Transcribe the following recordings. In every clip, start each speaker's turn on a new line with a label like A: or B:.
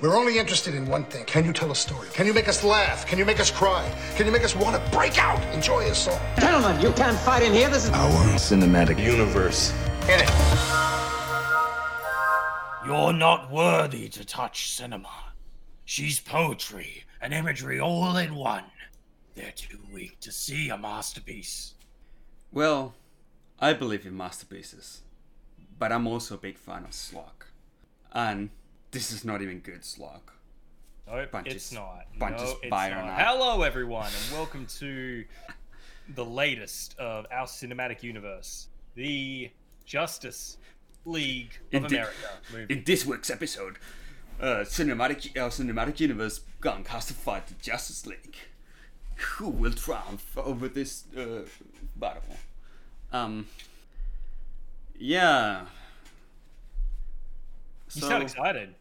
A: We're only interested in one thing. Can you tell a story? Can you make us laugh? Can you make us cry? Can you make us want to break out and join a song?
B: Gentlemen, you can't fight in here. This is
C: our cinematic universe.
A: Hit it.
D: You're not worthy to touch cinema. She's poetry and imagery all in one. They're too weak to see a masterpiece.
E: Well, I believe in masterpieces, but I'm also a big fan of slog. And this is not even good slog.
F: Nope,
E: Bunches-
F: it's not.
E: bunches
F: no, it's
E: bio
F: not.
E: now.
F: Hello, everyone, and welcome to the latest of our cinematic universe, the Justice League of
E: Indeed.
F: America movie.
E: In this week's episode, uh, cinematic our cinematic universe gone has to fight the Justice League. Who will triumph over this uh, battle? Um. Yeah.
F: you
E: so,
F: sound excited.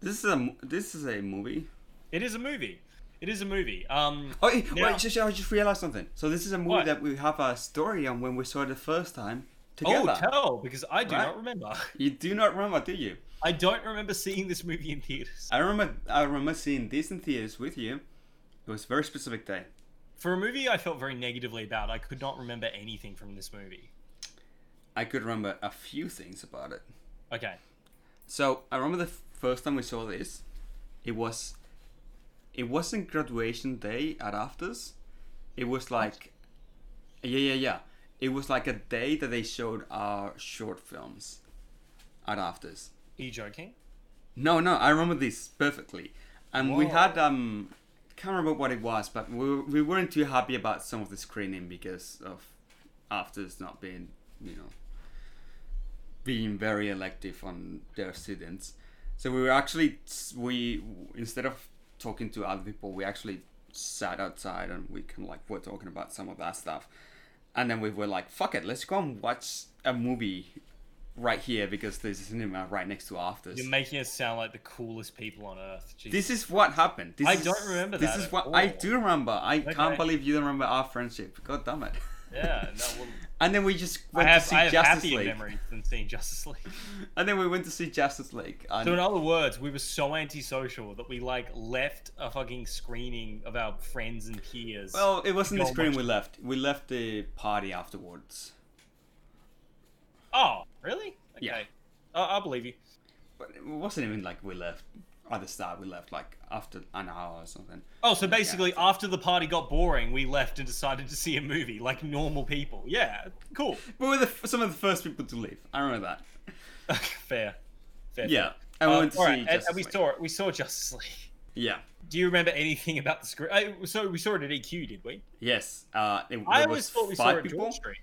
E: This is a mo- this is a movie.
F: It is a movie. It is a movie. Um,
E: Oh, wait,
F: now-
E: wait just, I just realized something. So this is a movie
F: What?
E: that we have a story on when we saw it the first time together.
F: oh, tell because I do
E: Right?
F: not remember.
E: you do not remember, do you?
F: I don't remember seeing this movie in theaters.
E: I remember I remember seeing this in theaters with you. It was a very specific day.
F: For a movie, I felt very negatively about. I could not remember anything from this movie.
E: I could remember a few things about it.
F: Okay.
E: So I remember the f- first time we saw this, it was, it wasn't graduation day at afters, it was like, yeah yeah yeah, it was like a day that they showed our short films, at afters.
F: Are you joking?
E: No, no, I remember this perfectly. And we
F: Whoa.
E: had um can't remember what it was, but we, were- we weren't too happy about some of the screening because of afters not being, you know, being very elective on their students. So we were actually we instead of talking to other people, we actually sat outside and we kind of like were talking about some of that stuff. And then we were like, "Fuck it, let's go and watch a movie right here because there's a cinema right next to afters."
F: You're making us sound like the coolest people on earth. Jesus.
E: This is what happened. This
F: I
E: is-
F: don't remember
E: This
F: that
E: is
F: at
E: what I
F: all.
E: do remember. I
F: Okay.
E: can't believe you don't remember our friendship. God damn it.
F: yeah, no, well,
E: And then we just
F: I
E: went
F: have,
E: to see
F: I have
E: Justice
F: happier
E: League.
F: memories than seeing Justice League.
E: And then we went to see Justice League. And
F: So in other words, we were so antisocial that we like left a fucking screening of our friends and peers.
E: well, it wasn't the
F: Don't
E: screen
F: watch
E: we left. We left the party afterwards.
F: oh, really? Okay.
E: Yeah.
F: I- I believe you.
E: But it wasn't even like we left at the start. We left like after an hour or something.
F: Oh, so basically,
E: Yeah.
F: after the party got boring, we left and decided to see a movie like normal people. Yeah, cool.
E: We were the, f- some of the first people to leave. I remember that.
F: fair. fair.
E: Yeah.
F: fair.
E: And we
F: Um,
E: went to
F: all
E: see
F: right, and- and,
E: Justice
F: we
E: League.
F: saw it. We saw Justice League.
E: Yeah.
F: Do you remember anything about the script? I, so we saw it at EQ, did we?
E: Yes. Uh, it,
F: I always
E: there was
F: thought we saw
E: five
F: it at
E: people.
F: George Street.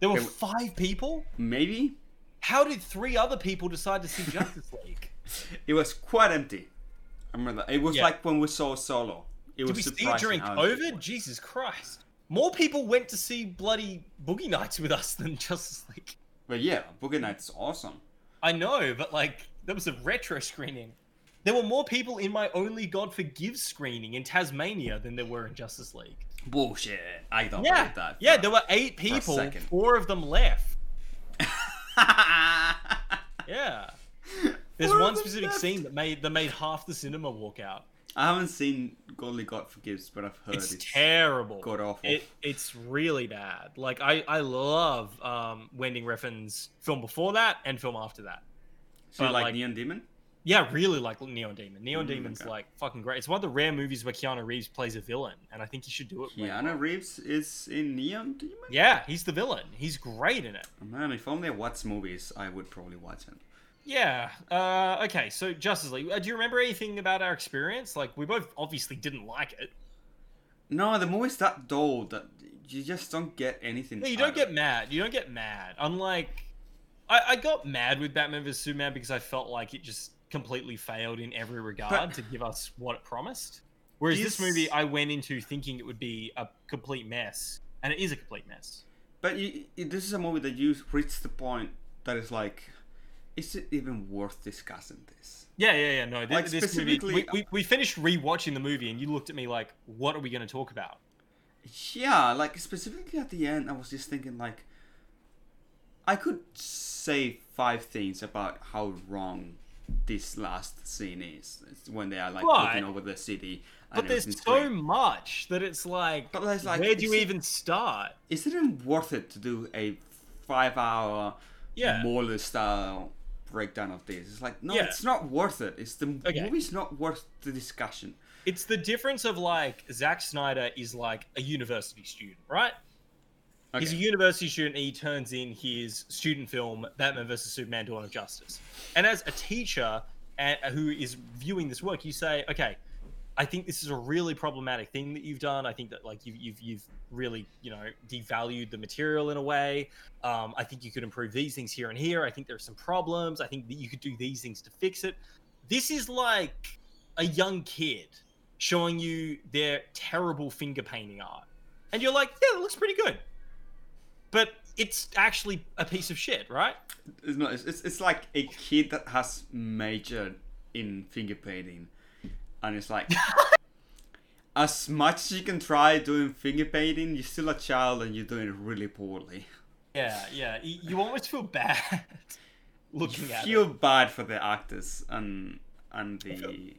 F: There were
E: There were-
F: five people.
E: Maybe.
F: How did three other people decide to see Justice League?
E: It was quite empty. I remember that. It was
F: Yeah.
E: like when we saw Solo. It
F: Did
E: was
F: we see it
E: surprising
F: during
E: how empty it
F: COVID?
E: was.
F: Jesus Christ! More people went to see bloody Boogie Nights with us than Justice League.
E: But yeah, Boogie Nights is awesome.
F: I know, but like that was a retro screening. There were more people in my Only God Forgives screening in Tasmania than there were in Justice League.
E: Bullshit. I don't
F: Yeah,
E: believe that.
F: yeah, there were eight people.
E: second.
F: Four of them left. Yeah, there's
E: Four of
F: one
E: them
F: specific
E: left.
F: scene that made that made half the cinema walk out.
E: I haven't seen Godly God Forgives, but I've heard
F: It's
E: it's,
F: terrible.
E: god awful.
F: It, it's really bad. Like I, I love um, Wending Refn's film before that and film after that.
E: So you
F: but,
E: like,
F: like-
E: Neon Demon?
F: Yeah, I really like Neon Demon. Neon
E: Mm,
F: Demon's
E: okay.
F: like fucking great. It's one of the rare movies where Keanu Reeves plays a villain, and I think he should do it. way more.
E: Keanu Reeves is in Neon Demon?
F: Yeah, he's the villain. He's great in it.
E: Man, if only I watched movies, I would probably watch it.
F: Yeah. Uh, okay, so Justice League. Uh, do you remember anything about our experience? Like, we both obviously didn't like it.
E: No, the movie's that dull that you just don't get anything.
F: No, you
E: out
F: don't
E: of
F: get
E: it.
F: mad. You don't get mad. Unlike, I, I got mad with Batman vs Superman because I felt like it just completely failed in every regard to give us what it promised. Whereas this
E: Yes.
F: movie, I went into thinking it would be a complete mess, and it is a complete mess.
E: But you, you- this is a movie that you reach the point that is like, is it even worth discussing this?
F: Yeah, yeah, yeah. No, thi-
E: Like,
F: this movie. We,
E: specifically- uh,
F: we, we finished rewatching the movie, and you looked at me like, "What are we going to talk about?"
E: Yeah, like specifically at the end, I was just thinking like, I could say five things about how wrong this last scene is. It's when they are like
F: Right.
E: looking over the city. and
F: But there's
E: everything's
F: so
E: great.
F: much that it's like,
E: But there's like-
F: where do you
E: it's-
F: even start?
E: is it even worth it to do a five hour
F: Yeah.
E: Mauler style breakdown of this? It's like no,
F: Yeah.
E: it's not worth it. It's the
F: Okay.
E: movie's not worth the discussion.
F: It's the difference of like Zack Snyder is like a university student, right? He's a
E: Okay.
F: university student and he turns in his student film, Batman vs. Superman Dawn of Justice. And as a teacher and, who is viewing this work, you say, okay, I think this is a really problematic thing that you've done. I think that like you've, you've, you've really, you know, devalued the material in a way. Um, I think you could improve these things here and here. I think there are some problems. I think that you could do these things to fix it. This is like a young kid showing you their terrible finger painting art. And you're like, yeah, that looks pretty good but it's actually a piece of shit, right?
E: It's not. It's, it's, it's like a kid that has majored in finger painting, and it's like. As much as you can try doing finger painting, you're still a child and you're doing it really poorly.
F: Yeah, yeah. You, you almost feel bad looking at
E: Feel
F: it.
E: bad for the actors and and the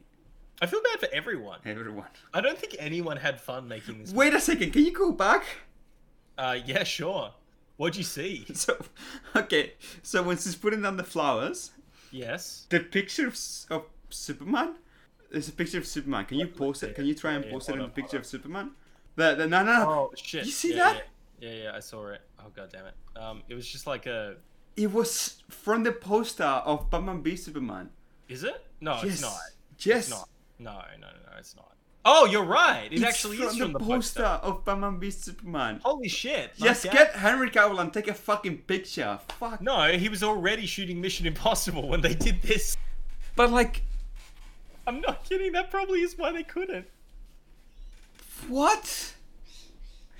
F: I feel bad for everyone.
E: everyone.
F: I don't think anyone had fun making this.
E: Wait a second, can you go back?
F: Uh, yeah, sure. What'd you see?
E: So, okay, so when she's putting down the flowers,
F: Yes.
E: the picture of, S- of Superman. There's a picture of Superman. Can you post it? Can you try and
F: Yeah,
E: post it
F: hold
E: in the
F: on,
E: picture
F: hold
E: of Superman? The, the, no, no, no.
F: Oh shit.
E: You see
F: Yeah,
E: that?
F: Yeah. yeah, yeah. I saw it. Oh god damn it. Um, it was just like a.
E: It was from the poster of Batman v Superman.
F: Is it? No,
E: Yes.
F: it's not.
E: Yes.
F: It's not. No, no, no, no, it's not. Oh, you're right. It
E: It's
F: actually
E: from
F: is
E: the
F: from the
E: poster
F: poster. Oh
E: of Batman v Superman.
F: Holy shit.
E: yes,
F: Like, yeah.
E: get Henry Cavill and take a fucking picture. Fuck.
F: No, he was already shooting Mission Impossible when they did this.
E: But like,
F: I'm not kidding. That probably is why they couldn't.
E: what?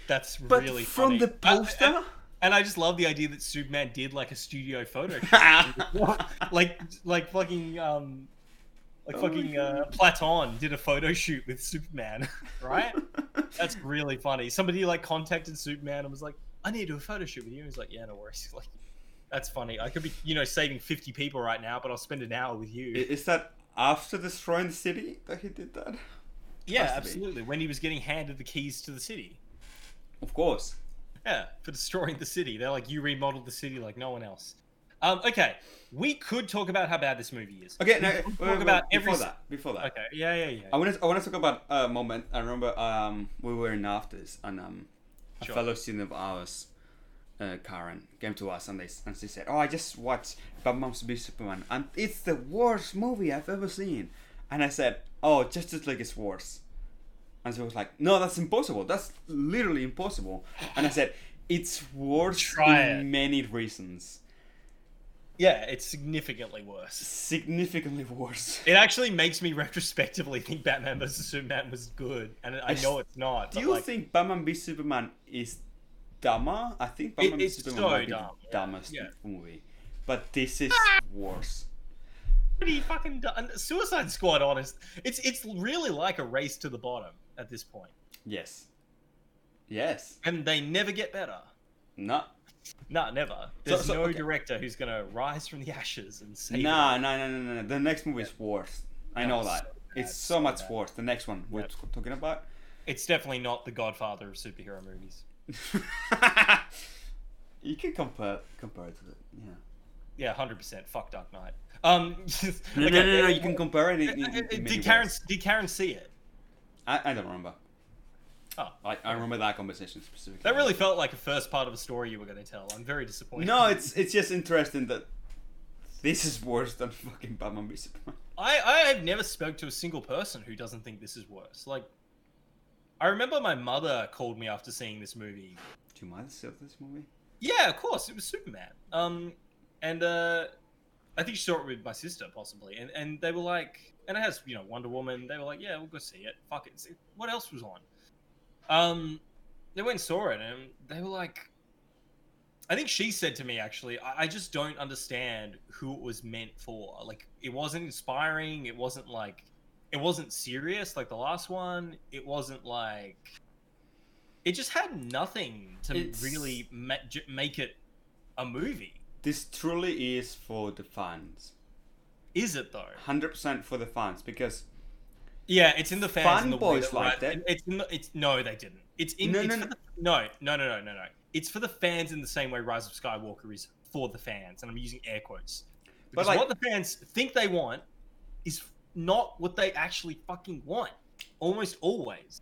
F: That's
E: But
F: really
E: from
F: funny. Uh,
E: the
F: I- I-
E: poster.
F: and I just love the idea that Superman did like a studio photo, shoot.
E: Ah.
F: like like fucking um, like
E: Oh my
F: fucking uh, Platon did a photo shoot with Superman, right? That's really funny. Somebody like contacted Superman and was like, "I need to do a photo shoot with you." He's like, "Yeah, no worries." Like, that's funny. I could be you know saving fifty people right now, but I'll spend an hour with you.
E: I- Is that after destroying the city that he did that?
F: yeah,
E: has to be.
F: absolutely. When he was getting handed the keys to the city.
E: Of course.
F: Yeah, for destroying the city. They're like, you remodeled the city like no one else. Um, okay, we could talk about how bad this movie is.
E: Okay,
F: We
E: no,
F: could
E: wait,
F: talk
E: wait, wait,
F: about every.
E: before
F: s-
E: that. Before that,
F: Okay, yeah, yeah, yeah.
E: I want to I want to talk about a moment. I remember um we were in afters and um a
F: Sure.
E: fellow student of ours, uh, Karen, came to us and they s- and she said, "Oh, I just watched Batman v Superman and it's the worst movie I've ever seen," and I said, "Oh, Justice League is worse." And she was like, "No, that's impossible. That's literally impossible." And I said, "It's worse
F: Try
E: in
F: it."
E: many reasons,
F: yeah, it's significantly worse.
E: significantly worse."
F: It actually makes me retrospectively think Batman vs Superman was good, and I
E: s-
F: know it's not.
E: Do
F: but,
E: you
F: like,
E: think Batman v Superman is dumber? I think
F: It-
E: Batman
F: it's
E: v Superman
F: so
E: might be
F: dumb,
E: the
F: yeah,
E: dumbest
F: yeah.
E: movie, but this is worse.
F: pretty fucking done? Suicide Squad? Honest, it's it's really like a race to the bottom at this point,
E: Yes. Yes.
F: and they never get better.
E: No.
F: No, never. There's
E: so-
F: no
E: okay.
F: director who's gonna rise from the ashes and save.
E: Nah, nah, nah, nah, nah. The next movie is worse. I know
F: it's
E: that.
F: so bad,
E: it's so,
F: so
E: much
F: bad.
E: worse. The next one we're t- talking about.
F: It's definitely not the godfather of superhero movies.
E: you can compare compare it to it. Yeah.
F: Yeah, hundred percent. Fuck Dark Knight. Um,
E: No,
F: okay. Uh,
E: no, no, no. You can compare it. In, in, in many
F: Did Karen
E: ways.
F: did Karen see it?
E: I, I don't remember.
F: Oh,
E: I, I remember that conversation specifically.
F: that really felt like a first part of a story you were going to tell. I'm very disappointed.
E: No, it's it's just interesting that this is worse than fucking Batman v Superman.
F: I I have never spoke to a single person who doesn't think this is worse. Like, I remember my mother called me after seeing this movie
E: Do you mind see this movie?
F: Yeah, of course, it was Superman. Um, and uh, I think she saw it with my sister possibly, and and they were like, and it has you know Wonder Woman. They were like, yeah, we'll go see it. Fuck it. See, what else was on? Um, they went and saw it, and they were like, I think she said to me actually, I, I just don't understand who it was meant for. Like, it wasn't inspiring. It wasn't like, it wasn't serious like the last one. It wasn't like. It just had nothing to
E: It's-
F: really ma- j- make it a movie.
E: This truly is for the fans.
F: Is it though?
E: Hundred percent for the fans because
F: Yeah, it's in the fans.
E: Fun
F: and the
E: boys
F: weird-
E: liked
F: right,
E: it.
F: It's in the, it's no, they didn't. It's in
E: No,
F: it's
E: no,
F: for
E: no.
F: the- no, no, no, no, no, no. It's for the fans in the same way Rise of Skywalker is for the fans, and I'm using air quotes.
E: But,
F: Because
E: like-
F: what the fans think they want is not what they actually fucking want. Almost always.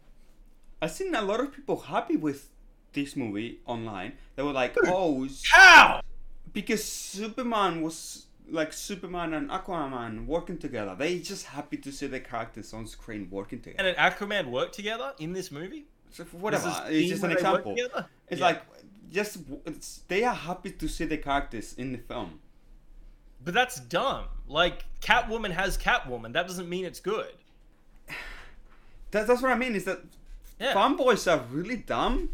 E: I've seen a lot of people happy with this movie online. They were like, "Oh, s-
F: How?
E: because Superman was like Superman and Aquaman working together. They just happy to see the characters on screen working together.
F: And an Aquaman work together in this movie?
E: So for whatever,
F: This is
E: it's just
F: where
E: an
F: they work
E: example.
F: together?
E: It's
F: Yeah.
E: like just it's, they are happy to see the characters in the film.
F: But that's dumb. Like Catwoman has Catwoman. That doesn't mean it's good.
E: That, that's what I mean. Is that
F: Yeah.
E: fanboys are really dumb?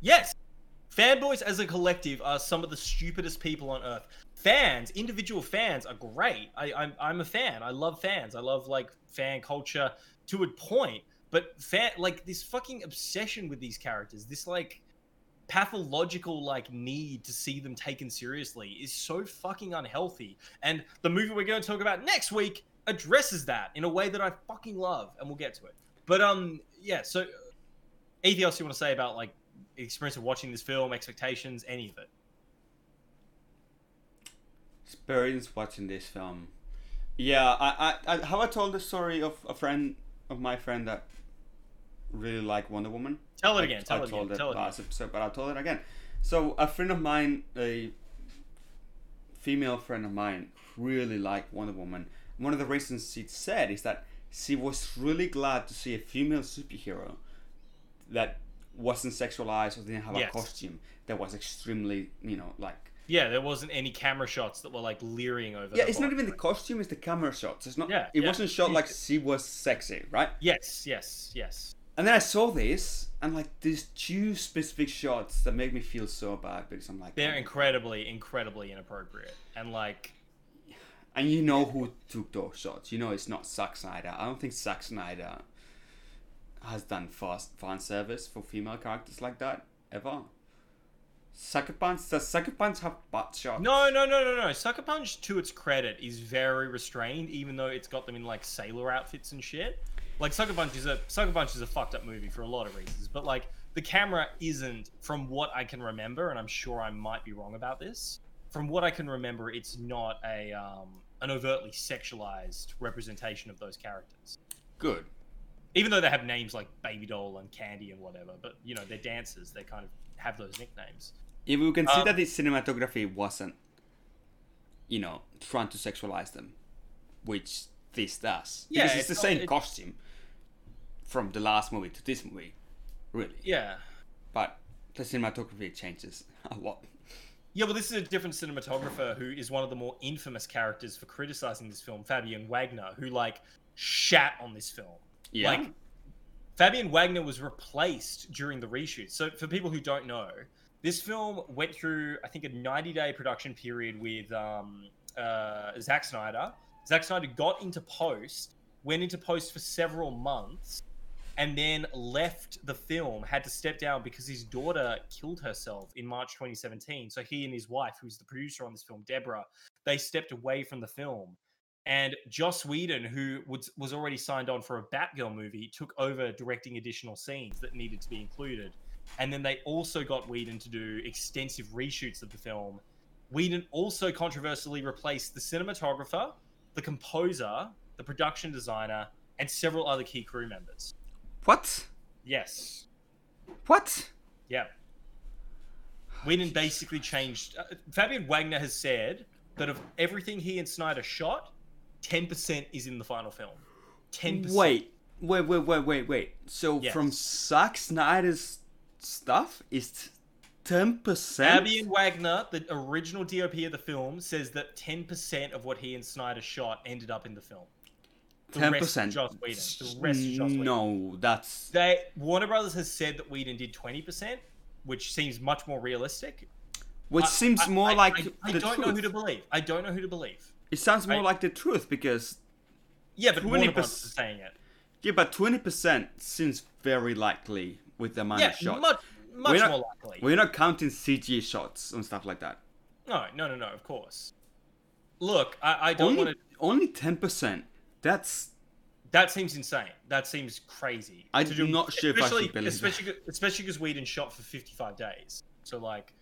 F: Yes. Fanboys as a collective are some of the stupidest people on earth. Fans, individual fans are great. I, I'm, I'm a fan. I love fans. I love like fan culture to a point. But fan, like this fucking obsession with these characters, this like pathological like need to see them taken seriously is so fucking unhealthy. And the movie we're going to talk about next week addresses that in a way that I fucking love, and we'll get to it. But um, yeah. So, anything else you want to say about like the experience of watching this film, expectations, any of it?
E: Experience watching this film. Yeah, I, I, I have I told the story of a friend of my friend that really liked Wonder Woman.
F: Tell it
E: I-
F: again. Tell
E: I
F: it
E: told
F: again. Tell it again.
E: last episode, but I'll tell it again. So a friend of mine, a female friend of mine, really liked Wonder Woman. One of the reasons she said is that she was really glad to see a female superhero that wasn't sexualized or didn't have
F: Yes.
E: a costume that was extremely, you know, like
F: Yeah, there wasn't any camera shots that were like leering over.
E: yeah.
F: the
E: It's not
F: body.
E: even the costume; it's the camera shots. It's not.
F: Yeah,
E: it
F: yeah.
E: wasn't shot like she was sexy, right?
F: Yes, yes, yes.
E: And then I saw this, and like these two specific shots that make me feel so bad because I'm like,
F: They're
E: "Oh,
F: incredibly, incredibly inappropriate, and like
E: And you know who took those shots. You know it's not Zack Snyder. I don't think Zack Snyder has done fast fan service for female characters like that ever. Sucker Punch does Sucker Punch have butt shots?
F: No, no, no, no, no. Sucker Punch, to its credit, is very restrained, even though it's got them in like sailor outfits and shit. Like Sucker Punch is a Sucker Punch is a fucked up movie for a lot of reasons, but like the camera isn't, from what I can remember, and I'm sure I might be wrong about this. From what I can remember, it's not a um, an overtly sexualized representation of those characters,
E: Good.
F: even though they have names like Baby Doll and Candy and whatever. But you know, they're dancers; they kind of have those nicknames.
E: Yeah, we can see
F: Um,
E: that the cinematography wasn't, you know, trying to sexualize them, which this does.
F: Yeah,
E: because it's,
F: it's
E: the
F: not-
E: same
F: it-
E: costume from the last movie to this movie, really.
F: Yeah,
E: But the cinematography changes a lot.
F: Yeah, well, this is a different cinematographer who is one of the more infamous characters for criticizing this film, Fabian Wagner, who like shat on this film.
E: Yeah.
F: Like, Fabian Wagner was replaced during the reshoot. So, for people who don't know, this film went through, I think, a 90 day production period with um, uh, Zack Snyder. Zack Snyder got into post, went into post for several months, and then left the film, had to step down because his daughter killed herself in March 2017. So, he and his wife, who's the producer on this film, Deborah, they stepped away from the film. And Joss Whedon, who was, was already signed on for a Batgirl movie, took over directing additional scenes that needed to be included. And then they also got Whedon to do extensive reshoots of the film. Whedon also controversially replaced the cinematographer, the composer, the production designer, and several other key crew members.
E: What?
F: Yes.
E: What?
F: Yep. Whedon basically changed. Uh, Fabian Wagner has said that of everything he and Snyder shot, 10% is in the final film. 10%.
E: Wait, wait, wait, wait, wait, wait. So
F: Yes.
E: from Zack Snyder's stuff is ten percent.
F: Fabian Wagner, the original DOP of the film, says that 10% of what he and Snyder shot ended up in the film. The
E: Ten
F: rest
E: percent.
F: Joss Whedon. The rest is Joss Whedon.
E: No, that's
F: They, Warner Brothers has said that Whedon did 20%, which seems much more realistic.
E: which
F: I-
E: seems
F: I-
E: more
F: I-
E: like
F: I,
E: the
F: I don't
E: truth.
F: know who to believe. I don't know who to believe.
E: It sounds more
F: I-
E: like the truth because
F: Yeah, but Warner
E: 20%.
F: Brothers is saying it.
E: yeah, but twenty percent seems very likely with the amount
F: Yeah,
E: of shots.
F: much, much
E: we're not,
F: more likely.
E: We're not counting CG shots and stuff like that.
F: No, no, no, no. Of course. Look, I, I don't
E: Only-
F: want to.
E: only ten percent. That's
F: That seems insane. That seems crazy.
E: I'm
F: To do-
E: not sure if I
F: especially,
E: could believe
F: especially, especially because Whedon shot for 55 days. So like,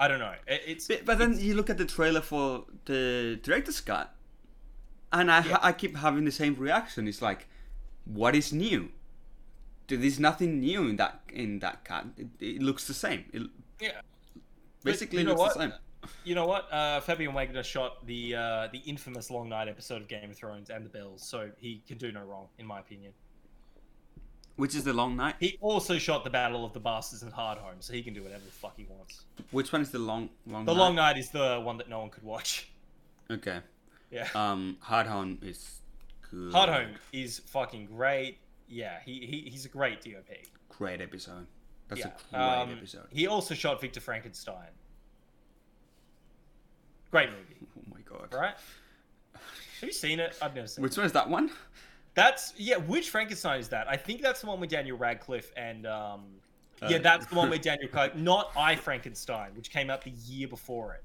F: I don't know. It, it's
E: But, but then you look at the trailer for the director's cut, and I, ha I keep having the same reaction. It's like, what is new? There is nothing new in that in that cut. It, it looks the same. It
F: yeah. But
E: basically
F: you know
E: looks the
F: what?
E: same.
F: You know what? Uh, Fabian Wagner shot the uh, the infamous Long Night episode of Game of Thrones and The Bells, so he can do no wrong, in my opinion.
E: Which is the long night?
F: He also shot the Battle of the Bastards and Hardhome, so he can do whatever the fuck he wants.
E: Which one is the long long?
F: The Long Night is the one that no one could watch.
E: Okay.
F: Yeah.
E: Um, Hard Home is good.
F: Hardhome is fucking great. Yeah, he, he he's a great DOP.
E: Great episode. That's
F: Yeah.
E: a great
F: um,
E: episode.
F: He also shot Victor Frankenstein. Great movie,
E: Oh my god.
F: right? Have you seen it? I've never seen
E: Which
F: it.
E: one is that one?
F: That's yeah. Which Frankenstein is that? I think that's the one with Daniel Radcliffe and um. yeah,
E: Uh,
F: that's the one with Daniel. Craig, not I Frankenstein, which came out the year before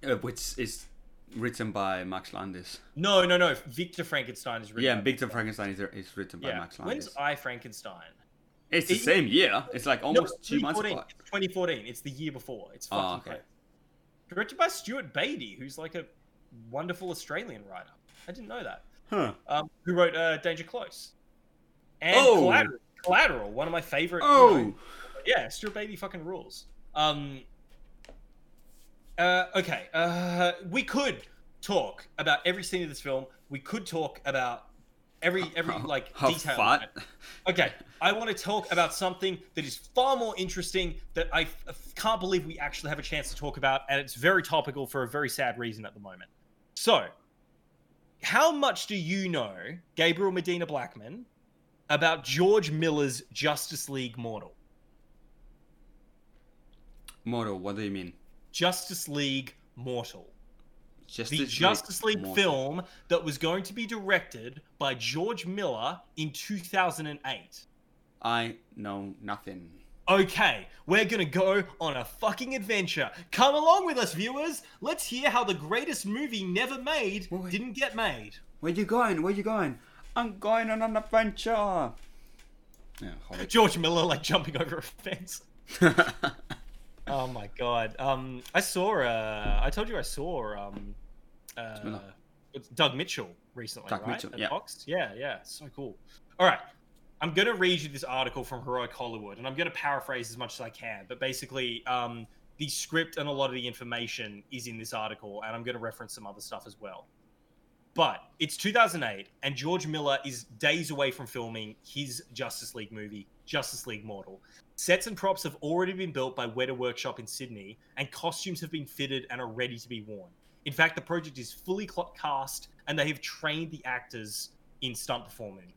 F: it.
E: Uh, which is written by Max Landis.
F: No, no, no. Victor Frankenstein is written.
E: Yeah,
F: by-
E: Victor Frankenstein is, is written by
F: Yeah.
E: Max Landis.
F: When's I Frankenstein?
E: It's the
F: It-
E: same year. It's like
F: No,
E: almost
F: it's
E: two months
F: 2014.
E: apart.
F: It's 2014. It's the year before. It's fucking
E: Oh, okay.
F: crazy. Directed by Stuart Beatty, who's like a wonderful Australian writer. I didn't know that.
E: Huh.
F: Um, who wrote uh, Danger Close? And
E: Oh!
F: Collateral, Collateral, one of my favorite. you
E: Oh,
F: know, yeah, Stuart Beatty fucking rules. Um. Uh, okay, uh, we could talk about every scene of this film. We could talk about every every like
E: how
F: detail. of
E: fat.
F: it. Okay, I want to talk about something that is far more interesting that I f- f- can't believe we actually have a chance to talk about, and it's very topical for a very sad reason at the moment. So, how much do you know, Gabriel Medina Blackman, about George Miller's Justice League Mortal?
E: Mortal. What do you mean?
F: Justice League Mortal.
E: Justice
F: The Justice League
E: Mortal.
F: film that was going to be directed by George Miller in 2008.
E: I know nothing.
F: Okay, we're gonna go on a fucking adventure. Come along with us, viewers. Let's hear how the greatest movie never made
E: Wait, wait.
F: didn't get made.
E: Where you going? Where you going? I'm going on an adventure. Yeah, hold
F: George Miller like jumping over a fence.
E: it.
F: Oh my god. Um, I saw. Uh, I told you I saw. Um, uh,
E: Miller.
F: it's Doug Mitchell recently,
E: Doug
F: right?
E: Mitchell,
F: At
E: yeah.
F: Fox? Yeah, yeah. So cool. All right. I'm going to read you this article from Heroic Hollywood, and I'm going to paraphrase as much as I can. But basically, um, the script and a lot of the information is in this article, and I'm going to reference some other stuff as well. But it's 2008, and George Miller is days away from filming his Justice League movie, Justice League Mortal. Sets and props have already been built by Weta Workshop in Sydney, and costumes have been fitted and are ready to be worn. In fact, the project is fully cl- cast, and they have trained the actors in stunt performing.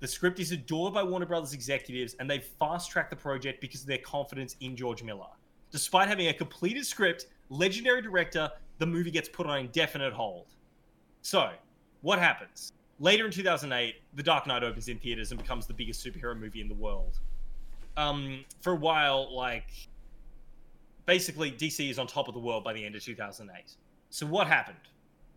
F: The script is adored by Warner Brothers executives, and they've fast tracked the project because of their confidence in George Miller. Despite having a completed script, legendary director, the movie gets put on indefinite hold. So, what happens? Later in 2008, The Dark Knight opens in theaters and becomes the biggest superhero movie in the world. Um, for a while, like, basically, DC is on top of the world by the end of 2008. So, what happened?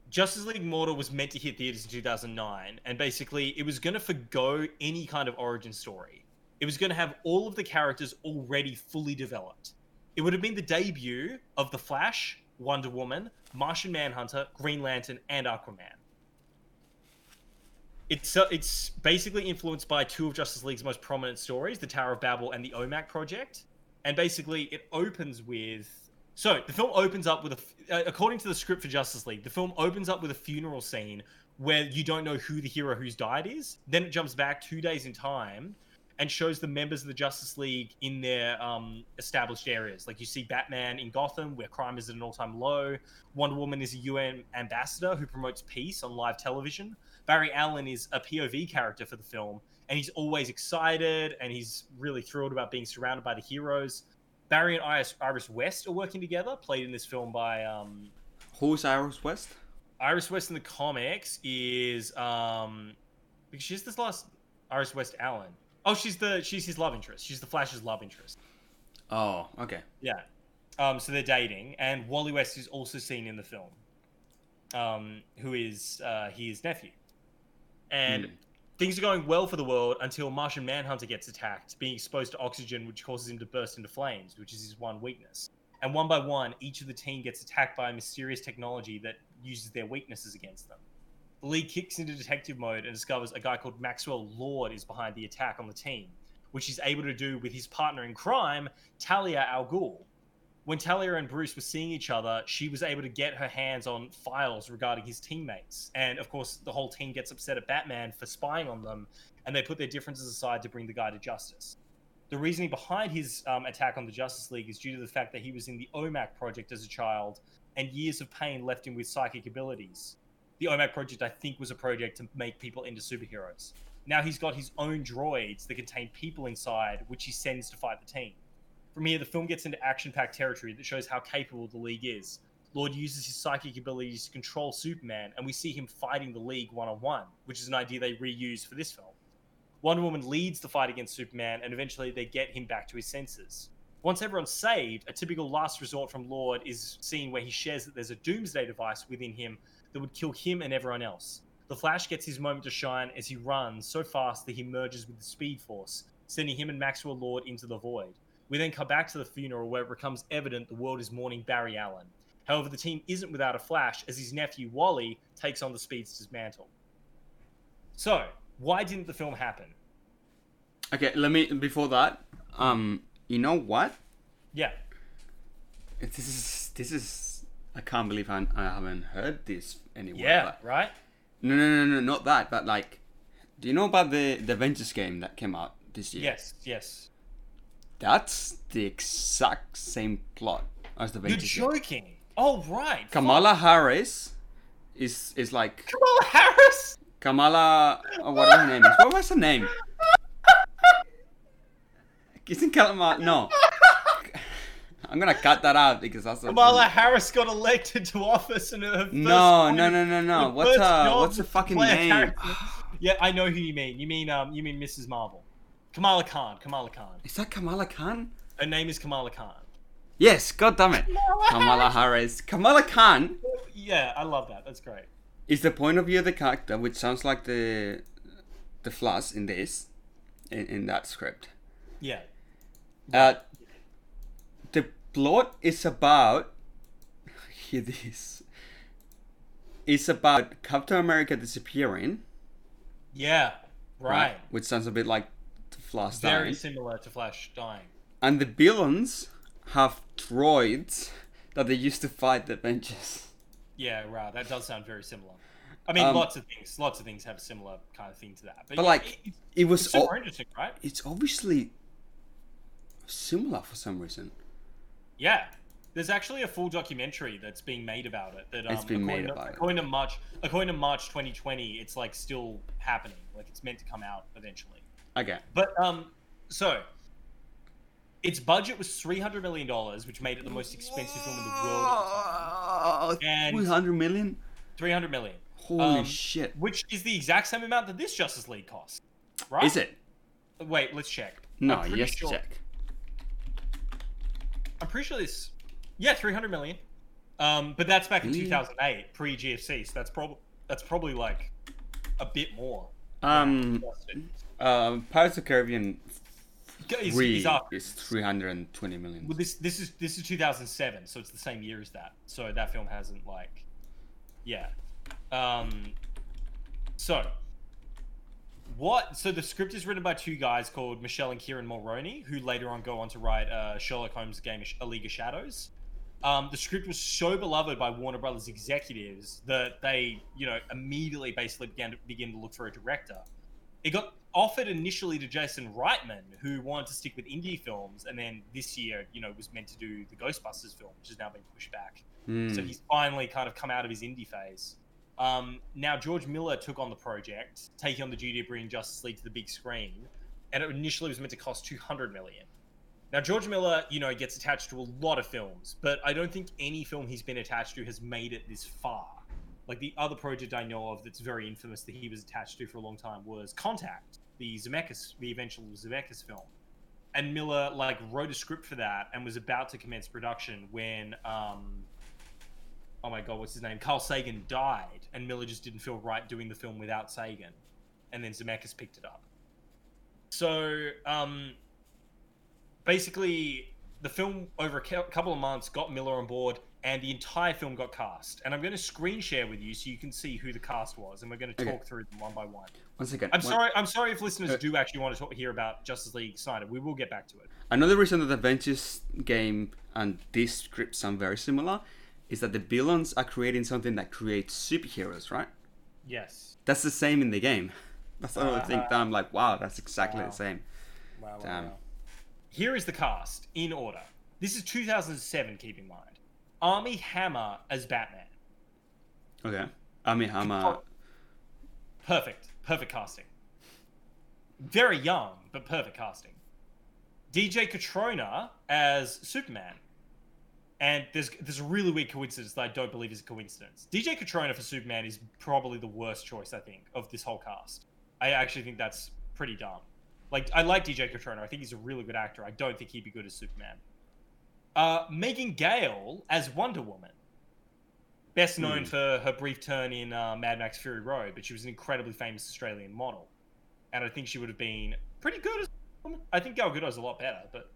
F: Justice League Mortal was meant to hit theaters in 2009, and basically, it was going to forgo any kind of origin story. It was going to have all of the characters already fully developed. It would have been the debut of The Flash, Wonder Woman, Martian Manhunter, Green Lantern, and Aquaman. It's uh, it's basically influenced by two of Justice League's most prominent stories, The Tower of Babel and the OMAC Project. And basically, it opens with. So the film opens up with a, f- uh, according to the script for Justice League, the film opens up with a funeral scene where you don't know who the hero who's died is. Then it jumps back two days in time and shows the members of the Justice League in their um, established areas. Like you see Batman in Gotham, where crime is at an all-time low. Wonder Woman is a UN ambassador who promotes peace on live television. Barry Allen is a POV character for the film, and he's always excited and he's really thrilled about being surrounded by the heroes. Barry and Iris, Iris West are working together, played in this film by um,
E: Who's Iris West?
F: Iris West in the comics. Is um, because she's this last Iris West Allen. Oh, she's the she's his love interest. She's the Flash's love interest.
E: Oh, okay.
F: Yeah. Um, so they're dating, and Wally West is also seen in the film. um, who is uh, his nephew. And things are going well for the world until Martian Manhunter gets attacked, being exposed to oxygen, which causes him to burst into flames, which is his one weakness. And one by one, each of the team gets attacked by a mysterious technology that uses their weaknesses against them. The League kicks into detective mode and discovers a guy called Maxwell Lord is behind the attack on the team, which he's able to do with his partner in crime, Talia Al Ghul. When Talia and Bruce were seeing each other, she was able to get her hands on files regarding his teammates. And of course, the whole team gets upset at Batman for spying on them, and they put their differences aside to bring the guy to justice. The reasoning behind his um, attack on the Justice League is due to the fact that he was in the OMAC project as a child, and years of pain left him with psychic abilities. The OMAC project, I think, was a project to make people into superheroes. Now he's got his own droids that contain people inside, which he sends to fight the team. From here, the film gets into action packed territory that shows how capable the League is. Lord uses his psychic abilities to control Superman, and we see him fighting the League one on one, which is an idea they reuse for this film. Wonder Woman leads the fight against Superman, and eventually they get him back to his senses. Once everyone's saved, a typical last resort from Lord is seen where he shares that there's a doomsday device within him that would kill him and everyone else. The Flash gets his moment to shine as he runs so fast that he merges with the Speed Force, sending him and Maxwell Lord into the void. We then come back to the funeral where it becomes evident the world is mourning Barry Allen. However, the team isn't without a flash as his nephew Wally takes on the Speedster's mantle. So, why didn't the film happen?
E: Okay, let me before that. Um, you know what?
F: Yeah.
E: This is this is. I can't believe I, I haven't heard this anywhere.
F: Yeah,
E: but-
F: right?
E: No, no, no, no, not that. But like, do you know about the the Avengers game that came out this year?
F: Yes, yes.
E: That's the exact same plot as the
F: You're
E: Avengers. game.
F: joking. Oh, right.
E: Kamala Harris is is like
F: Kamala Harris?
E: Kamala. Oh, whatever her name is. What was her name? Isn't Kamala? No. I'm gonna cut that out because that's a,
F: Kamala Harris got elected to office and her first
E: No,
F: week-
E: no, no, no, no.
F: her
E: What's
F: first
E: her?
F: job
E: What's her
F: was to
E: fucking
F: play a
E: name?
F: character. yeah, I know who you mean. You mean um, you mean Mrs. Marvel, Kamala Khan. Kamala Khan.
E: Is that Kamala Khan?
F: Her name is Kamala Khan.
E: Yes. God damn it. Kamala Harris. Kamala Khan
F: Yeah, I love that. That's great.
E: is the point of view of the character, which sounds like the the flaws in this, in, in that script.
F: Yeah,
E: Uh, the plot is about hear this. It's about Captain America disappearing,
F: yeah, right.
E: Which sounds a bit like the Flash
F: Very
E: dying.
F: similar to Flash dying.
E: And the villains have droids that they used to fight the Avengers.
F: Yeah, right. That does sound very similar. I mean,
E: Um,
F: lots of things. Lots of things have a similar kind of thing to that. But,
E: But
F: yeah,
E: like,
F: it-
E: it was
F: it's super
E: all-
F: interesting, right?
E: it's obviously similar for some reason.
F: Yeah. There's actually a full documentary that's being made about it. That um,
E: It's been
F: according
E: made
F: to,
E: about it.
F: according to March, according to March 2020, it's like still happening. Like it's meant to come out eventually.
E: Okay.
F: But um, so its budget was 300 million dollars, which made it the most expensive film in the world. At the time. And-
E: 300 million?
F: 300 million,
E: Holy
F: Um,
E: shit.
F: which is the exact same amount that this Justice League cost. Right?
E: Is it?
F: Wait, let's check.
E: No,
F: I'm
E: you
F: pretty
E: have to
F: sure-
E: check.
F: I'm pretty sure this. Yeah, 300 million. Um, but that's back in
E: Really?
F: 2008, pre GFC. So that's probably that's probably like a bit more.
E: Um, uh, Pirates of the Caribbean
F: He's,
E: 3
F: he's up.
E: is 320 million.
F: Well, this this is this is 2007, so it's the same year as that. So that film hasn't like, yeah. Um, so what? So the script is written by two guys called Michelle and Kieran Mulroney, who later on go on to write uh, Sherlock Holmes' game A League of Shadows. Um, the script was so beloved by Warner Brothers executives that they, you know, immediately basically began to begin to look for a director. It got offered initially to Jason Reitman, who wanted to stick with indie films, and then this year, you know, was meant to do the Ghostbusters film, which has now been pushed back.
E: Hmm.
F: So he's finally kind of come out of his indie phase. Um, now George Miller took on the project, taking on the duty of bringing Justice League to the big screen, and it initially was meant to cost 200 million. Now George Miller, you know, gets attached to a lot of films, but I don't think any film he's been attached to has made it this far. Like the other project I know of that's very infamous that he was attached to for a long time was Contact, the Zemeckis, the eventual Zemeckis film and Miller like wrote a script for that and was about to commence production when um oh my god, what's his name? Carl Sagan died, and Miller just didn't feel right doing the film without Sagan, and then Zemeckis picked it up. So um, basically, the film over a cou- couple of months got Miller on board, and the entire film got cast. And I'm going to screen share with you so you can see who the cast was, and we're going to talk
E: Okay.
F: through them one by one.
E: One second.
F: I'm
E: one-
F: sorry. I'm sorry if listeners
E: Uh,
F: do actually want to talk, hear about Justice League Snyder. We will get back to it.
E: Another reason that the Avengers game and this script sound very similar is that the villains are creating something that creates superheroes, right?
F: Yes.
E: That's the same in the game. That's the only thing that I'm like, wow, that's exactly
F: Uh, Wow.
E: the same.
F: Wow, wow,
E: Damn.
F: wow. Here is the cast in order. This is 2007. Keep in mind, Army Hammer as Batman.
E: Okay. Army
F: Oh.
E: Hammer.
F: Perfect. Perfect casting. Very young, but perfect casting. DJ Catrona as Superman. And there's there's a really weird coincidence that I don't believe is a coincidence. DJ Catrona for Superman is probably the worst choice, I think, of this whole cast. I actually think that's pretty dumb. Like I like DJ Catrona. I think he's a really good actor. I don't think he'd be good as Superman. Uh, Megan Gale as Wonder Woman best known for her brief turn in uh, Mad Max Fury Road, but she was an incredibly famous Australian model, and I think she would have been pretty good. As a woman. I think Gal Gadot's a lot better, but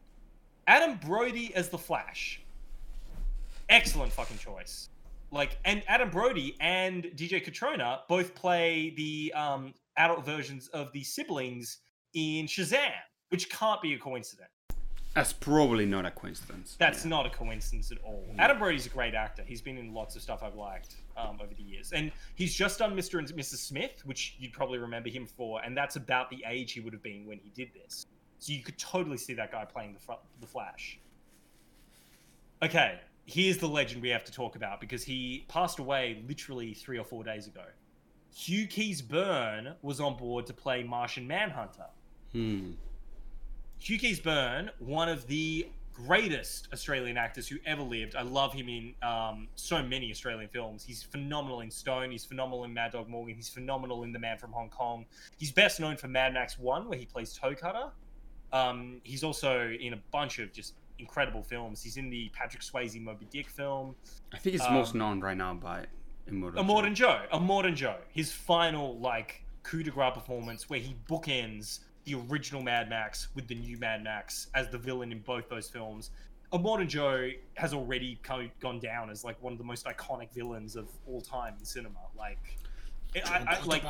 F: Adam Brody as the Flash, excellent fucking choice. Like, and Adam Brody and DJ Katrona both play the um, adult versions of the siblings in Shazam, which can't be a coincidence.
E: That's probably not a coincidence.
F: That's not a coincidence at all. Adam Brody's a great actor. He's been in lots of stuff I've liked um, over the years, and he's just done Mr. and Mrs. Smith, which you'd probably remember him for, and that's about the age he would have been when he did this. So you could totally see that guy playing the fr- the Flash. Okay, here's the legend we have to talk about because he passed away literally three or four days ago. Hugh Keys Byrne was on board to play Martian Manhunter.
E: Hmm.
F: Hugh Keys Byrne, one of the greatest Australian actors who ever lived. I love him in um, so many Australian films. He's phenomenal in Stone. He's phenomenal in Mad Dog Morgan. He's phenomenal in The Man from Hong Kong. He's best known for Mad Max One, where he plays Toe Cutter. Um, he's also in a bunch of just incredible films. He's in the Patrick Swayze Moby Dick film.
E: I think it's
F: Um,
E: most known right now by Immortal.
F: A Morden Joe. A Morden Joe. His final like coup de grace performance where he bookends the original Mad Max with the new Mad Max as the villain in both those films. A Morden Joe has already co- gone down as like one of the most iconic villains of all time in cinema. Like, I, I, like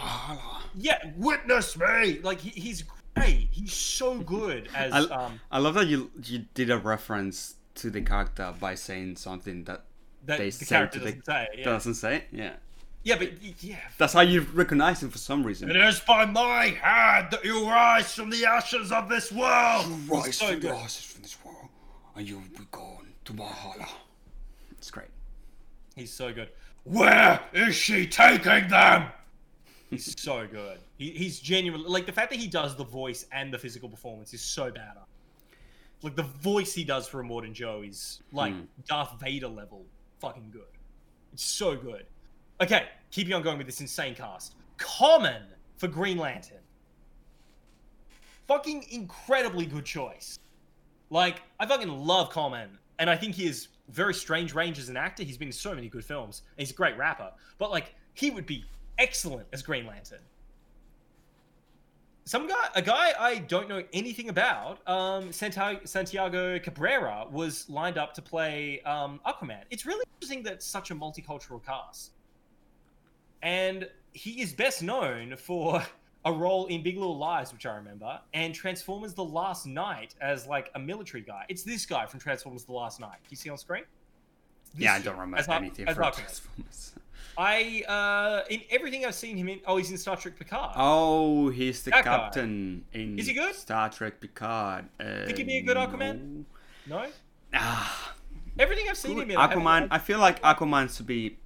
F: yeah, witness me. Like he, he's great. He's so good as
E: I,
F: um
E: I love that you you did a reference to the character by saying something that
F: that
E: they
F: the
E: say
F: character
E: to the-
F: doesn't say. Yeah,
E: doesn't say. it. Yeah.
F: yeah, but yeah,
E: That's how you recognize him for some reason.
D: It is by my hand that you rise from the ashes of this world.
E: rise
F: so
E: from the
F: good.
E: ashes from this world, and you will be gone to Valhalla. It's great.
F: he's so good.
D: Where is she taking them?
F: He's so good. He, he's genuinely like the fact that he does the voice and the physical performance is so bad. Like the voice he does for Immortan Joe is like
E: Hmm.
F: Darth Vader level fucking good. It's so good. Okay, keeping on going with this insane cast. Common for Green Lantern. Fucking incredibly good choice. Like, I fucking love Common, and I think he is very strange range as an actor. He's been in so many good films, and he's a great rapper. But like, he would be excellent as Green Lantern. Some guy, a guy I don't know anything about, um, Santiago, Santiago Cabrera was lined up to play um, Aquaman. It's really interesting that it's such a multicultural cast, and he is best known for a role in Big Little Lies, which I remember, and Transformers: The Last Night as like a military guy. It's this guy from Transformers: The Last Night. You see on screen?
E: yeah, I
F: This-
E: don't remember
F: as Aqu-
E: anything
F: as
E: from
F: Aquaman.
E: Transformers.
F: I uh, in everything I've seen him in. Oh, he's in Star Trek Picard.
E: Oh, he's the
F: That guy.
E: captain in
F: Is he good?
E: Star Trek Picard. Uh,
F: Think he'd be a good Aquaman?
E: no.
F: No,
E: Ah,
F: everything I've seen
E: good.
F: him in. I haven't
E: Aquaman.
F: liked-
E: I feel like Aquaman should be.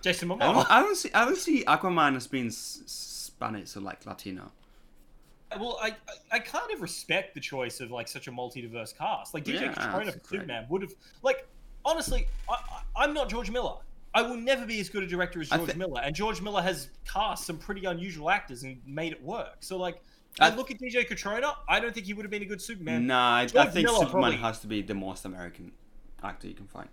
F: Jason Momoa.
E: I, don't, I don't see. I don't see Aquaman as being s- Spanish or like Latino.
F: well, I, I I kind of respect the choice of like such a multi-diverse cast. Like DJ
E: Yeah,
F: Catrona
E: that's
F: for
E: great.
F: Superman would have like honestly, I, I, I'm not George Miller. I will never be as good a director as
E: I
F: George
E: thi-
F: Miller, and George Miller has cast some pretty unusual actors and made it work. So like, I,
E: I-
F: look at DJ Catrona. I don't think he would have been a good Superman.
E: Nah, I, I
F: George
E: think
F: Miller
E: Superman
F: probably-
E: has to be the most American actor you can find.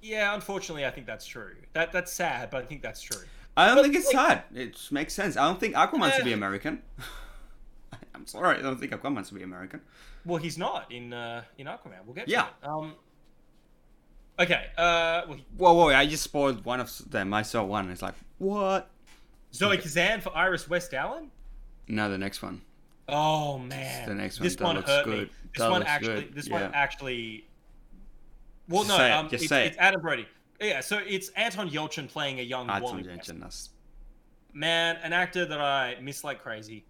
F: Yeah, unfortunately, I think that's true. That that's sad, but I think that's true.
E: I don't think it's sad. It just makes sense. I don't think Aquaman
F: Eh.
E: should be American. I'm sorry, I don't think Aquaman should be American.
F: Well, he's not in uh, in Aquaman. We'll get to
E: Yeah.
F: it. Um. Okay. Uh. Well,
E: Whoa, whoa! I just spoiled one of them. I saw one. It's like what?
F: Zoe Kazan for Iris West Allen.
E: Now the next one.
F: Oh man,
E: The next one,
F: This
E: that
F: one
E: looks
F: hurt
E: good.
F: me. This
E: That
F: one
E: looks
F: actually.
E: good,
F: This
E: yeah.
F: one actually. Well,
E: Just
F: no,
E: say it,
F: um,
E: just
F: it's,
E: say it.
F: it's Adam Brody. Yeah, so it's Anton Yelchin playing a young
E: Hudson
F: woman.
E: Jensen, that's-
F: Man, an actor that I miss like crazy.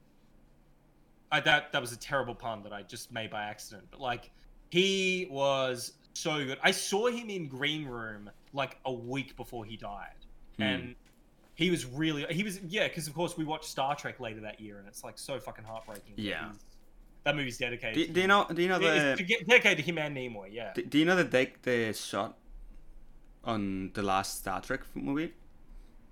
F: I that that was a terrible pun that I just made by accident, but like he was so good. I saw him in Green Room like a week before he died,
E: Hmm.
F: and he was really he was yeah because of course we watched Star Trek later that year, and it's like so fucking heartbreaking. that
E: Yeah.
F: he's- that movie's dedicated.
E: Do,
F: to
E: do you
F: him.
E: know? Do you know
F: It- it's
E: the?
F: dege- dedicated to him and Nimoy. Yeah,
E: Do, do you know the date they shot on the last Star Trek movie?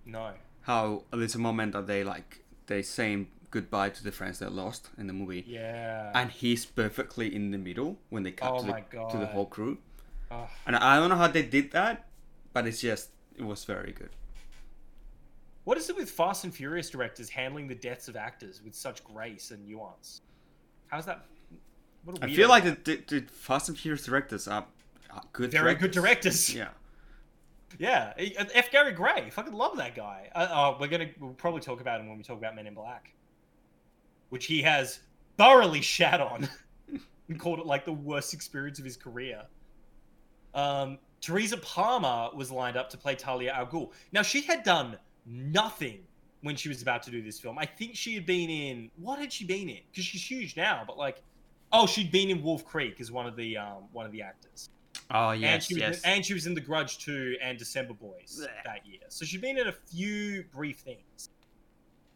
F: no.
E: How at least a moment that they like they saying goodbye to the friends they lost in the movie,
F: Yeah.
E: and he's perfectly in the middle when they cut
F: Oh
E: to, the,
F: my
E: to the
F: God.
E: whole crew.
F: Ugh.
E: And I don't know how they did that, but it's just it was very good.
F: What is it with Fast and Furious directors handling the deaths of actors with such grace and nuance? How's that? What a
E: I
F: weirdo.
E: feel like the, the, the Fast and Furious directors are, are good.
F: very good directors.
E: Yeah.
F: Yeah, he- F. Gary Gray, fucking love that guy. Uh, uh, we're gonna we'll probably talk about him when we talk about Men in Black, which he has thoroughly shat on. and called it like the worst experience of his career. Um, Teresa Palmer was lined up to play Talia al Ghul. Now she had done nothing when she was about to do this film. I think she had been in what had she been in? Because she's huge now, but like, oh, she'd been in Wolf Creek as one of the um, one of the actors
E: Oh
F: and
E: yes,
F: she was
E: yes.
F: in, and she was in The Grudge too and December Boys
E: Blech.
F: that year. So she's been in a few brief things.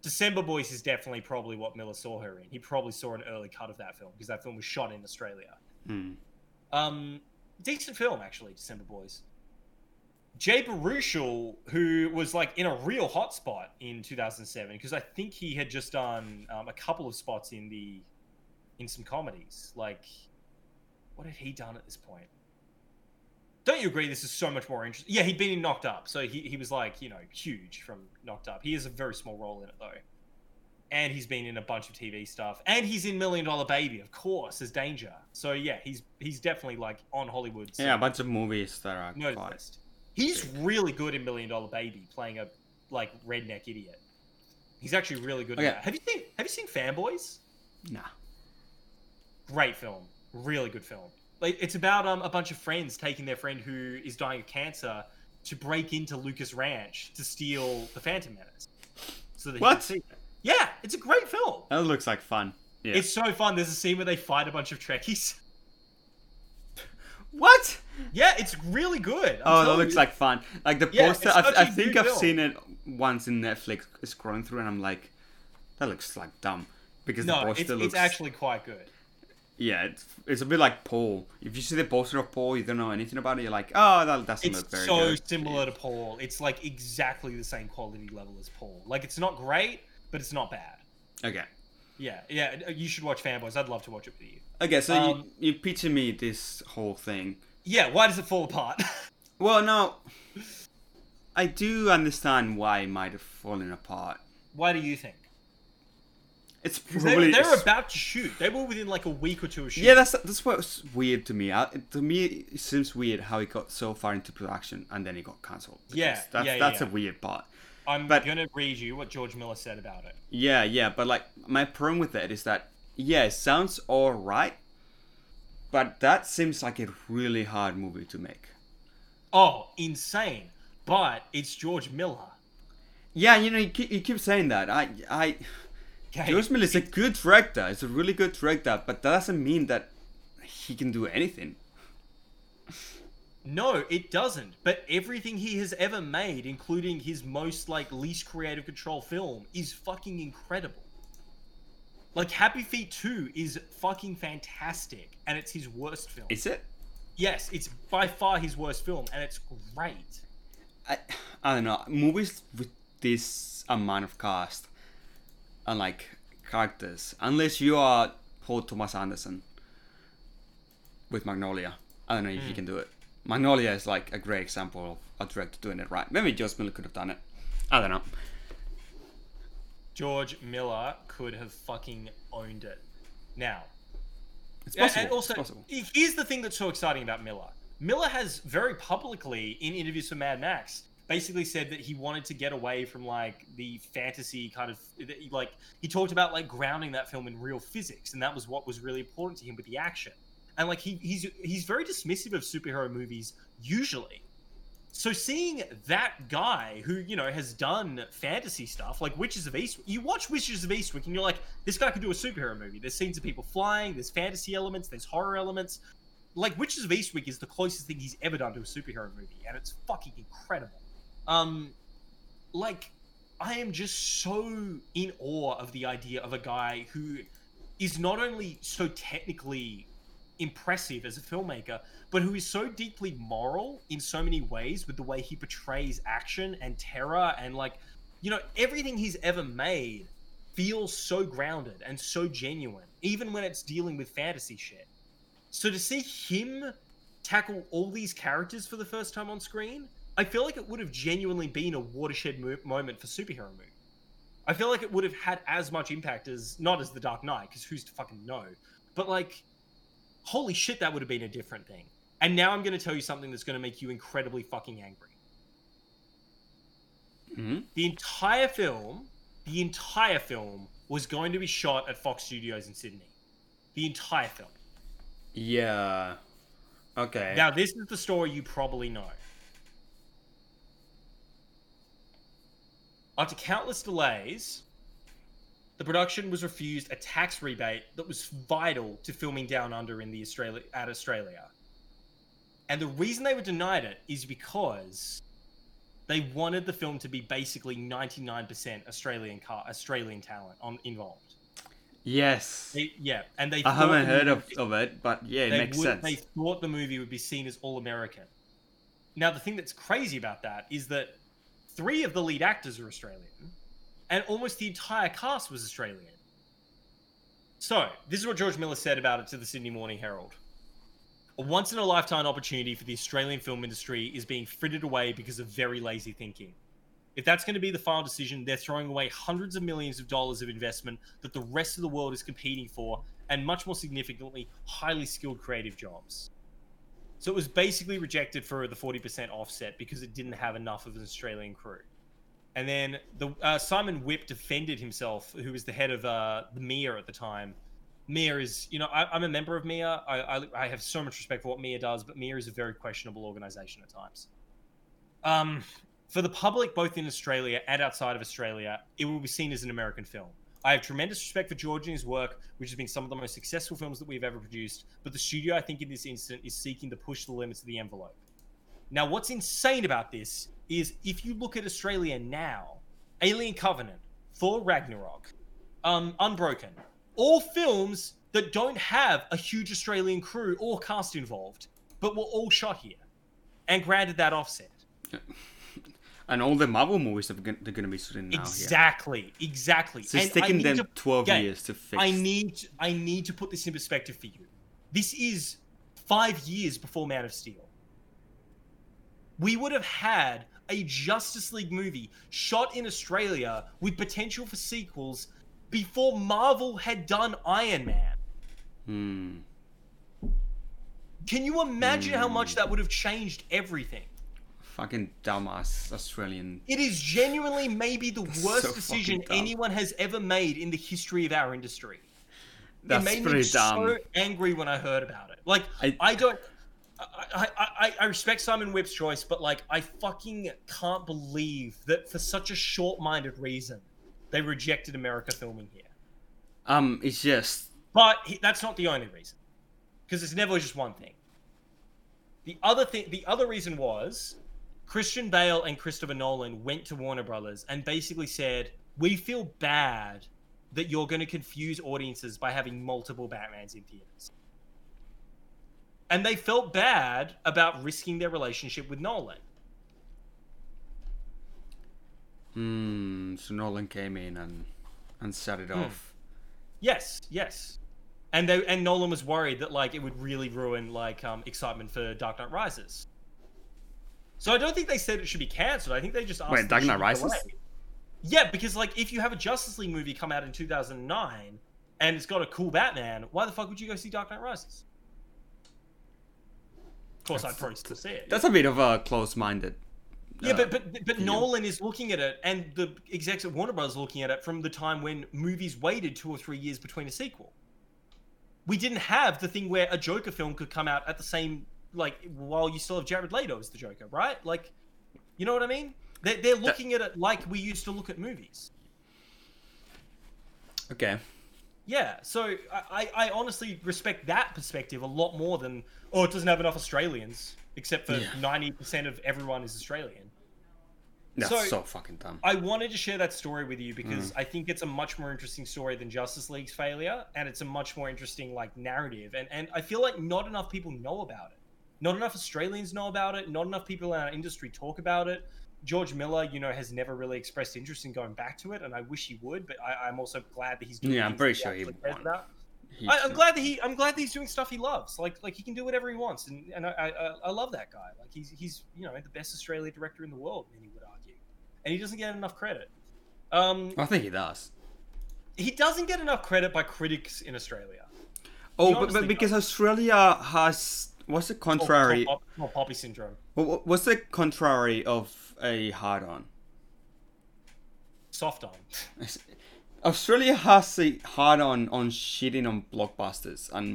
F: December Boys is definitely probably what Miller saw her in. He probably saw an early cut of that film because that film was shot in Australia.
E: Hmm.
F: Um, decent film actually, December Boys. Jay Baruchel, who was like in a real hot spot in 2007, because I think he had just done um, a couple of spots in the in some comedies. Like, what had he done at this point? Don't you agree? This is so much more interesting. Yeah, he'd been in Knocked Up, so he he was like you know huge from Knocked Up. He has a very small role in it though, and he's been in a bunch of TV stuff, and he's in Million Dollar Baby, of course, as Danger. So yeah, he's he's definitely like on Hollywood's
E: Yeah, a bunch of movies that are
F: no
E: quite.
F: list. He's really good in Million Dollar Baby, playing a like redneck idiot. He's actually really good. at
E: Okay.
F: that. Have you seen Have you seen Fanboys?
E: Nah.
F: Great film, really good film. Like it's about um a bunch of friends taking their friend who is dying of cancer to break into Lucas Ranch to steal the Phantom Menace. So that he
E: What?
F: can see it. Yeah, it's a great film.
E: That looks like fun. Yeah.
F: It's so fun. There's a scene where they fight a bunch of Trekkies.
E: what?
F: Yeah, it's really good. I'm
E: Oh, that
F: telling
E: looks
F: you.
E: like fun. Like the
F: Yeah,
E: poster,
F: it's such
E: I, I
F: a
E: think
F: good
E: I've
F: film.
E: seen it once in Netflix scrolling through, and I'm like, that looks like dumb because the
F: no,
E: poster
F: it's,
E: looks.
F: it's actually quite good.
E: Yeah, it's, it's a bit like Paul. If you see the poster of Paul, you don't know anything about it. You're like, oh, that doesn't
F: it's
E: look very
F: so
E: good.
F: similar to Paul. It's like exactly the same quality level as Paul. Like it's not great, but it's not bad.
E: Okay.
F: Yeah, yeah. uh, You should watch Fanboys. I'd love to watch it with you.
E: Okay, so
F: Um,
E: you, you picture me this whole thing.
F: Yeah. Why does it fall apart?
E: Well, no, I do understand why it might have fallen apart.
F: why do you think?
E: It's
F: 'Cause
E: probably
F: they, they were about to shoot. They were within like a week or two of shooting.
E: yeah. That's that's what's weird to me. I, to me, it seems weird how it got so far into production and then it got cancelled. because
F: Yeah,
E: that's
F: yeah,
E: that's
F: yeah.
E: a weird part.
F: I'm
E: but-
F: gonna read you what George Miller said about it.
E: Yeah, yeah, but like my problem with that is that yeah, it sounds all right, but that seems like a really hard movie to make.
F: Oh, insane! But it's George Miller.
E: Yeah, you know, you keep, you keep saying that. I I.
F: Okay.
E: George Miller is a good director. He's a really good director, but that doesn't mean that he can do anything.
F: No, it doesn't. But everything he has ever made, including his most like least creative control film, is fucking incredible. Like Happy Feet 2 is fucking fantastic and it's his worst film.
E: Is it?
F: yes, it's by far his worst film and it's great.
E: I, I don't know. Movies with this amount of cast and like characters, unless you
F: Hmm.
E: are Paul Thomas Anderson with Magnolia, I don't know if you can do it. Magnolia is like a great example of a director doing it right. Maybe George Miller could have done it. I don't know.
F: George Miller could have fucking owned it. Now,
E: It's
F: Yeah,
E: possible.
F: And also,
E: it's possible.
F: he- here's the thing that's so exciting about Miller. Miller has very publicly, in interviews for Mad Max, basically said that he wanted to get away from like the fantasy kind of that he- like he talked about like grounding that film in real physics, and that was what was really important to him with the action. And like he, he's he's very dismissive of superhero movies usually. So seeing that guy who you know has done fantasy stuff like Witches of Eastwick, you watch Witches of Eastwick and you're like, this guy could do a superhero movie. There's scenes of people flying, there's fantasy elements, there's horror elements. Like Witches of Eastwick is the closest thing he's ever done to a superhero movie, and it's fucking incredible. Um, like I am just so in awe of the idea of a guy who is not only so technically impressive as a filmmaker, but who is so deeply moral in so many ways with the way he portrays action and terror and like, you know, everything he's ever made feels so grounded and so genuine, even when it's dealing with fantasy shit. So to see him tackle all these characters for the first time on screen, I feel like it would have genuinely been a watershed mo- moment for superhero movies. I feel like it would have had as much impact as not as the Dark Knight, because who's to fucking know? But like, holy shit, that would have been a different thing. And now I'm going to tell you something that's going to make you incredibly fucking angry.
E: Mhm.
F: The entire film, the entire film was going to be shot at Fox Studios in Sydney. The entire film.
E: Yeah. Okay.
F: Now, this is the story you probably know. After countless delays, the production was refused a tax rebate that was vital to filming Down Under in the Australia at Australia. And the reason they were denied it is because they wanted the film to be basically 99% Australian car, Australian talent on involved.
E: yes.
F: They, yeah, and they
E: I
F: thought
E: haven't
F: the
E: heard of,
F: movie-
E: of it, but yeah, it
F: they
E: makes
F: would-
E: sense.
F: They thought the movie would be seen as all American. Now, the thing that's crazy about that is that three of the lead actors are Australian, and almost the entire cast was Australian. So, this is what George Miller said about it to the Sydney Morning Herald. A once in a lifetime opportunity for the Australian film industry is being frittered away because of very lazy thinking. If that's going to be the final decision, they're throwing away hundreds of millions of dollars of investment that the rest of the world is competing for, and much more significantly, highly skilled creative jobs. So it was basically rejected for the 40% offset because it didn't have enough of an Australian crew. And then the uh, Simon Whip defended himself, who was the head of uh, the Mia at the time. Mia is, you know, I, I'm a member of Mia. I, I, I have so much respect for what Mia does, but Mia is a very questionable organization at times. Um, for the public, both in Australia and outside of Australia, it will be seen as an American film. I have tremendous respect for George and his work, which has been some of the most successful films that we've ever produced, but the studio, I think, in this instant, is seeking to push the limits of the envelope. Now, what's insane about this is if you look at Australia now, Alien Covenant, Thor Ragnarok, um, Unbroken, all films that don't have a huge Australian crew or cast involved, but were all shot here and granted that offset.
E: and all the Marvel movies are going to be shooting now. Yeah.
F: Exactly, exactly.
E: So it's
F: I
E: taken
F: need
E: them 12
F: yeah,
E: years to fix.
F: I need, I need to put this in perspective for you. This is five years before Man of Steel. We would have had a Justice League movie shot in Australia with potential for sequels before Marvel had done Iron Man.
E: Hmm.
F: Can you imagine how much that would have changed everything?
E: Fucking dumbass Australian.
F: It is genuinely maybe the worst
E: so
F: decision
E: fucking dumb.
F: anyone has ever made in the history of our industry.
E: That's
F: it made
E: pretty
F: me
E: dumb.
F: so angry when I heard about it. Like I,
E: I-
F: don't. I, I, I, I respect Simon Whip's choice, but like I fucking can't believe that for such a short-minded reason they rejected America filming here.
E: Um, it's just
F: But he, that's not the only reason, because it's never just one thing. The other thing, the other reason was Christian Bale and Christopher Nolan went to Warner Brothers and basically said, "We feel bad that you're going to confuse audiences by having multiple Batmans in theaters." And they felt bad about risking their relationship with Nolan.
E: Hmm. So Nolan came in and and set
F: Hmm.
E: it off.
F: Yes, yes. And they and Nolan was worried that like it would really ruin like um, excitement for Dark Knight Rises. So I don't think they said it should be cancelled. I think they just asked.
E: Wait,
F: that it
E: Dark Knight
F: should be
E: Rises?
F: delayed. Yeah, because like if you have a Justice League movie come out in 2009 and it's got a cool Batman, why the fuck would you go see Dark Knight Rises? Of course, I'd probably still see it.
E: That's a bit of a close-minded.
F: Yeah,
E: uh,
F: but but but Nolan is looking at it, and the execs at Warner Bros. are looking at it from the time when movies waited two or three years between a sequel. We didn't have the thing where a Joker film could come out at the same like while you still have Jared Leto as the Joker, right? Like, you know what I mean? They're, they're looking at it like we used to look at movies.
E: uh, okay.
F: Yeah, so I, I I honestly respect that perspective a lot more than oh it doesn't have enough Australians except for ninety percent of everyone is Australian.
E: That's
F: So-
E: so, fucking dumb.
F: I wanted to share that story with you because
E: Mm.
F: I think it's a much more interesting story than Justice League's failure, and it's a much more interesting like narrative. And and I feel like not enough people know about it. Not enough Australians know about it. Not enough people in our industry talk about it. George Miller, you know, has never really expressed interest in going back to it, and I wish he would. But I, I'm also glad that he's doing.
E: Yeah, I'm
F: things
E: pretty
F: that
E: sure he
F: actually
E: would
F: cares
E: want
F: about.
E: He
F: I, I'm
E: should-
F: glad that he. I'm glad that he's doing stuff he loves. Like like he can do whatever he wants, and and I I, I love that guy. Like he's he's you know the best Australian director in the world, many would argue, and he doesn't get enough credit. Um,
E: I think he does.
F: he doesn't get enough credit by critics in Australia.
E: Oh,
F: He Oh,
E: but,
F: honestly
E: but because Australia has what's the
F: Or- or
E: contrary?
F: pop- or poppy syndrome.
E: wha- wha- What's the contrary of a hard on?
F: Soft on.
E: Australia has a hard on on shitting on blockbusters and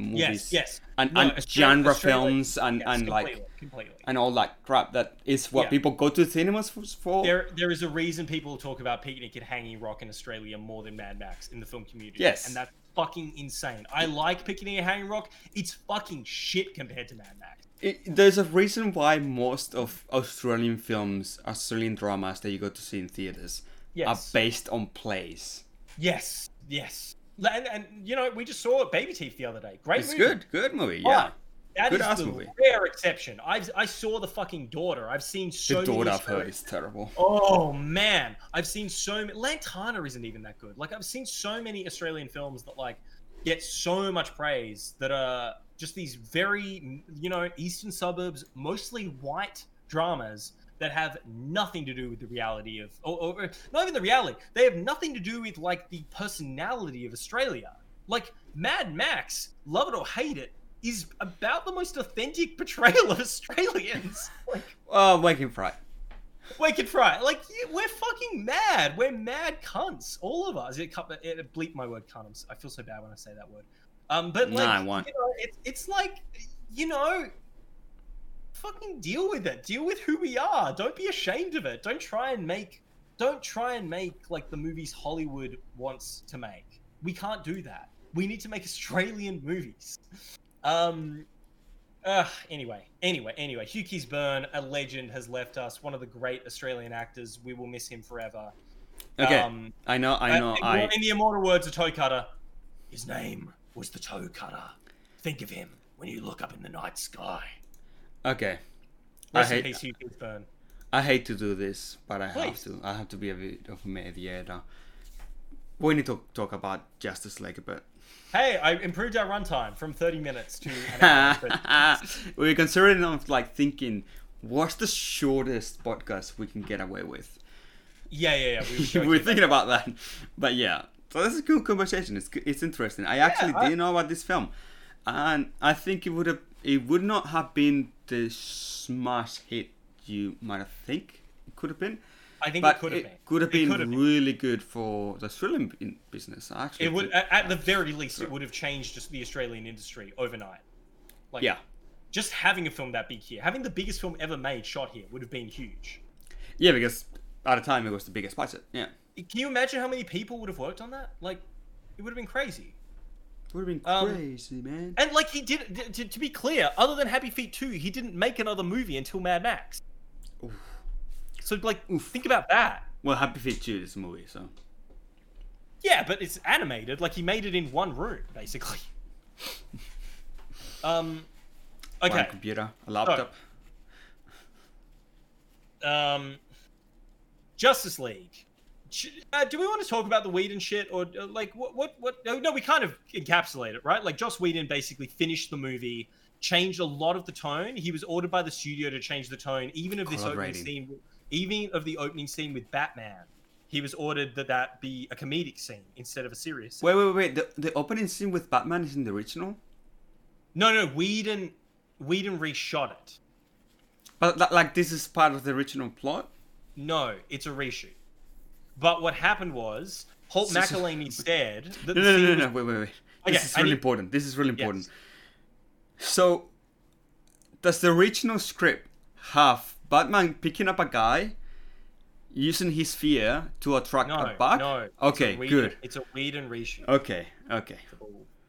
F: yes,
E: movies.
F: yes.
E: And,
F: No,
E: and
F: Australia-
E: genre
F: Australia-
E: films and,
F: yes,
E: and like
F: completely, completely.
E: and all that crap that is what
F: Yeah.
E: people go to cinemas f- for.
F: There, there is a reason people talk about Picnic at Hanging Rock in Australia more than Mad Max in the film community.
E: Yes.
F: and that's fucking insane. I like Picnic at Hanging Rock. It's fucking shit compared to Mad Max.
E: It- there's a reason why most of Australian films, Australian dramas that you go to see in theaters
F: Yes.
E: are based on plays.
F: Yes, yes. And, and you know, we just saw Baby Teeth the other day. Great
E: It's
F: movie. Oh,
E: good, good movie. Yeah.
F: That
E: Good
F: is
E: ass
F: the
E: movie.
F: rare exception. I've I saw the fucking daughter. I've seen so
E: the daughter
F: many
E: I've heard
F: stories.
E: is terrible.
F: Oh man, I've seen so many. Lantana isn't even that good. Like I've seen so many Australian films that like get so much praise that are just these very you know eastern suburbs, mostly white dramas that have nothing to do with the reality of, or, or, or not even the reality. They have nothing to do with like the personality of Australia. Like Mad Max, love it or hate it, is about the most authentic portrayal of Australians. like.
E: Oh, Waking Fright.
F: Wake and Fry. Like, yeah, we're fucking mad. We're mad cunts. All of us. It, cut- it bleep my word cunt. I'm s- I feel so bad when I say that word. Um, but
E: No,
F: like,
E: I won't.
F: You know, it's it's like, you know, fucking deal with it. Deal with who we are. Don't be ashamed of it. Don't try and make, don't try and make like the movies Hollywood wants to make. We can't do that. We need to make Australian movies. Um, uh, anyway, anyway, anyway, Hugh Keys Byrne, a legend, has left us. One of the great Australian actors. We will miss him forever.
E: Okay,
F: Um,
E: I know, I know,
F: Uh,
E: I.
F: In the immortal words of Toe Cutter, his name was the Toe Cutter. Think of him when you look up in the night sky.
E: Okay, I
F: Rest in
E: hate,
F: peace, Hugh Keys Byrne.
E: I hate to do this, but I
F: Please.
E: have to. I have to be a bit of a mediator. We need to talk about Justice League a bit.
F: Hey, I improved our runtime from 30 minutes to an hour. and 30
E: we were considering of like thinking, what's the shortest podcast we can get away with?
F: yeah, yeah, yeah. We were
E: we
F: joking.
E: were thinking about that, but yeah. So this is a cool conversation. It's g- it's interesting. I actually
F: I-
E: didn't know about this film, and I think it would have it would not have been the smash hit you might have think it could have been.
F: I think
E: But
F: it could have been.
E: could have
F: It
E: been
F: could have been.
E: really good for the Australian b- business. I Actually,
F: It would, uh,
E: think.
F: at at the very least, it would have changed just the Australian industry overnight. Like,
E: yeah,
F: just having a film that big here, having the biggest film ever made shot here would have been huge.
E: yeah, because at the time it was the biggest budget. Yeah,
F: Can you imagine how many people would have worked on that? Like, it would have been crazy.
E: it would have been
F: Um,
E: crazy, man.
F: And like he did, t- to, to be clear, other than Happy Feet 2, he didn't make another movie until Mad Max. So like, think about that.
E: Well, Happy Feet 2 is a movie, so
F: Yeah, but it's animated. Like he made it in one room, basically. um,
E: one
F: okay.
E: computer, a laptop.
F: Um, Justice League. Ch- Uh, do we want to talk about the Whedon shit, or oh, uh, like what? What? What? No, no, we kind of encapsulate it, right? Like Joss Whedon basically finished the movie changed a lot of the tone. He was ordered by the studio to change the tone, even of this
E: Color
F: opening
E: rating.
F: scene, even of the opening scene with Batman. He was ordered that that be a comedic scene instead of a serious. Scene.
E: Wait, wait, wait. The, the opening scene with Batman is in the original?
F: No, no, Whedon, Whedon reshot it.
E: But, li- like, this is part of the original plot?
F: No, it's a reshoot. But what happened was Holt
E: So- so-
F: McElhaney said that the
E: No, no,
F: scene
E: no,
F: was
E: no, no. Wait, wait, wait.
F: Okay,
E: this is
F: I
E: really
F: need-
E: important. This is really important. So, does the original script have Batman picking up a guy, using his fear to attract
F: No,
E: a bug?
F: no. it's a
E: Okay,
F: Whedon-
E: good. Oh.
F: It's a Whedon reshoot.
E: Okay, okay.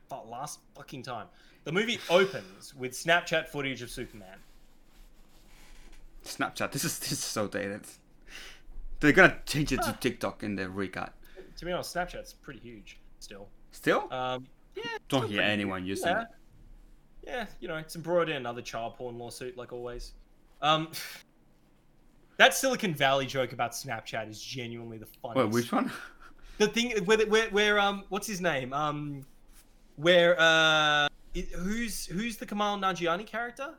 F: But last fucking time, the movie opens with Snapchat footage of Superman.
E: Snapchat. This is this is so dated. They're gonna change it to TikTok in the recut.
F: To be honest, Snapchat's pretty huge still.
E: Still,
F: Um, yeah,
E: don't hear anyone using
F: yeah,
E: it.
F: yeah, you know, it's embroidered in another child porn lawsuit, like always. Um, that Silicon Valley joke about Snapchat is genuinely the funniest.
E: Wait, which one?
F: the thing where where, where um what's his name um where uh i who's who's the Kamal Nanjiani character?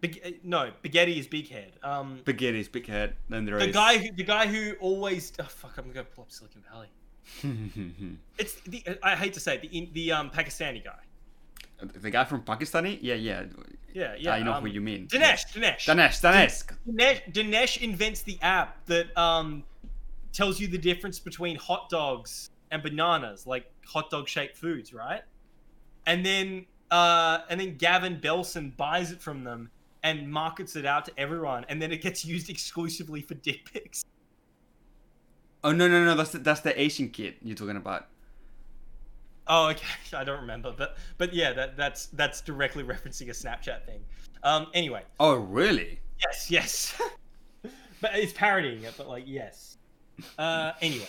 F: Big, uh, no, Baghetti is big head. Um,
E: Spaghetti's big head. Then there is
F: the guy who the guy who always oh fuck I'm gonna pull up Silicon Valley. it's the I hate to say it, the in- the um Pakistani guy.
E: the guy from Pakistani. Yeah, yeah.
F: Yeah, yeah.
E: I know
F: um,
E: who Ah, you mean.
F: Dinesh, Dinesh,
E: Danesh, Danesh.
F: Dinesh, Dinesh invents the app that um, tells you the difference between hot dogs and bananas, like hot dog shaped foods, right? And then uh, and then Gavin Belson buys it from them and markets it out to everyone, and then it gets used exclusively for dick pics.
E: Oh no, no, no. That's the, that's the Asian kid you're talking about.
F: Oh, okay, I don't remember, but but yeah, that that's that's directly referencing a Snapchat thing. Um, anyway,
E: Oh really?
F: yes, yes, but it's parodying it, but like yes. Uh, anyway.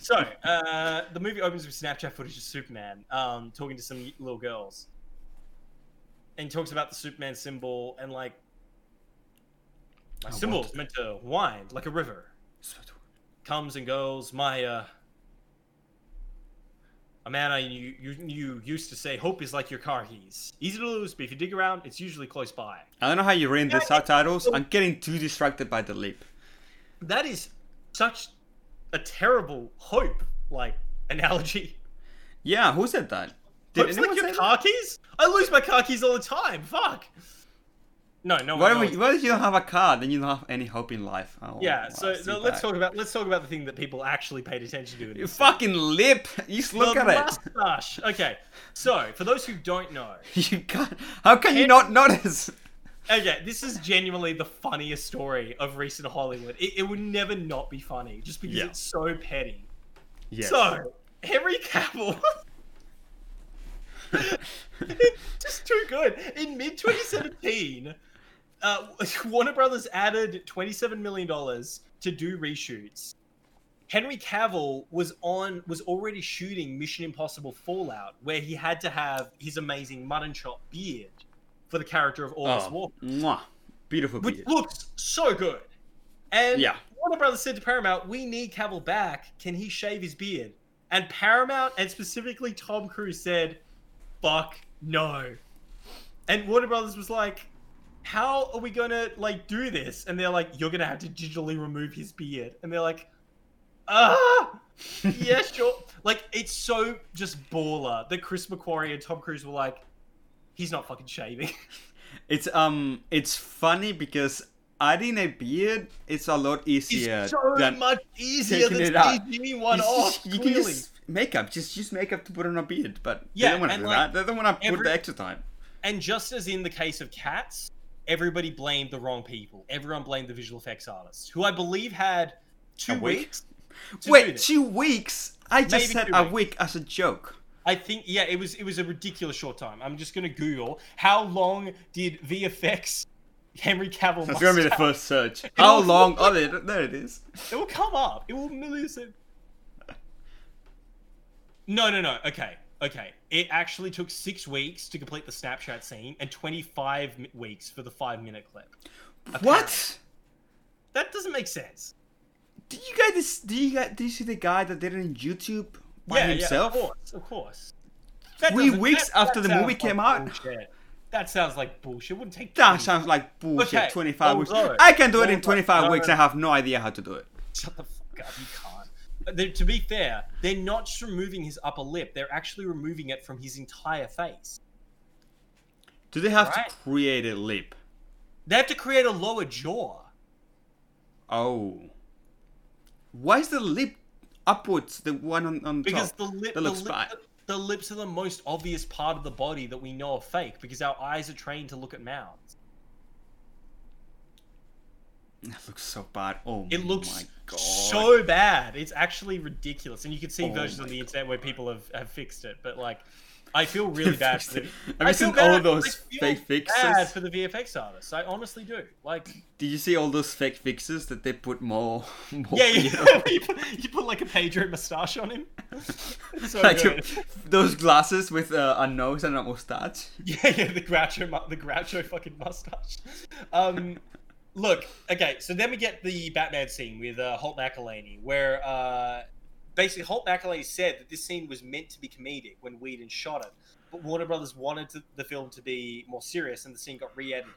F: So, uh, the movie opens with Snapchat footage of Superman um, talking to some little girls. And he talks about the Superman symbol and, like, my
E: I
F: symbol
E: want-
F: is meant to wind like a river. Comes and goes. My, uh, a man I you, you, you used to say, hope is like your car keys. Easy to lose, but if you dig around, it's usually close by.
E: I don't know how you read the
F: Yeah, I-
E: subtitles. I'm getting too distracted by the leap.
F: That is such a terrible hope, like, analogy.
E: Yeah, who said that? Did
F: Looks
E: anyone
F: like your
E: say
F: car keys? I lose my car keys all the time. Fuck. No, no. one
E: that? What if,
F: knows.
E: you- what if you don't have a car? Then you don't have any hope in life. Oh,
F: yeah.
E: wow,
F: So
E: it's
F: no,
E: too
F: let's
E: bad.
F: talk about let's talk about the thing that people actually paid attention to. In
E: You
F: this
E: fucking lip. You just look
F: the
E: at
F: mustache. Okay. So for those who don't know,
E: it. You can't. How can you not notice?
F: okay, this is genuinely the funniest story of recent Hollywood. It, it would never not be funny just because
E: Yeah.
F: it's so petty.
E: Yes.
F: So Henry Cavill. just too good. In mid 2017, uh, Warner Brothers added 27 million dollars to do reshoots. Henry Cavill was on was already shooting Mission Impossible Fallout, where he had to have his amazing mutton chop beard for the character of Orvis
E: oh,
F: Walker,
E: mwah. Beautiful
F: which
E: beard.
F: looks so good. And
E: Yeah.
F: Warner Brothers said to Paramount, "We need Cavill back. Can he shave his beard?" And Paramount, and specifically Tom Cruise, said, "Fuck no." And Warner Brothers was like, "How are we gonna like do this?" And they're like, "You're gonna have to digitally remove his beard." And they're like, "Ah, yeah, sure." Like it's so just baller that Chris McQuarrie and Tom Cruise were like, "He's not fucking shaving."
E: It's um. It's funny because adding a beard it's a lot
F: it's
E: easier
F: so
E: than
F: much easier
E: taking
F: than
E: it out.
F: CG one
E: You
F: off.
E: just- You
F: clearly.
E: can just makeup, just use makeup to put on a beard, but
F: Yeah,
E: they don't want to
F: and
E: do
F: like,
E: that. They don't want to put
F: every-
E: the extra time.
F: And just as in the case of cats, everybody blamed the wrong people. Everyone blamed the visual effects artists, who I believe had two
E: A week?
F: weeks. to do
E: Wait,
F: this.
E: two weeks? I just
F: Maybe
E: said
F: two
E: a
F: weeks.
E: week as a joke.
F: I think yeah, it was it was a ridiculous short time. I'm just gonna Google how long did VFX Henry Cavill.
E: That's gonna be the
F: mustache-
E: first search. How
F: was-
E: long? Oh, there, there it is.
F: It will come up. It will millions. No, no, no. Okay, okay. It actually took six weeks to complete the Snapchat scene and 25 mi- weeks for the five minute clip.
E: What?
F: That doesn't make sense.
E: Did you guys? Did you guys? Did you see the guy that did it in YouTube by
F: yeah,
E: himself?
F: Yeah, of course, of course. That
E: Three
F: doesn't-
E: weeks
F: that-
E: after
F: that
E: the movie
F: sounds
E: came
F: like
E: out?
F: bullshit. That sounds like bullshit. It wouldn't take
E: That
F: three-
E: sounds like bullshit.
F: Okay, oh,
E: 25 weeks.
F: although-
E: I can do it in
F: although-
E: 25
F: no,
E: weeks.
F: no.
E: I have no idea how to do it.
F: Shut the fuck up, you can't. But they- to be fair, they're not just removing his upper lip; they're actually removing it from his entire face.
E: Do they have
F: Right.
E: to create a lip?
F: They have to create a lower jaw.
E: Oh. Why is the lip upwards, the one on, on
F: Because
E: top?
F: the lip,
E: That
F: the,
E: looks
F: lip
E: fine.
F: the lips are the most obvious part of the body that we know are fake because our eyes are trained to look at mouths.
E: That looks so bad. Oh,
F: It looks
E: my God.
F: so bad. It's actually ridiculous, and you can see
E: Oh
F: versions on
E: my
F: the internet where people have, have fixed it. But like, I feel really bad. For the,
E: Have
F: I
E: you
F: feel
E: seen
F: bad-
E: all those
F: I feel
E: fake fixes?
F: Bad for the VFX artists. I honestly do. Like,
E: Did you see all those fake fixes that they put more? more
F: yeah,
E: you
F: you,
E: know,
F: you, put, you put like a Pedro moustache on him. It's so
E: like
F: good.
E: those glasses with uh, a nose and a mustache.
F: Yeah, yeah, the Groucho, mu- the Groucho fucking mustache. Um, look, okay, so then we get the Batman scene with uh, Holt McElhaney, where uh, basically Holt McElhaney said that this scene was meant to be comedic when Whedon shot it, but Warner Brothers wanted to, the film to be more serious, and the scene got re-edited.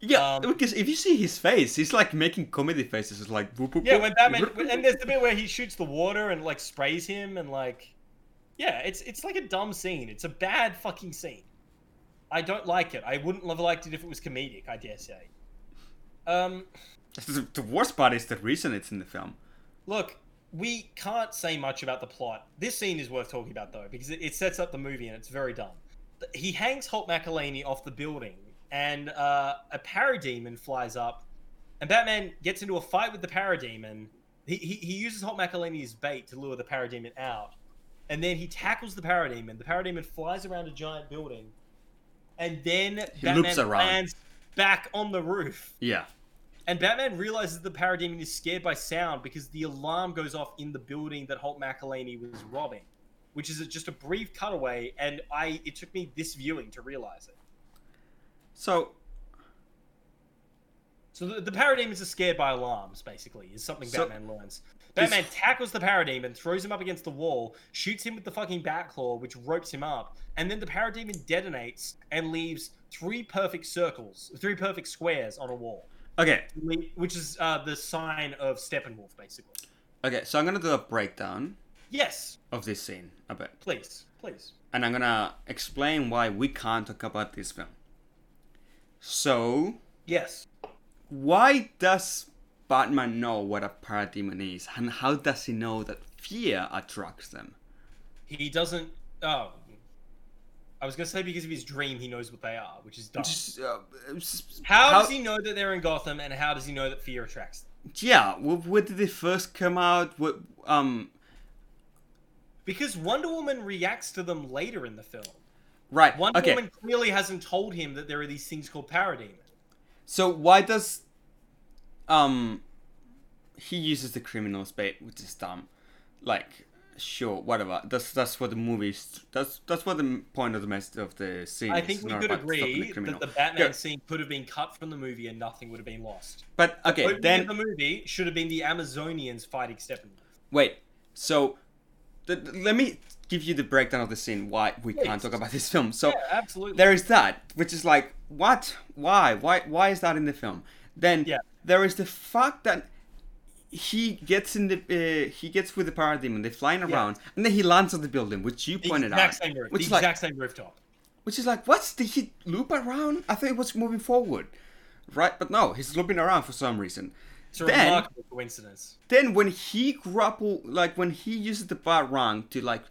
E: Yeah,
F: Um,
E: because if you see his face, he's like making comedy faces. It's like whoop, whoop,
F: Yeah,
E: whoop.
F: when Batman and there's the bit where he shoots the water and like sprays him and like, yeah, it's it's like a dumb scene. It's a bad fucking scene. I don't like it. I wouldn't have liked it if it was comedic. I dare say. Um,
E: The- the worst part is the reason it's in the film.
F: look, we can't say much about the plot. This scene is worth talking about though because it, it sets up the movie and it's very dumb. Th- He hangs Holt McElhaney off the building, and uh, a parademon flies up, and Batman gets into a fight with the parademon. He he, he uses Holt McElhaney as bait to lure the parademon out, and then he tackles the parademon. The parademon flies around a giant building, and then Batman
E: loops around.
F: lands back on the roof.
E: Yeah,
F: And Batman realizes the parademon is scared by sound because the alarm goes off in the building that Holt McElhaney was robbing, which is just a brief cutaway. And I, it took me this viewing to realize it.
E: so
F: So the, the parademons are scared by alarms, basically, is something
E: So-
F: Batman learns. Batman tackles the parademon, throws him up against the wall, shoots him with the fucking bat claw, which ropes him up, and then the parademon detonates and leaves three perfect circles, three perfect squares on a wall,
E: okay,
F: which is uh, the sign of Steppenwolf, basically.
E: okay. So I'm gonna do a breakdown
F: Yes,
E: of this scene a bit,
F: please, please.
E: and I'm gonna explain why we can't talk about this film. So
F: Yes.
E: why does Batman know what a parademon is, and how does he know that fear attracts them?
F: He doesn't. Oh. I was going to say because of his dream, he knows what they are, which is dumb.
E: Just, uh, s-
F: how, does he know that they're in Gotham, and how does he know that fear attracts them?
E: Yeah, wh- when did they first come out? What, um,
F: Because Wonder Woman reacts to them later in the film.
E: right.
F: Wonder
E: okay.
F: Woman clearly hasn't told him that there are these things called parademon.
E: So why does, um, he uses the criminal's bait, which is dumb. Like, sure, whatever. That's that's what the movie's. That's that's what the point of the message of the scene.
F: I
E: is,
F: think we
E: not
F: could
E: about stopping
F: agree
E: criminal.
F: that the Batman
E: Yeah,
F: scene could have been cut from the movie and nothing would have been lost.
E: But okay,
F: Opening
E: then
F: of the movie should have been the Amazonians fighting Steppenwolf.
E: Wait. So, th- th- let me give you the breakdown of the scene. Why we can't
F: Please.
E: talk about this film. So
F: Yeah, absolutely.
E: there is that, which is like, what? Why? Why? Why is that in the film? Then
F: Yeah.
E: there is the fact that he gets in the uh, he gets with the parademon. They're flying around, and then he lands on the building, which you
F: The
E: pointed out,
F: exact same roof. The
E: which is like,
F: exact same rooftop.
E: which is like, what? Did he loop around? I thought he was moving forward, right? But no, he's looping around for some reason.
F: It's a
E: Then-
F: remarkable coincidence.
E: then when he grapple like when he uses the bat rang to like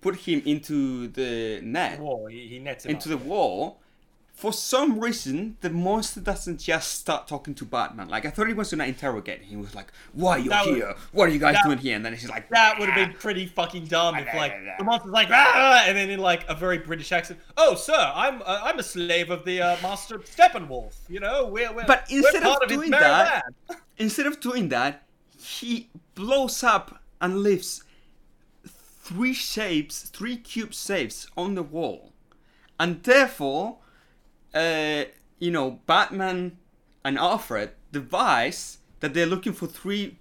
E: put him into the net
F: Whoa, he, he nets it
E: into the
F: up.
E: wall for some reason the monster doesn't just start talking to batman like i thought he was gonna interrogate him he was like why are you
F: That would-
E: here what are you guys
F: that-
E: doing here and then he's like
F: That would have been pretty fucking dumb if, like, the monster's like, "Ah," and then in like a very British accent, "Oh, sir, I'm uh, I'm a slave of the uh, master Steppenwolf. You know, we're, we're
E: But
F: we're
E: instead of
F: part his
E: doing
F: merry
E: that-
F: band."
E: instead of doing that he blows up and leaves three shapes three cube shapes on the wall and therefore uh, you know, Batman and Alfred devise that they're looking for three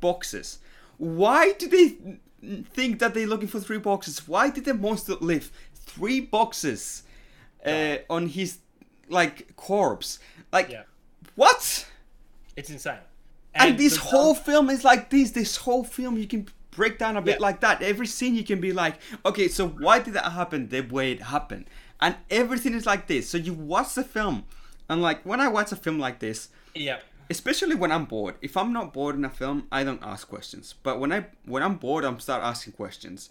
E: boxes. Why do they think that they're looking for three boxes. Why did the monster leave three boxes uh, on his like corpse? Like
F: Yeah.
E: what?
F: It's insane.
E: And, this
F: the-
E: whole film is like this. This whole film you can break down a bit
F: Yeah.
E: like that. Every scene you can be like, okay, so why did that happen the way it happened? And everything is like this. So you watch the film, and like when I watch a film like this,
F: yeah,
E: especially when I'm bored. If I'm not bored in a film, I don't ask questions. But when I when I'm bored, I'm start asking questions.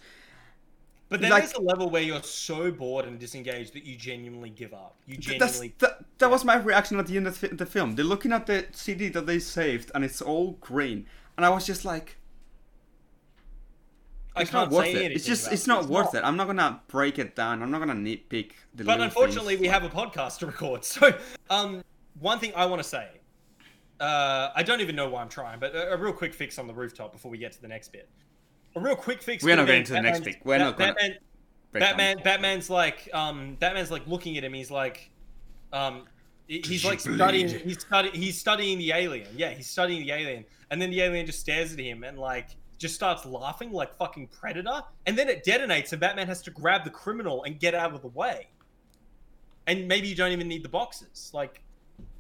F: but then
E: like-
F: there's a level where you're so bored and disengaged that you genuinely give up. You
E: Th- That's,
F: genuinely
E: that, that was my reaction at the end of the, the film. They're looking at the CD that they saved, and it's all green, and I was just like,
F: I
E: it's not
F: can't
E: worth
F: say
E: it.
F: anything.
E: It's just
F: about
E: it's not worth it. I'm not gonna break it down. I'm not gonna nitpick. The
F: But
E: little
F: unfortunately,
E: things.
F: we have a podcast to record. So, um, one thing I want to say, uh, I don't even know why I'm trying, but a, a real quick fix on the rooftop before we get to the next bit. A real quick fix.
E: We're not
F: would
E: going
F: be
E: to the next
F: Batman's-
E: bit. We're not gonna
F: Batman,
E: Break down.
F: Batman, Batman's like, um, Batman's like looking at him. He's like, um, he- he's like studying. He's studying. He's studying the alien. Yeah, he's studying the alien, and then the alien just stares at him and like just starts laughing like fucking predator, and then it detonates, and Batman has to grab the criminal and get out of the way. And maybe you don't even need the boxes. Like,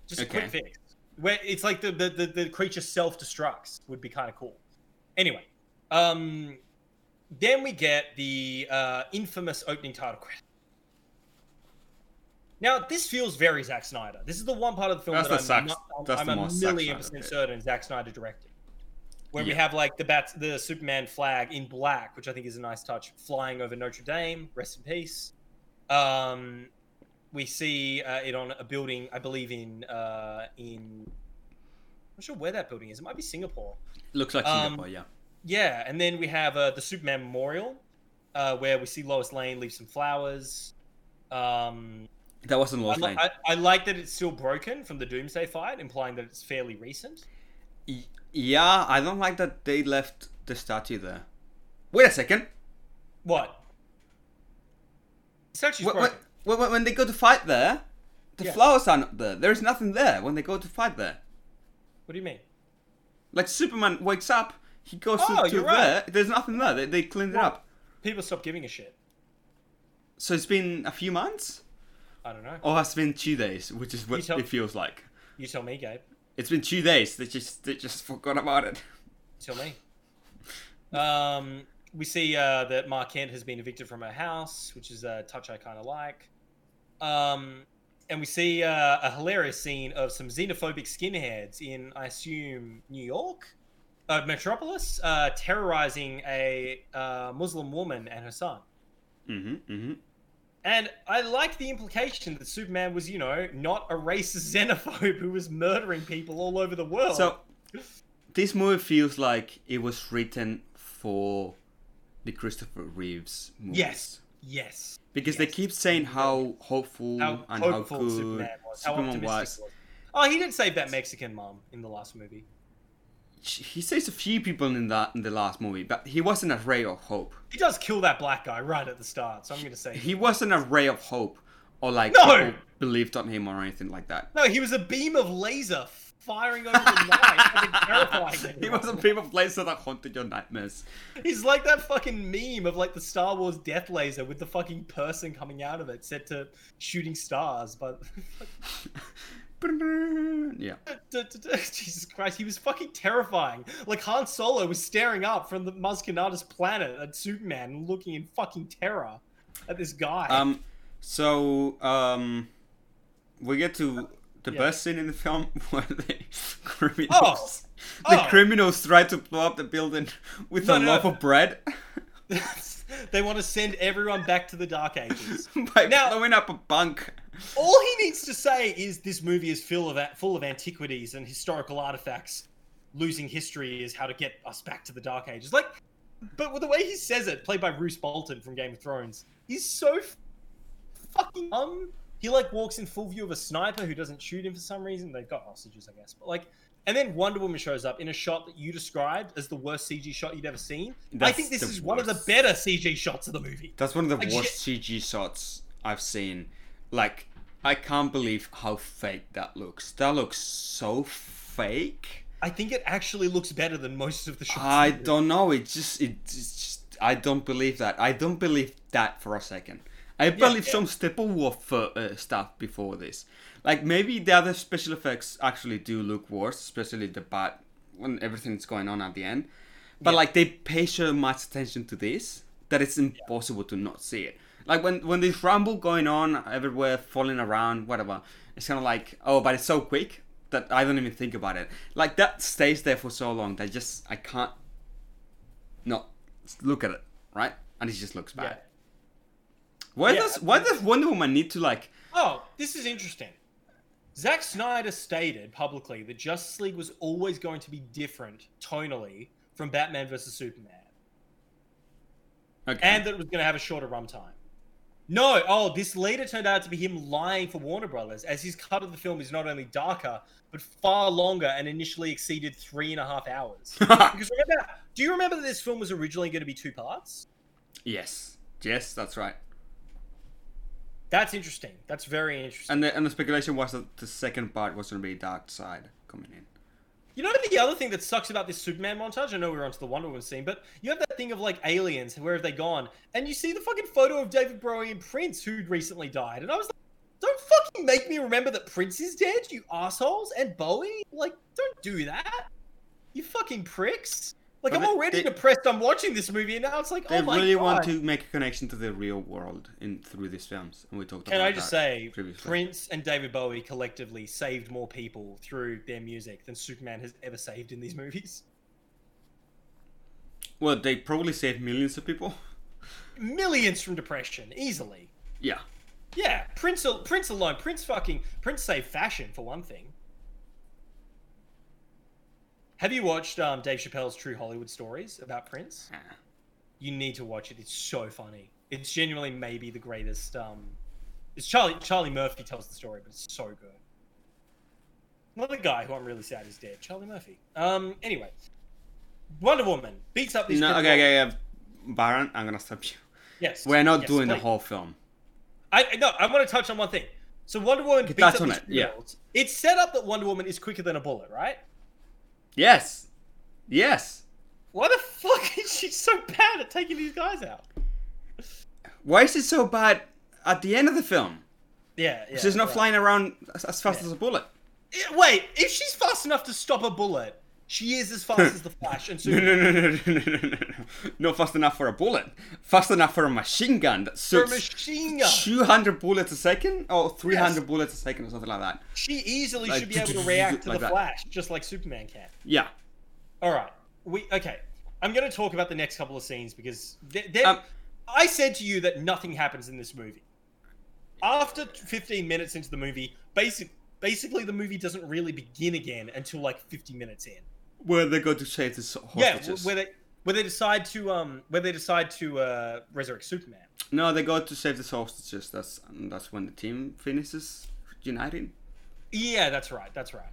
F: just a quick
E: Okay.
F: fix. Where it's like the the, the, the creature self destructs would be kind of cool. Anyway, um, then we get the uh, infamous opening title credit. Now, this feels very Zack Snyder. This is the one part of the film
E: That's
F: that
E: the
F: I'm,
E: Zack-
F: not, I'm,
E: that's
F: I'm
E: the
F: a
E: most Zack
F: million
E: Snyder
F: percent
E: bit.
F: certain Zack Snyder directed. Where we
E: Yeah.
F: have like the bats, the Superman flag in black, which I think is a nice touch, flying over Notre Dame. Rest in peace. Um, we see uh, it on a building, I believe in uh, in. I'm not sure where that building is. It might be Singapore.
E: Looks like
F: um,
E: Singapore, yeah.
F: Yeah, and then we have uh, the Superman memorial, uh, where we see Lois Lane leave some flowers. Um,
E: That wasn't
F: I,
E: Lost
F: li-
E: Lane.
F: I, I like that it's still broken from the Doomsday fight, implying that it's fairly recent.
E: Y- Yeah, I don't like that they left the statue there. Wait a second.
F: What? It's actually
E: Wh-
F: broken.
E: wh- wh- wh- when they go to fight there, the
F: Yeah.
E: flowers are not there. There is nothing there when they go to fight there.
F: What do you mean?
E: Like Superman wakes up, he goes
F: Oh,
E: to, to
F: you're right.
E: there. There's nothing there. They, they cleaned it up.
F: People stop giving a shit.
E: So it's been a few months,
F: I don't know.
E: or it's been two days, which is what
F: You tell-
E: it feels like.
F: You tell me, Gabe.
E: It's been two days. They just they just forgot about it.
F: You tell me. Um, we see uh, that Ma Kent has been evicted from her house, which is a touch I kind of like. Um, and we see uh, a hilarious scene of some xenophobic skinheads in, I assume, New York, uh, Metropolis, uh, terrorizing a uh, Muslim woman and her son.
E: Mm-hmm. Mm-hmm.
F: And I like the implication that Superman was, you know, not a racist xenophobe who was murdering people all over the world.
E: So this movie feels like it was written for the Christopher Reeves movies.
F: yes, yes.
E: Because they
F: Yes.
E: keep saying how hopeful
F: how
E: and
F: hopeful
E: how good
F: Superman was, how
E: Superman
F: optimistic
E: was.
F: was. Oh, he did save that Mexican mom in the last movie.
E: He saves a few people in that in the last movie, but he wasn't a ray of hope.
F: He does kill that black guy right at the start, so I'm going to say
E: He wasn't a ray of hope, or like
F: No!
E: people believed on him or anything like that.
F: no. He was a beam of laser firing over the night, fucking terrifying.
E: he
F: everyone.
E: was a people placer that haunted your nightmares.
F: He's like that fucking meme of like the Star Wars death laser with the fucking person coming out of it, set to shooting stars. But
E: yeah.
F: Jesus Christ, he was fucking terrifying. Like Han Solo was staring up from the Muskinata's planet at Superman, and looking in fucking terror at this guy.
E: Um, so um, we get to the
F: Yeah.
E: best scene in the film where the criminals,
F: Oh.
E: the
F: Oh.
E: criminals try to blow up the building with
F: No,
E: a
F: no,
E: loaf
F: no.
E: of bread
F: they want to send everyone back to the Dark Ages.
E: by
F: Now-
E: blowing up a bunk.
F: All he needs to say is this movie is full of full of antiquities and historical artifacts. Losing history is how to get us back to the Dark Ages. Like, but with the way he says it, played by Roose Bolton from Game of Thrones, he's so f- fucking um. He like walks in full view of a sniper who doesn't shoot him for some reason. They've got hostages, I guess. But like, and then Wonder Woman shows up in a shot that you described as the worst CG shot you'd ever seen. I
E: That's
F: think this
E: the
F: is one of the
E: worst.
F: better CG shots of the movie.
E: That's one of the
F: Like,
E: worst CG shots I've seen. Like, I can't believe how fake that looks. That looks so fake.
F: I think it actually looks better than most of the shots.
E: I
F: in the movie.
E: don't know. It just it it's just I don't believe that. I don't believe that for a second. I believe some Steppenwolf uh, stuff before this. Like maybe the other special effects actually do look worse, especially the bat when everything's going on at the end. But like they pay so much attention to this that it's impossible to not see it. Like when when there's rumble going on everywhere, falling around, whatever. It's kind of like oh, but it's so quick that I don't even think about it. Like that stays there for so long that just I can't not look at it, right? And it just looks bad.
F: Yeah.
E: Why
F: Yeah,
E: does why does Wonder Woman need to like?
F: Oh, this is interesting. Zack Snyder stated publicly that Justice League was always going to be different tonally from Batman vs Superman,
E: Okay.
F: and that it was going to have a shorter runtime. No, oh, this later turned out to be him lying for Warner Brothers, as his cut of the film is not only darker but far longer, and initially exceeded three and a half hours. because remember, do you remember that this film was originally going to be two parts?
E: yes, yes, that's right.
F: That's interesting. That's very interesting.
E: And the and the speculation was that the second part was gonna be Dark Side coming in.
F: You know the other thing that sucks about this Superman montage? I know we're onto the Wonder Woman scene, but you have that thing of like aliens, where have they gone? And you see the fucking photo of David Bowie and Prince, who recently died, and I was like, don't fucking make me remember that Prince is dead, you assholes, and Bowie. Like, don't do that, you fucking pricks. Like,
E: But
F: I'm
E: they-
F: already
E: they-
F: depressed. I'm watching this movie, and now it's like,
E: They
F: oh my
E: really
F: god.
E: want to make a connection to the real world in through these films, and we talked.
F: Can
E: about
F: I just
E: that
F: say,
E: previously.
F: Prince and David Bowie collectively saved more people through their music than Superman has ever saved in these movies.
E: Well, they probably saved millions of people.
F: Millions from depression, easily.
E: Yeah,
F: Yeah, Prince, al- Prince alone, Prince fucking, Prince saved fashion for one thing. Have you watched um, Dave Chappelle's True Hollywood Stories about Prince?
E: Ah.
F: You need to watch it. It's so funny. It's genuinely maybe the greatest. Um, it's Charlie Charlie Murphy tells the story, but it's so good. Another guy who I'm really sad is dead, Charlie Murphy. Um, anyway, Wonder Woman beats up these.
E: No,
F: people.
E: okay, okay, okay. Baron, I'm gonna stop you.
F: Yes,
E: We're not
F: yes,
E: doing the
F: please.
E: whole film.
F: I I- no, I want to touch on one thing. So Wonder Woman beats
E: touch
F: up
E: on
F: these
E: it, yeah.
F: criminals. It's set up that Wonder Woman is quicker than a bullet, right?
E: Yes, yes.
F: Why the fuck is she so bad at taking these guys out?
E: Why is it so bad at the end of the film?
F: Yeah, yeah.
E: She's not
F: right.
E: flying around as, as fast as a bullet.
F: Yeah, Wait, if she's fast enough to stop a bullet, she is as fast as the Flash, and so
E: No, no, no, no, no, no, no, no, no. Not fast enough for a bullet. Fast enough for a machine gun that
F: for a
E: shoots
F: machine gun,
E: 200 bullets a second or 300
F: Yes.
E: bullets a second or something like that.
F: she easily
E: Like,
F: should be able to react to
E: like
F: the
E: that.
F: Flash, just like Superman can.
E: Yeah.
F: All right, we okay. I'm going to talk about the next couple of scenes because they they're,
E: Um,
F: I said to you that nothing happens in this movie. After 15 minutes into the movie, basic, basically the movie doesn't really begin again until like 50 minutes in.
E: Where they go to save the so-
F: Yeah,
E: hostages.
F: where they where they decide to um where they decide to uh resurrect Superman.
E: No, they go to save the hostages. That's that's when the team finishes uniting.
F: Yeah, that's right. That's right.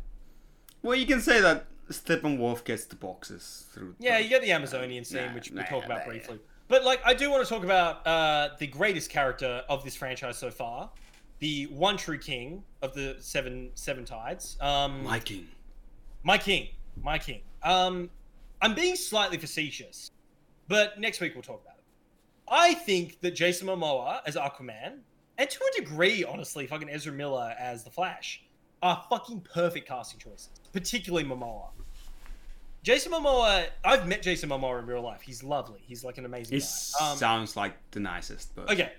E: Well, you can say that Steppenwolf gets the boxes through.
F: Yeah,
E: the-
F: you get the Amazonian scene,
E: Um, nah,
F: which
E: nah,
F: we'll talk about
E: nah,
F: briefly. But like, I do want to talk about uh, the greatest character of this franchise so far, the one true king of the seven seven tides. Um,
E: My king.
F: My king, my king. Um, I'm being slightly facetious, but next week we'll talk about it. I think that Jason Momoa as Aquaman, and to a degree, honestly, fucking Ezra Miller as the Flash, are fucking perfect casting choices, particularly Momoa. Jason Momoa, I've met Jason Momoa in real life. He's lovely. He's like an amazing
E: He
F: guy. Um,
E: sounds like the nicest, but
F: Okay.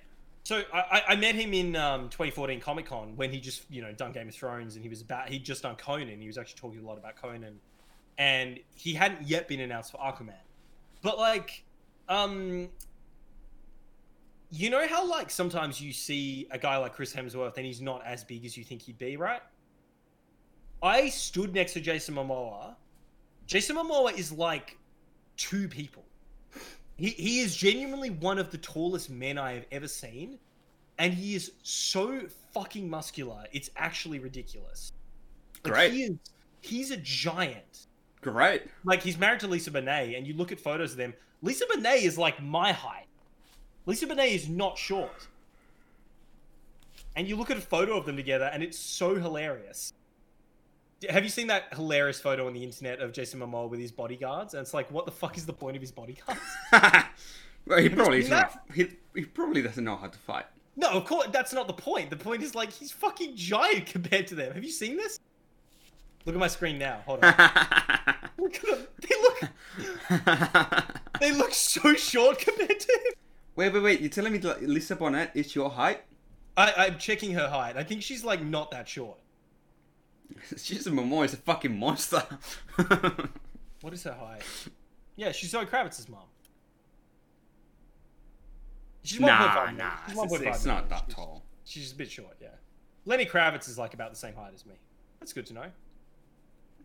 F: So I, I- I met him in um, 2014 Comic Con when he just you know done Game of Thrones and he was about he'd just done Conan he was actually talking a lot about Conan, and he hadn't yet been announced for Aquaman, but like, um, you know how like sometimes you see a guy like Chris Hemsworth and he's not as big as you think he'd be, right? I stood next to Jason Momoa. Jason Momoa is like two people. He, he is genuinely one of the tallest men I have ever seen, and he is so fucking muscular. It's actually ridiculous. Like,
E: Great.
F: He is, he's a giant.
E: great.
F: Like he's married to Lisa Bonet, and you look at photos of them. Lisa Bonet is like my height. Lisa Bonet is not short. And you look at a photo of them together, and it's so hilarious. D- Have you seen that hilarious photo on the internet of Jason Momoa with his bodyguards? And it's like, what the fuck is the point of his bodyguards?
E: Well, he probably
F: do
E: doesn't. Have, he, he probably doesn't know how to fight.
F: No, of course that's not the point. The point is like he's fucking giant compared to them. Have you seen this? Look at my screen now. Hold on. look at them. They look they look so short compared to him.
E: wait, wait, wait! You're telling me that Lisa Bonet is your height?
F: I, I'm checking her height. I think she's like not that short.
E: Jason Momoa is a fucking monster.
F: What is her height? Yeah, she's Zoe Kravitz's mom. She's one point
E: nah,
F: five.
E: nah,
F: She's
E: it's,
F: 1.5
E: it's not
F: million.
E: that
F: She's-
E: tall.
F: She's a bit short, yeah. Lenny Kravitz is like about the same height as me. That's good to know.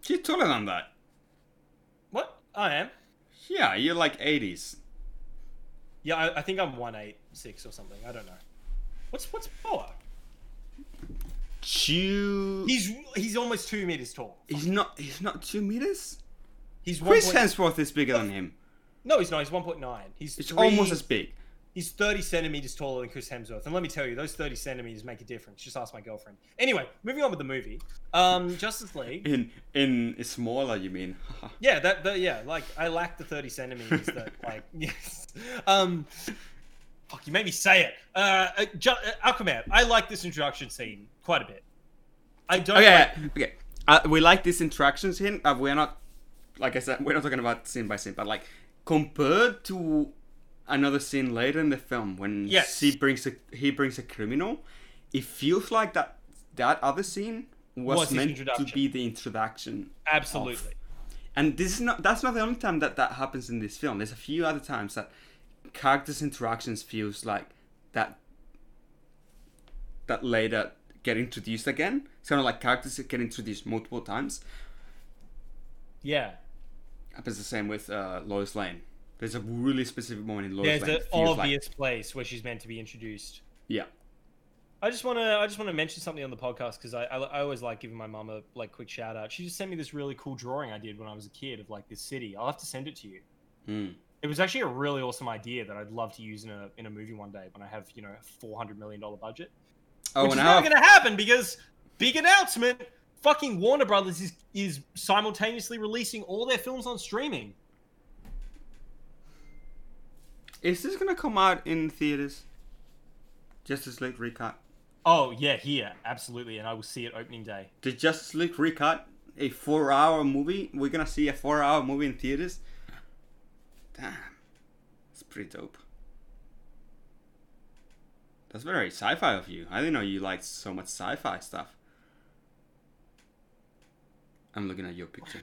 E: She's taller than that.
F: What? I am.
E: Yeah, you're like 80s.
F: Yeah, I, I think I'm one eight six or something. I don't know. What's what's Boa?
E: Two.
F: He's he's almost two meters tall.
E: He's not. He's not two meters.
F: He's one.
E: Chris
F: Point,
E: Hemsworth is bigger than him.
F: no, he's not. He's one point nine. He's
E: It's
F: three-
E: almost as big.
F: He's 30 centimeters taller than Chris Hemsworth. And let me tell you, those 30 centimeters make a difference. Just ask my girlfriend. Anyway, moving on with the movie. Um, Justice League.
E: In in smaller, you mean?
F: Yeah, that, that yeah, like I lack the 30 centimeters that like yes. Um fuck, you made me say it. Uh, uh, ju- uh Aquaman, I like this introduction scene quite a bit. I don't
E: okay,
F: like-
E: okay. Uh, we like these interactions here. Uh, we're not, like I said, we're not talking about scene by scene, but like compared to another scene later in the film when
F: Yes.
E: she brings a, he brings a criminal, it feels like that that other scene was,
F: Was his
E: meant to
F: introduction.
E: be the introduction.
F: absolutely.
E: Oh. And this is not that's not the only time that that happens in this film. There's a few other times that characters' interactions feels like that that later get introduced again. It's kind of like characters that get introduced multiple times.
F: Yeah.
E: Happens the same with uh, Lois Lane. There's a really specific moment in Lois
F: There's
E: Lane.
F: an
E: that feels like-
F: obvious place where she's meant to be introduced.
E: yeah.
F: I just want to I just want to mention something on the podcast because I, I I always like giving my mum a like quick shout out. She just sent me this really cool drawing I did when I was a kid of like this city. I'll have to send it to you.
E: Mm.
F: It was actually a really awesome idea that I'd love to use in a in a movie one day when I have you know a four hundred million dollar budget,
E: Oh,
F: which
E: and
F: is
E: now
F: not going to happen because big announcement. Fucking Warner Brothers is is simultaneously releasing all their films on streaming.
E: is this gonna come out in theaters? Justice League recut.
F: Oh yeah, here absolutely, and I will see it opening day.
E: The Justice League recut a four-hour movie. We're gonna see a four-hour movie in theaters. Damn, it's pretty dope. That's very sci-fi of you. I didn't know you liked so much sci-fi stuff. I'm looking at your picture.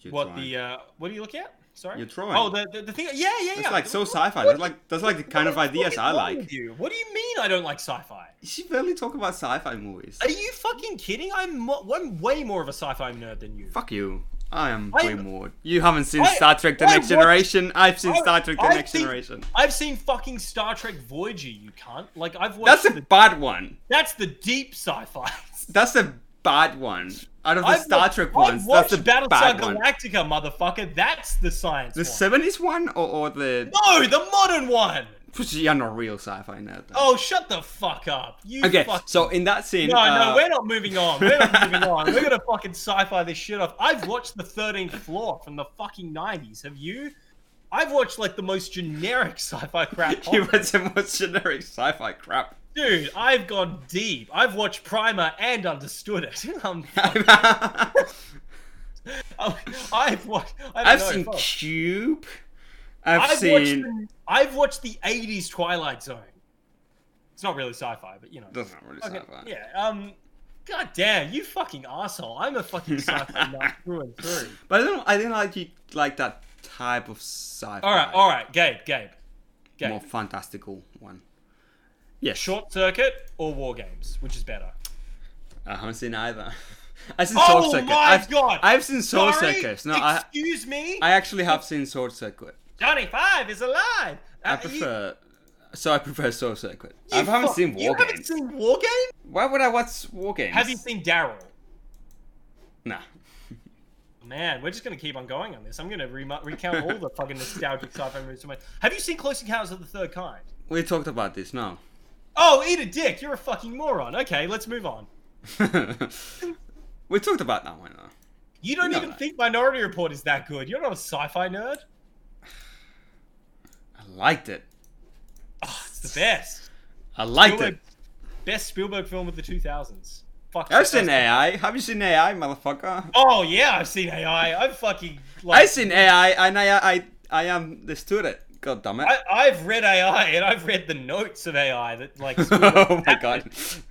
E: Your
F: what
E: drawing.
F: the uh, what are you looking at? Sorry,
E: Your drawing.
F: Oh, the, the, the thing. Yeah, yeah, yeah.
E: That's like so
F: What-
E: sci-fi.
F: what-
E: That's like that's like the kind of
F: what the fuck
E: ideas
F: is
E: I
F: wrong
E: like.
F: with You? What do you mean I don't like sci-fi?
E: She barely talk about sci-fi movies.
F: Are you fucking kidding? I'm mo- I'm way more of a sci-fi nerd than you.
E: Fuck you. I am
F: I-
E: way more. You haven't seen
F: I-
E: Star Trek: The
F: I
E: Next
F: watched-
E: Generation. I've seen Star Trek: The
F: I've
E: Next
F: seen-
E: Generation.
F: I've seen fucking Star Trek Voyager, you cunt. Like I've watched
E: That's a
F: the,
E: bad one.
F: that's the deep sci-fi.
E: That's a bad one. Out of the
F: I've
E: Star
F: watched-
E: Trek
F: I've
E: ones,
F: watched
E: that's the
F: Battlestar
E: bad one.
F: Galactica, motherfucker. That's the science
E: The
F: one.
E: seventies one or, or the
F: no, the modern one.
E: you're not real sci-fi nerd. though.
F: Oh, shut the fuck up. You
E: okay.
F: fucking
E: So in that scene,
F: No,
E: uh,
F: no, we're not moving on. We're not moving on. We're gonna fucking sci-fi this shit off. I've watched the 13th Floor from the fucking 90s. Have you? I've watched like the most generic sci-fi crap.
E: you
F: possible.
E: read some more generic sci-fi crap.
F: Dude, I've gone deep. I've watched Primer and understood it. I'm, I'm, I've watched. I don't
E: I've
F: know,
E: seen
F: fuck.
E: Cube. I've,
F: I've watched.
E: seen.
F: The, I've watched the 80s Twilight Zone. It's not really sci-fi, but you know.
E: That's not really
F: Okay,
E: sci-fi.
F: yeah. Um. God damn, you fucking asshole! I'm a fucking sci-fi nut through and through.
E: But I don't. I didn't like you like that type of sci-fi.
F: All right, all right, Gabe, Gabe. Gabe.
E: More fantastical one. Yeah, sure.
F: Short Circuit or War Games, which is better?
E: I haven't seen either. I've seen
F: Oh
E: Sword Circuit.
F: my
E: I've,
F: God!
E: I've seen Sword
F: Sorry?
E: Circuit. No, I,
F: excuse me.
E: I actually have seen Sword Circuit.
F: Johnny Five is alive. Uh,
E: I
F: you-
E: prefer. So I prefer Sword Circuit.
F: you
E: I haven't
F: fuck-
E: seen War
F: You
E: Games.
F: haven't seen War Games?
E: Why would I watch War Games?
F: Have you seen Daryl?
E: Nah.
F: Man, we're just gonna keep on going on this. I'm gonna re- recount all the fucking nostalgic sci-fi movies. Have you seen Close Encounters of the Third Kind?
E: We talked about this. No.
F: Oh, eat a dick! You're a fucking moron. Okay, let's move on.
E: we talked about that one though.
F: You don't
E: No,
F: even
E: no.
F: think Minority Report is that good. You're not a sci-fi nerd.
E: I liked it.
F: Oh, it's the best.
E: I liked
F: Spielberg,
E: it.
F: best Spielberg film of the 2000s. Fuck.
E: I've seen
F: fantastic.
E: AI. Have you seen AI, motherfucker?
F: Oh yeah, I've seen AI. I've fucking like
E: I've seen AI, and I, I, I understood it. God damn it.
F: I, I've read AI and I've read the notes of AI that like Spielberg-
E: oh my god.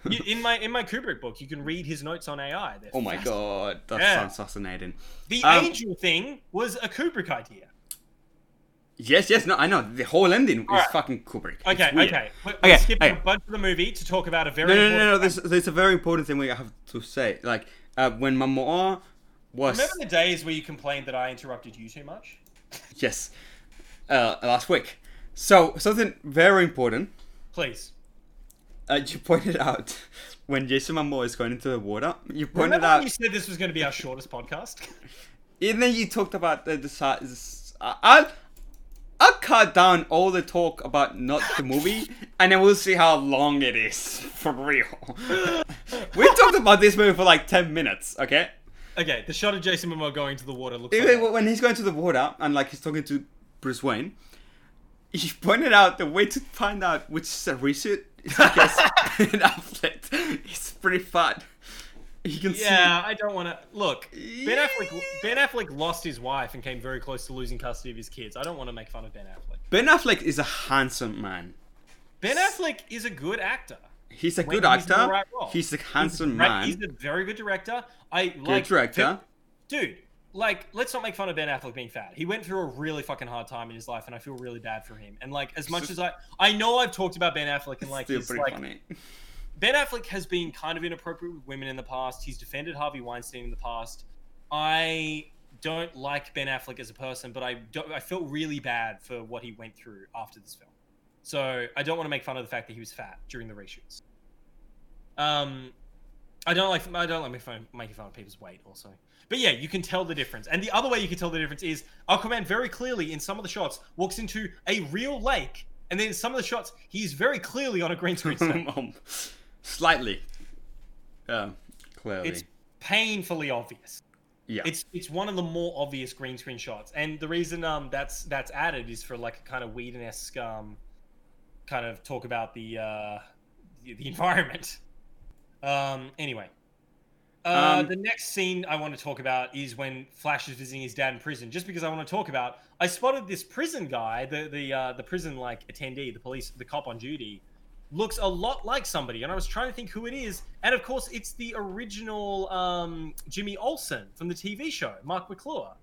F: you, in my in my Kubrick book you can read his notes on AI. They're
E: Oh my
F: fascinating.
E: god. That
F: Yeah.
E: sounds fascinating.
F: The
E: Um,
F: angel thing was a Kubrick idea.
E: Yes, yes, no, I know. The whole ending is
F: Alright.
E: fucking Kubrick. It's
F: Okay,
E: weird.
F: okay. We're,
E: Okay,
F: we're skipping
E: okay.
F: a bunch of the movie to talk about a very
E: No, no, no,
F: important
E: no. There's, there's a very important thing we have to say. Like, uh, when Mamoru was.
F: Remember the days where you complained that I interrupted you too much?
E: Yes. Uh, last week. So, something very important.
F: Please.
E: Uh, you pointed out when Jason Momoa is going into the water. You pointed
F: Remember
E: out,
F: when you said this was going to be our shortest podcast?
E: and then you talked about the size. I'll, I'll cut down all the talk about not the movie, and then we'll see how long it is for real. we talked about this movie for like ten minutes, okay?
F: okay, the shot of Jason Momoa going into the water looks.
E: Even
F: Like
E: when he's going to the water and like he's talking to Bruce Wayne, he pointed out the way to find out which is a reshoot is because Ben Affleck is pretty fat. You can see.
F: yeah, I don't want to look. Ben
E: Yeah.
F: Affleck. Ben Affleck lost his wife and came very close to losing custody of his kids. I don't want to make fun of Ben Affleck.
E: Ben Affleck is a handsome man.
F: Ben Affleck is a good actor.
E: He's a
F: When
E: good
F: he's in the
E: actor.
F: right role.
E: he's a handsome
F: direct-
E: man.
F: He's a very good director. I good
E: good
F: like
E: director.
F: dude. Like, let's not make fun of Ben Affleck being fat. He went through a really fucking hard time in his life, and I feel really bad for him. And like, as much as I, I know I've talked about Ben Affleck and like,
E: Still
F: his,
E: pretty
F: like
E: funny.
F: Ben Affleck has been kind of inappropriate with women in the past. He's defended Harvey Weinstein in the past. I don't like Ben Affleck as a person, but I don't, I felt really bad for what he went through after this film. So I don't want to make fun of the fact that he was fat during the reshoots. Um, I don't like I don't like making fun, making fun of people's weight also. But yeah, you can tell the difference. And the other way you can tell the difference is Aquaman very clearly in some of the shots walks into a real lake, and then in some of the shots he's very clearly on a green screen. set.
E: Um, Slightly. Um, clearly.
F: it's painfully obvious.
E: yeah.
F: It's it's one of the more obvious green screen shots, and the reason um that's that's added is for like a kind of Whedon esque um kind of talk about the uh the, the environment. Um. Anyway. Uh,
E: Um,
F: the next scene I want to talk about is when Flash is visiting his dad in prison. Just because I want to talk about, I spotted this prison guy, the the uh, the prison like attendee, the police, the cop on duty, looks a lot like somebody, and I was trying to think who it is. And of course, it's the original um, Jimmy Olsen from the TV show, Mark McClure.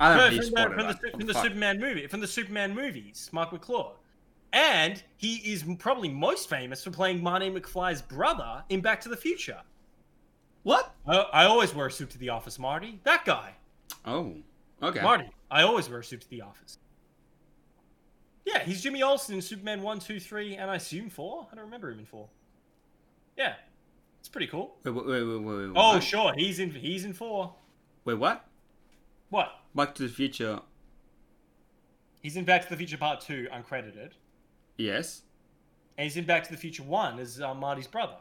E: I
F: No, from, the,
E: don't know if he spotted
F: from the
E: that.
F: Su-
E: Oh,
F: from the
E: fuck.
F: Superman movie, from the Superman movies, Mark McClure. And he is m- probably most famous for playing Marty McFly's brother in Back to the Future.
E: What?
F: I, I always wear a suit to the office, Marty. That guy,
E: Oh. Okay.
F: Marty. I always wear a suit to the office. Yeah, he's Jimmy Olsen in Superman 1, 2, 3, and I assume 4. I don't remember him in 4. Yeah, it's pretty cool.
E: Wait, wait, wait, wait, wait, wait,
F: Oh,
E: what?
F: sure. He's in. He's in four.
E: Wait, what?
F: What?
E: Back to the Future.
F: He's in Back to the Future Part Two, uncredited,
E: Yes.
F: and he's in Back to the Future One as uh, Marty's brother.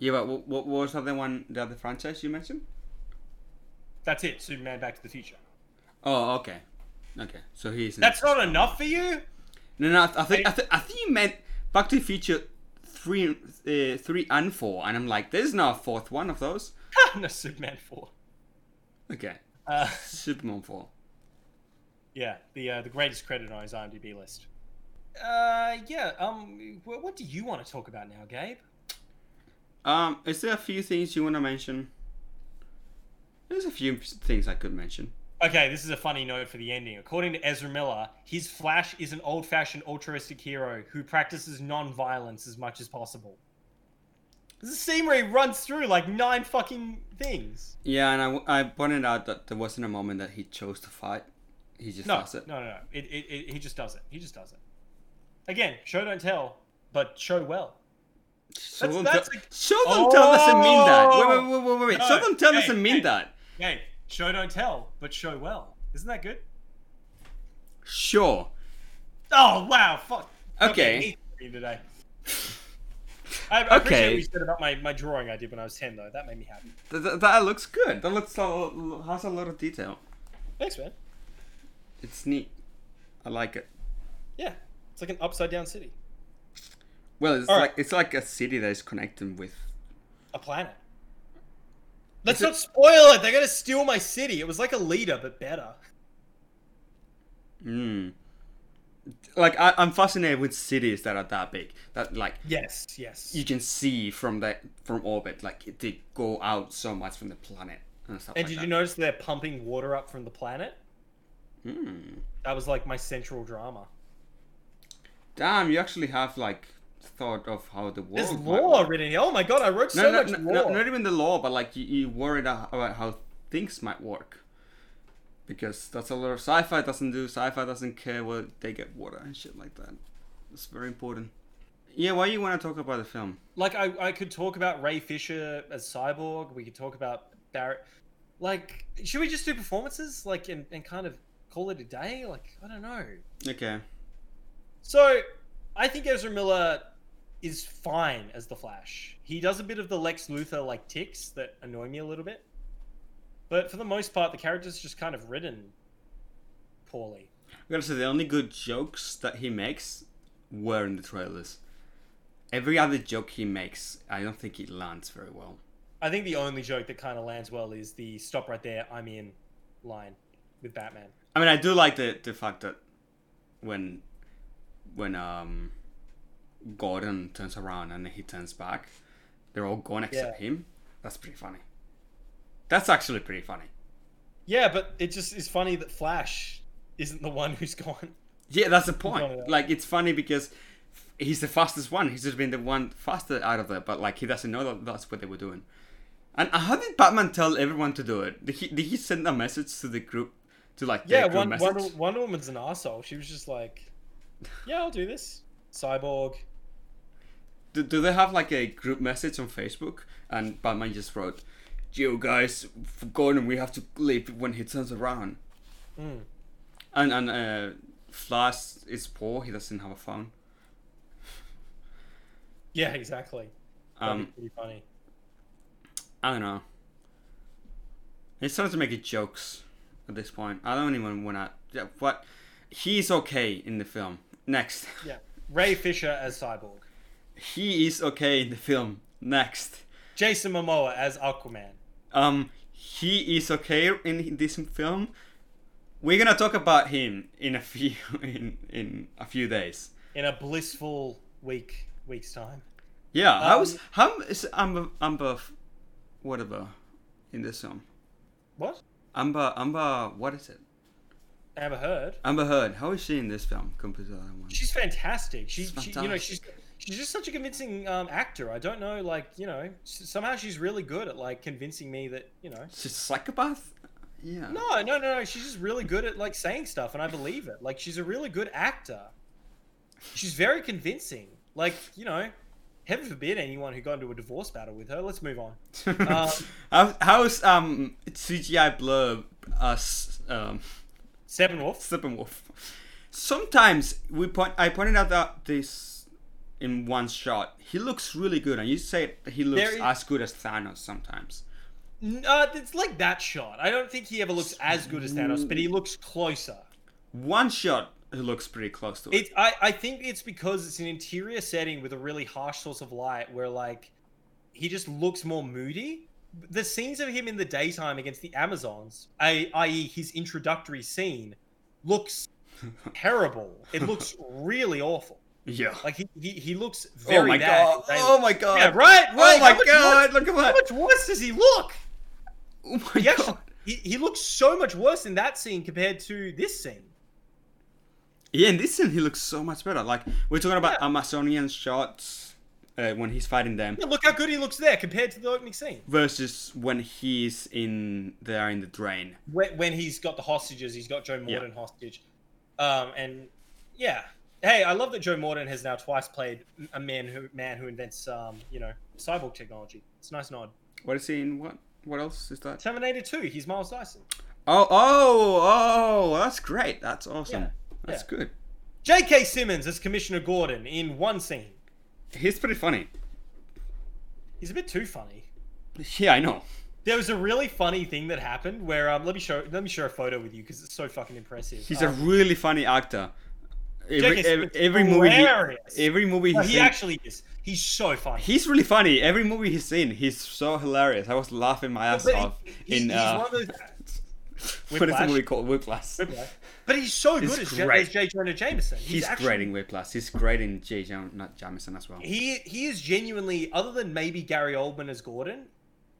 E: Yeah, but what, what was the other one? The other franchise you mentioned?
F: That's it. Superman Back to the Future.
E: Oh, okay. Okay, so he's. in-
F: That's not enough for you.
E: No, no. I th- I think I, th- I think you meant Back to the Future three, uh, three and four, and I'm like, there's no fourth one of those.
F: no, Superman Four.
E: Okay,
F: Uh,
E: Superman four.
F: yeah, the uh, the greatest credit on his IMDb list. Uh, yeah. Um, what, what do you want to talk about now, Gabe?
E: Um, is there a few things you want to mention? There's a few things I could mention.
F: Okay, this is a funny note for the ending. According to Ezra Miller, his Flash is an old-fashioned altruistic hero who practices non-violence as much as possible. This is a scene where he runs through like nine fucking things.
E: Yeah, and I w- I, pointed out that there wasn't a moment that he chose to fight. He just
F: No,
E: does it.
F: no, no, no. It, it, it, he just does it. He just does it. Again, show don't tell, but show well.
E: Show
F: That's-
E: them
F: that's
E: tell-
F: a-
E: show them tell doesn't mean that. Wait,
F: Oh!
E: wait, wait, wait, wait.
F: No,
E: Show them tell
F: hey,
E: doesn't mean
F: hey.
E: that.
F: Hey, show don't tell, but show well. Isn't that good?
E: Sure.
F: Oh wow, fuck.
E: Okay.
F: he's green today. I, I appreciate
E: Okay.
F: what you said about my, my drawing I did when I was ten though. That made me happy.
E: Th- th- that looks good. That looks so, has a lot of detail.
F: Thanks, man.
E: It's neat. I like it.
F: Yeah. It's like an upside down city,
E: Well, it's
F: All right.
E: like it's like a city that is connecting with.
F: a planet. Let's not spoil it. They're gonna steal my city. It was like a leader, but better.
E: Mm. Like I, I'm fascinated with cities that are that big. That like
F: Yes, yes.
E: you can see from that from orbit. Like they go out so much from the planet and stuff.
F: and
E: like
F: did
E: that.
F: you notice they're pumping water up from the planet?
E: Mm.
F: That was like my central drama.
E: Damn, you actually have like thought of how the world.
F: There's
E: might
F: law
E: work.
F: written here. Oh my god, I wrote
E: No,
F: so
E: no,
F: much
E: no,
F: law.
E: no, not even the law, but like you, you worried a- about how things might work. Because that's a lot of sci-fi doesn't do. Sci-fi doesn't care where they get water and shit like that. It's very important. Yeah, why you want to talk about the film?
F: like I, I could talk about Ray Fisher as Cyborg. We could talk about Barrett. Like, should we just do performances? Like, and, and kind of call it a day? Like, I don't know.
E: Okay.
F: So, I think Ezra Miller is fine as the Flash. He does a bit of the Lex Luthor like ticks that annoy me a little bit, but for the most part, the character's just kind of written poorly.
E: I gotta say, the only good jokes that he makes were in the trailers. Every other joke he makes, I don't think it lands very well.
F: I think the only joke that kind of lands well is the "Stop right there, I'm in" line with Batman.
E: I mean, I do like the the fact that when when um Gordon turns around and he turns back, they're all gone except him. That's pretty funny. That's actually pretty funny.
F: Yeah, but it just is funny that Flash isn't the one who's gone.
E: Yeah, that's the
F: Yeah, yeah.
E: point. Like, it's funny because he's the fastest one. He's just been the one faster out of there, but like he doesn't know that that's what they were doing. And how did Batman tell everyone to do it? Did he, did he send a message to the group to like their
F: Yeah,
E: group
F: one,
E: message?
F: Wonder, Wonder Woman's an asshole. She was just like, "Yeah, I'll do this." Cyborg.
E: do, do they have like a group message on Facebook? And Batman just wrote, "Yo guys, for Gordon, we have to leave when he turns around."
F: Mm.
E: And and uh, Flash is poor; he doesn't have a phone.
F: Yeah, exactly. That'd
E: Um,
F: be pretty funny.
E: I don't know. It's starting to make it jokes at this point. I don't even want to. Yeah, but he's okay in the film. Next,
F: Yeah, Ray Fisher as Cyborg.
E: he is okay in the film. Next.
F: Jason Momoa as Aquaman.
E: Um, he is okay in this film. We're gonna talk about him in a few in in a few days.
F: In a blissful week week's time.
E: Yeah, how is
F: Um,
E: how is Amber Amber whatever in this film?
F: What?
E: Amber Amber what is it?
F: Amber Heard.
E: Amber Heard. How is she in this film compared to the other one?
F: She's fantastic. She,
E: She's
F: she you know, she's she's just such a convincing um, actor. I don't know, like you know, s- somehow she's really good at like convincing me that you know
E: She's a psychopath. Yeah.
F: No, no, no, no. She's just really good at like saying stuff, and I believe it. Like she's a really good actor. She's very convincing. Like you know, heaven forbid anyone who got into a divorce battle with her. Let's move on. Um,
E: how, how's um CGI blur us um
F: Steppenwolf.
E: Steppenwolf. Sometimes we point. I pointed out that this in one shot. He looks really good, and you say he looks
F: There is-
E: as good as Thanos sometimes.
F: N- Uh, it's like that shot. I don't think he ever looks as good as Thanos, but he looks closer.
E: One shot, he looks pretty close to it.
F: It's I, I think it's because it's an interior setting with a really harsh source of light where like he just looks more moody. The scenes of him in the daytime against the Amazons, I- i.e., his introductory scene, looks terrible. It looks really awful.
E: yeah.
F: Like he, he, he looks very
E: oh my
F: bad
E: god!
F: in daylight.
E: Oh my god!
F: Yeah, right, right.
E: Oh my
F: How much
E: god!
F: worse-
E: Look at
F: How
E: that!
F: much worse does he look?
E: Oh my
F: He, actually-
E: god!
F: he, he looks so much worse in that scene compared to this scene.
E: Yeah, in this scene, he looks so much better. Like we're talking about Amazonian shots uh, when he's fighting them.
F: Yeah, look how good he looks there compared to the opening scene.
E: Versus when he's in there in the drain.
F: when, when he's got the hostages, he's got Joe
E: Yeah.
F: Morden hostage. Um, and yeah, hey, I love that Joe Morden has now twice played a man who man who invents um, you know cyborg technology. It's a nice nod.
E: What is he in? What? What else is that?
F: Terminator Two, he's Miles Dyson.
E: Oh, oh, oh, that's great. That's awesome.
F: Yeah,
E: That's
F: yeah.
E: good.
F: J.K. Simmons as Commissioner Gordon in one scene.
E: He's pretty funny.
F: He's a bit too funny.
E: Yeah, I know.
F: There was a really funny thing that happened where um, let me show let me share a photo with you because it's so fucking impressive.
E: He's
F: Um,
E: a really funny actor. every,
F: Jenkins
E: every,
F: is
E: every movie, he,
F: hilarious.
E: every movie
F: No,
E: he's
F: he
E: in,
F: actually is. He's so funny.
E: he's really funny. Every movie he's in, he's so hilarious. I was laughing my ass
F: But he-
E: off
F: he-
E: in
F: he's
E: uh,
F: one of those-
E: what is the
F: Whiplash.
E: movie called? Whiplash.
F: Whiplash. But he's so
E: He's
F: good as, J-
E: great.
F: as J. Jonah Jameson. He's,
E: He's
F: actually,
E: great in Whiplash. He's great in J. Jam- not Jamison as well.
F: He he is genuinely, other than maybe Gary Oldman as Gordon,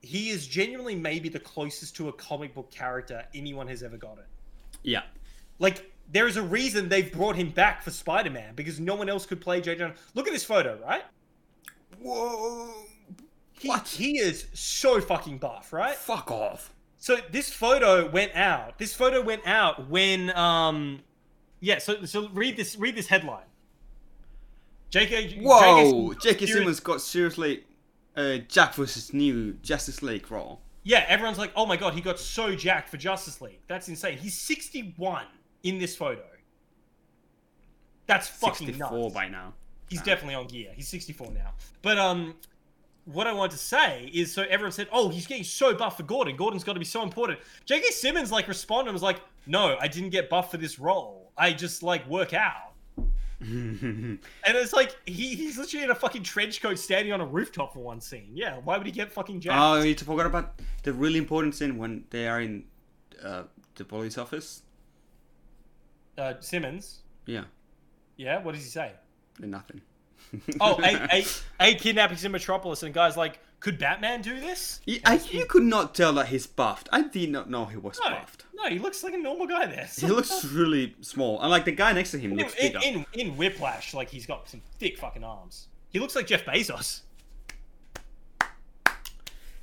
F: he is genuinely maybe the closest to a comic book character anyone has ever gotten.
E: yeah,
F: Like there is a reason they've brought him back for Spider Man because no one else could play J. Jonah. Look at this photo, right?
E: Whoa!
F: He,
E: What?
F: He is so fucking buff, right?
E: Fuck off!
F: So this photo went out. This photo went out when um yeah, so so read this read this headline. JK
E: Whoa! J.K.
F: Simmons-
E: Simmons got seriously uh, Jack versus new Justice League role.
F: Yeah, everyone's like, "Oh my god, he got so jacked for Justice League. That's insane. He's 61 in this photo. That's fucking
E: Sixty-four
F: nuts.
E: by now.
F: He's definitely on gear. He's 64 now. But um, what I want to say is, so everyone said, "Oh, he's getting so buff for Gordon. Gordon's got to be so important." J.K. Simmons like responded and was like, "No, I didn't get buff for this role. I just like work out." and it's like he, he's literally in a fucking trench coat standing on a rooftop for one scene. Yeah, why would he get fucking jacked?
E: Oh, you forgot about the really important scene when they are in uh, the police office.
F: uh, Simmons.
E: Yeah,
F: Yeah, what does he say?
E: they're nothing.
F: Oh, a, a, a kidnappings in Metropolis, and guys like, could Batman do this?
E: You- I, you could not tell that he's buffed. I did not know he was
F: No,
E: buffed.
F: no, he looks like a normal guy there.
E: He looks really small, and like the guy next to him
F: in,
E: looks
F: in,
E: bigger.
F: in, in Whiplash, like he's got some thick fucking arms. He looks like Jeff Bezos.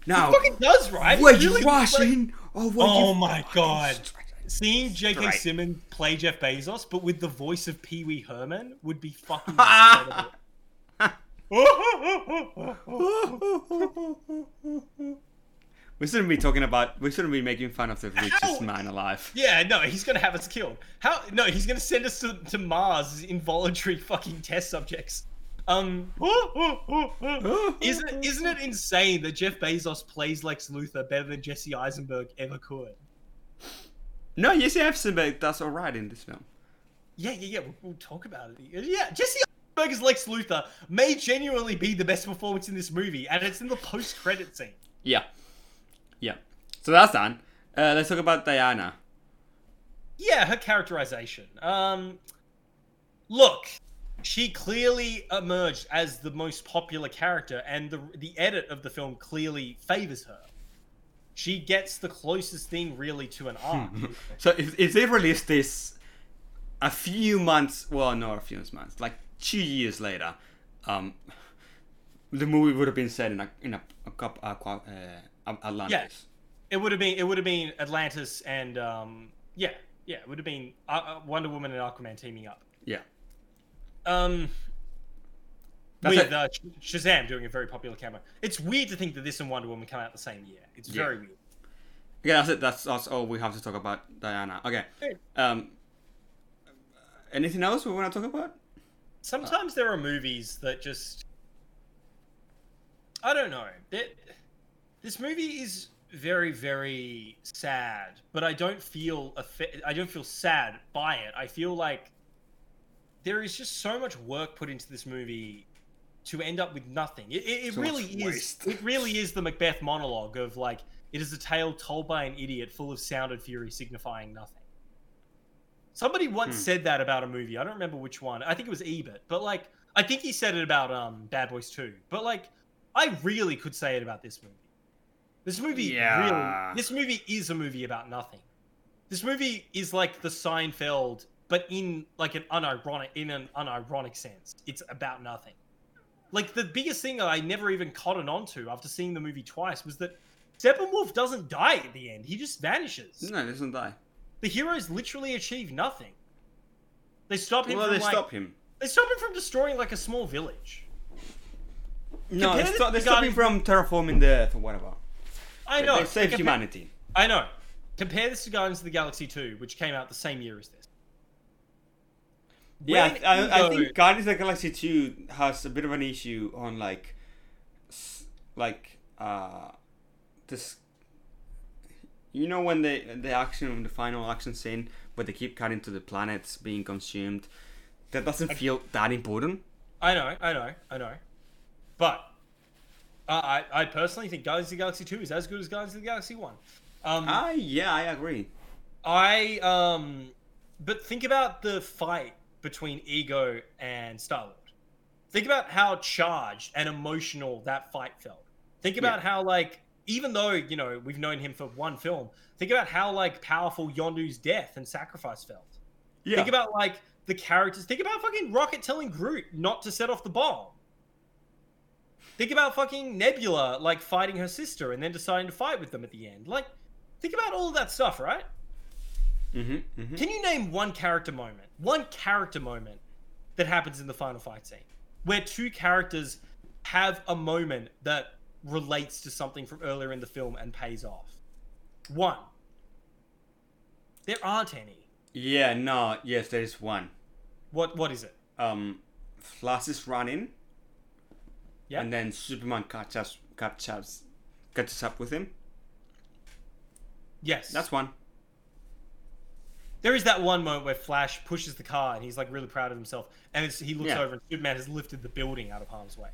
E: Now,
F: Fucking does, right?
E: were
F: He
E: you
F: really looks like-
E: rushing or were
F: Oh
E: you?
F: my god. Seeing J.K.
E: Straight.
F: Simmons play Jeff Bezos, but with the voice of Pee Wee Herman, would be fucking incredible.
E: we shouldn't be talking about. We shouldn't be making fun of the richest
F: Ow!
E: man alive.
F: Yeah, no, he's gonna have us killed. How? No, he's gonna send us to, to Mars as involuntary fucking test subjects. Um, isn't isn't it insane that Jeff Bezos plays Lex Luthor better than Jesse Eisenberg ever could?
E: No, Jesse Eisenberg does all right in this film.
F: Yeah, yeah, yeah. We'll, we'll talk about it. Yeah, Jesse Eisenberg as Lex Luthor may genuinely be the best performance in this movie, and it's in the post-credit scene.
E: Yeah, yeah. So that's done. Uh, let's talk about Diana.
F: yeah, her characterization. Um, look, she clearly emerged as the most popular character, and the the edit of the film clearly favors her. She gets the closest thing really to an arc.
E: So if, if they release this a few months, well, not a few months, like two years later, um, the movie would have been set in a in a, a cup uh, qua- uh, Atlantis.
F: Yes. it would have been it would have been Atlantis and um, yeah, yeah, it would have been uh, uh, Wonder Woman and Aquaman teaming up.
E: Yeah.
F: Um,
E: That's
F: with
E: it.
F: uh, Sh- Shazam doing a very popular cameo. It's weird to think that this and Wonder Woman come out the same year. It's
E: Yeah.
F: very weird.
E: Okay, that's it. That's, that's all we have to talk about Diana. Okay.
F: Hey.
E: Um, anything else we want to talk about?
F: sometimes there are movies that just I don't know. That this movie is very very sad, but I don't feel affe- I don't feel sad by it. I feel like there is just so much work put into this movie to end up with nothing. It, it, it
E: So much
F: really is.
E: waste.
F: It really is the Macbeth monologue of like it is a tale told by an idiot, full of sound and fury, signifying nothing. Somebody
E: Hmm.
F: once said that about a movie. I don't remember which one. I think it was Ebert, but like I think he said it about um Bad Boys 2. But like I really could say it about this movie. This movie
E: Yeah.
F: really this movie is a movie about nothing. This movie is like the Seinfeld but in like an unironic in an unironic sense. It's about nothing. Like the biggest thing that I never even cottoned onto after seeing the movie twice was that Steppenwolf doesn't die at the end. He just vanishes.
E: No, doesn't die.
F: The heroes literally achieve nothing. They stop him
E: Well,
F: from
E: they
F: like,
E: stop him.
F: they stop him from destroying like a small village.
E: No, they
F: Compared to
E: stop, they
F: the
E: stop him
F: Guardians-
E: from terraforming the Earth or whatever.
F: I
E: They-
F: know.
E: they save
F: Compa-
E: humanity.
F: I know. Compare this to Guardians of the Galaxy 2, which came out the same year as this.
E: Yeah,
F: When
E: I, I, I
F: ego-
E: think Guardians of the Galaxy Two has a bit of an issue on like, s- like uh, this. You know when the the action, the final action scene, where they keep cutting to the planets being consumed, That doesn't feel that important.
F: I know, I know, I know. But uh, I, I personally think Guardians of the Galaxy 2 is as good as Guardians of the Galaxy 1. Um,
E: Ah, yeah, I agree.
F: I um, but think about the fight between Ego and Star Lord. Think about how charged and emotional that fight felt. Think about how like even though you know we've known him for one film, think about how like powerful Yondu's death and sacrifice felt.
E: Yeah.
F: Think about like the characters. Think about fucking Rocket telling Groot not to set off the bomb. Think about fucking Nebula like fighting her sister and then deciding to fight with them at the end. Like, think about all of that stuff, right?
E: Mm-hmm, mm-hmm.
F: Can you name one character moment, one character moment that happens in the final fight scene where two characters have a moment that relates to something from earlier in the film and pays off? One. There aren't any.
E: Yeah, no, yes, there is one.
F: What what is it?
E: Um, Flash is running,
F: Yeah.
E: and then Superman catches catches catches up with him.
F: yes.
E: That's one.
F: There is that one moment where Flash pushes the car and he's like really proud of himself, and it's, he looks
E: Yeah.
F: over and Superman has lifted the building out of harm's way.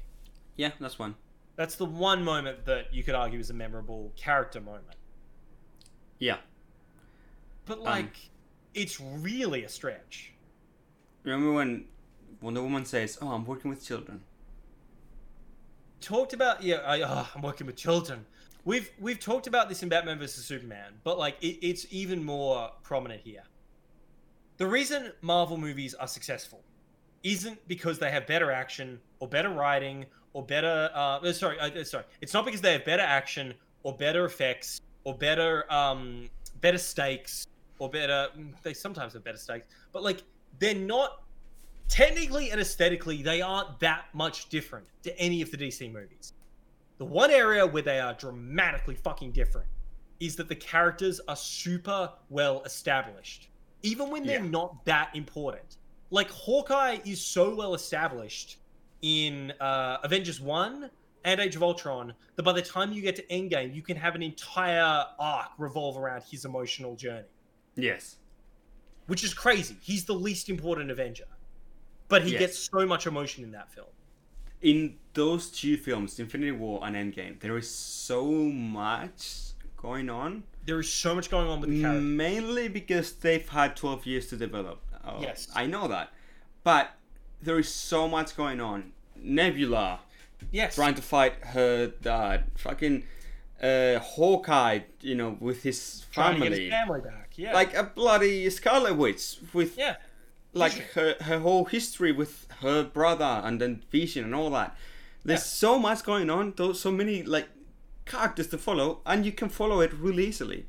E: Yeah, that's one.
F: That's the one moment that you could argue is a memorable character moment.
E: Yeah.
F: But like, it's really a stretch.
E: Remember when Wonder Woman says, "Oh, I'm working with children."
F: talked about yeah I, ah, i'm working with children we've we've talked about this in batman vs superman but like it, it's even more prominent here the reason marvel movies are successful isn't because they have better action or better writing or better uh uh, sorry uh, sorry it's not because they have better action or better effects or better um better stakes or better mm, they sometimes have better stakes but like they're not technically and aesthetically, they aren't that much different to any of the DC movies. The one area where they are dramatically fucking different is that the characters are super well established, even when they're
E: Yeah.
F: not that important. Like Hawkeye is so well established in uh, Avengers 1 and Age of Ultron that by the time you get to Endgame, you can have an entire arc revolve around his emotional journey
E: Yes.
F: which is crazy. He's the least important Avenger, but he
E: Yes.
F: gets so much emotion in that film.
E: in those two films, Infinity War and Endgame, there is so much going on.
F: There is so much going on
E: Mm,
F: with the character.
E: Mainly because they've had 12 years to develop. Oh,
F: Yes.
E: I know that. But there is so much going on. Nebula
F: Yes,
E: trying to fight her dad. Fucking uh, Hawkeye, you know, with his
F: trying
E: family.
F: to get his family back. Yeah,
E: Like a bloody Scarlet Witch with
F: yeah,
E: like
F: Vision.
E: her her whole history with her brother and then Vision and all that. There's so much going on, though so many like characters to follow, and you can follow it really easily.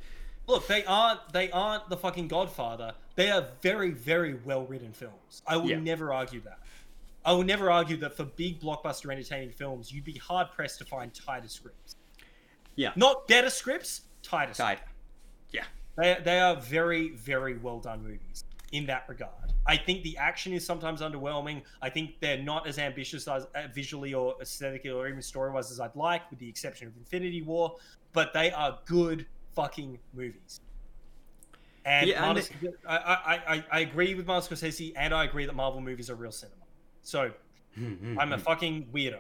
F: look, they aren't they aren't the fucking Godfather. They are very very well written films. I will
E: Yeah.
F: never argue that. I will never argue that for big blockbuster entertaining films, you'd be hard pressed to find tighter scripts.
E: Yeah.
F: not better scripts, tighter. scripts.
E: Tight. Yeah.
F: They, they are very, very well done movies in that regard. I think the action is sometimes underwhelming. I think they're not as ambitious as uh, visually or aesthetically or even story wise as I'd like, with the exception of Infinity War. But they are good fucking movies. And,
E: Yeah, and
F: Martin- I, I, I, I agree with Martin Scorsese, and I agree that Marvel movies are real cinema. So I'm a fucking weirdo.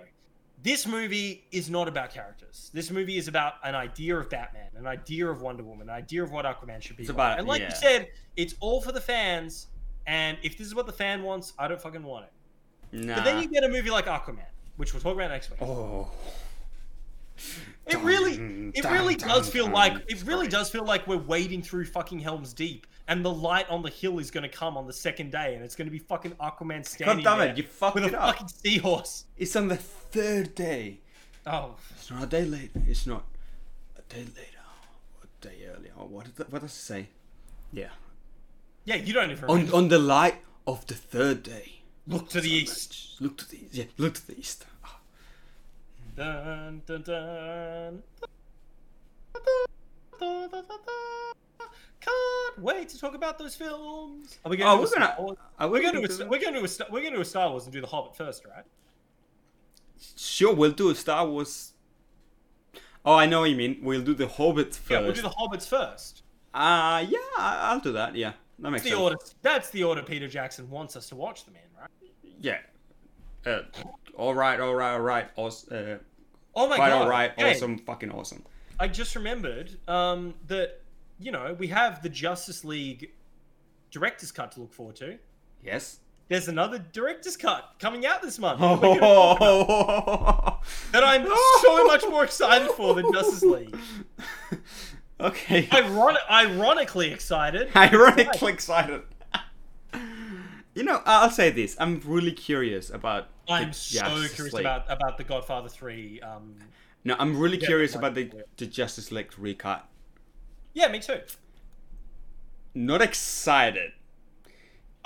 F: This movie is not about characters. This movie is about an idea of Batman, an idea of Wonder Woman, an idea of what Aquaman should be.
E: It's
F: like.
E: about-
F: and like
E: yeah.
F: you said, it's all for the fans. And if this is what the fan wants, I don't fucking want it.
E: Nah.
F: But then you get a movie like Aquaman, which we'll talk about next week.
E: oh.
F: it really, it really
E: dun,
F: does feel
E: dun.
F: like it really does feel like we're wading through fucking Helm's Deep, and the light on the hill is going to come on the second day, and it's going to be fucking Aquaman standing
E: damn it,
F: there
E: you fucked
F: with
E: it
F: a
E: up.
F: fucking seahorse.
E: It's on the third day.
F: Oh,
E: It's not a day later. It's not a day later. A day earlier. Oh, what, did that, what does it say? Yeah.
F: yeah, you don't even
E: On
F: remember.
E: on the light of the third day.
F: look to the east.
E: Look to the east. Yeah, look to the east. Ah.
F: Dun, dun, dun. Can't wait to talk about those films. Are we going?
E: Oh,
F: to
E: we're
F: a
E: gonna-
F: Star Wars-
E: are we
F: we're going
E: gonna
F: to a
E: do
F: Star-
E: that?
F: we're going to a Star- we're going to a Star Wars and do the Hobbit first, right?
E: Sure, we'll do a Star Wars. Oh, I know what you mean. We'll do the Hobbit first.
F: Yeah, we'll do the Hobbits first.
E: Uh, yeah, I- I'll do that. Yeah, that makes
F: That's the
E: sense.
F: order. That's the order Peter Jackson wants us to watch them in, right?
E: yeah. Uh, all right, all right, all right. Awesome, uh,
F: Oh my
E: quite
F: god!
E: all right.
F: yeah,
E: Awesome, fucking awesome.
F: I just remembered um, that you know we have the Justice League director's cut to look forward to.
E: Yes.
F: There's another director's cut coming out this month that we're gonna talk about,
E: that
F: that I'm so much more excited for than Justice League.
E: okay.
F: Iron- ironically excited.
E: Ironically excited. you know, I'll say this. I'm really curious about. the
F: I'm so
E: Justice
F: curious
E: League.
F: about about the Godfather Three. Um,
E: No, I'm really curious
F: like,
E: about the,
F: yeah.
E: the Justice League recut.
F: yeah, me too.
E: Not excited.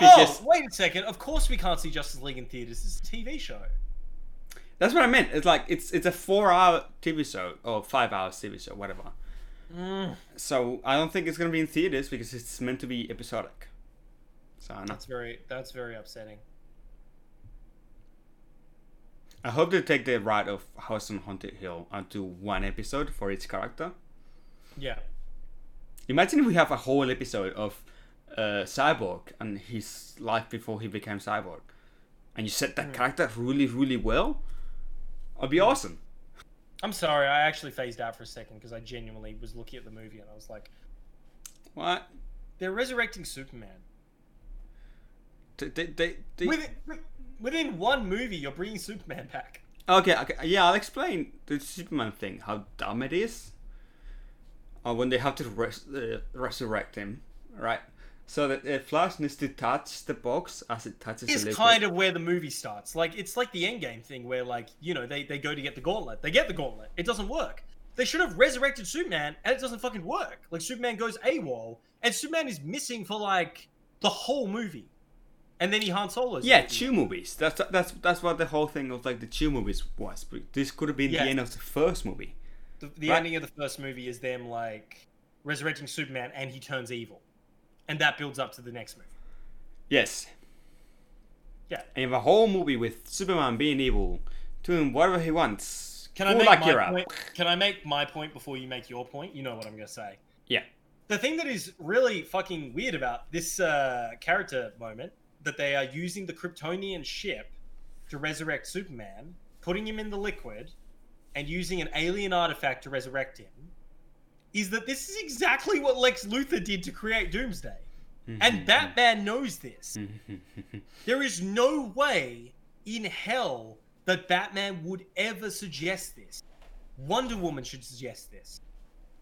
F: Oh,
E: Because-
F: wait a second. Of course we can't see Justice League in theaters. It's a TV show.
E: That's what I meant. It's like it's it's a four hour TV show or five hour TV show, whatever.
F: Mm.
E: So I don't think it's gonna be in theaters because it's meant to be episodic. So I, know.
F: That's very that's very upsetting.
E: I hope they take the route of House on Haunted Hill and do one episode for each character.
F: Yeah.
E: Imagine if we have a whole episode of uh, Cyborg and his life before he became Cyborg, and you set that character really really well. It'd be awesome.
F: I'm sorry, I actually phased out for a second because I genuinely was looking at the movie and I was like,
E: What?
F: they're resurrecting Superman.
E: They, they, they, they-
F: Within, within one movie, you're bringing Superman back.
E: Okay, okay, yeah, I'll explain the Superman thing, how dumb it is. Uh, when they have to res- uh, resurrect him, right? So that uh, Flash needs to touch the box as it touches
F: Is
E: the liquid.
F: kind of where the movie starts. Like, it's like the Endgame thing where, like, you know, they, they go to get the gauntlet. They get the gauntlet. It doesn't work. They should have resurrected Superman and it doesn't fucking work. Like, Superman goes AWOL and Superman is missing for, like, the whole movie. And then he Han Solo's.
E: Yeah,
F: it.
E: two movies. That's that's that's what the whole thing of like the two movies was. But this could have been
F: Yeah.
E: the end of the first movie.
F: The, the
E: Right.
F: ending of the first movie is them like resurrecting Superman and he turns evil, and that builds up to the next movie.
E: Yes,
F: Yeah.
E: and you have a whole movie with Superman being evil, doing whatever he wants.
F: Can I
E: Cool
F: make
E: like
F: my
E: you're up.
F: point? Can I make my point before you make your point? You know what I'm gonna say.
E: Yeah.
F: The thing that is really fucking weird about this uh, character moment that they are using the Kryptonian ship to resurrect Superman, putting him in the liquid, and using an alien artifact to resurrect him, is that this is exactly what Lex Luthor did to create Doomsday. And Batman knows this. there is no way in hell that Batman would ever suggest this. Wonder Woman should suggest this.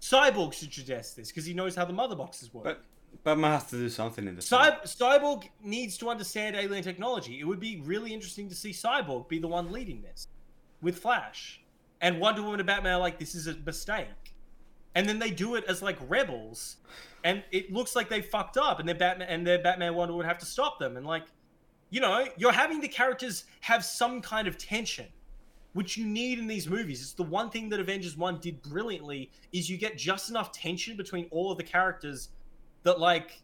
F: Cyborg should suggest this because he knows how the mother boxes work.
E: But Batman has to do something in the film.
F: Cyb- Cyborg needs to understand alien technology. It would be really interesting to see Cyborg be the one leading this with Flash. And Wonder Woman and Batman are like, this is a mistake. And then they do it as like rebels. And it looks like they fucked up. And then Batman and their Batman Wonder Woman have to stop them. And like, you know, you're having the characters have some kind of tension. Which you need in these movies. It's the one thing that Avengers 1 did brilliantly is you get just enough tension between all of the characters that like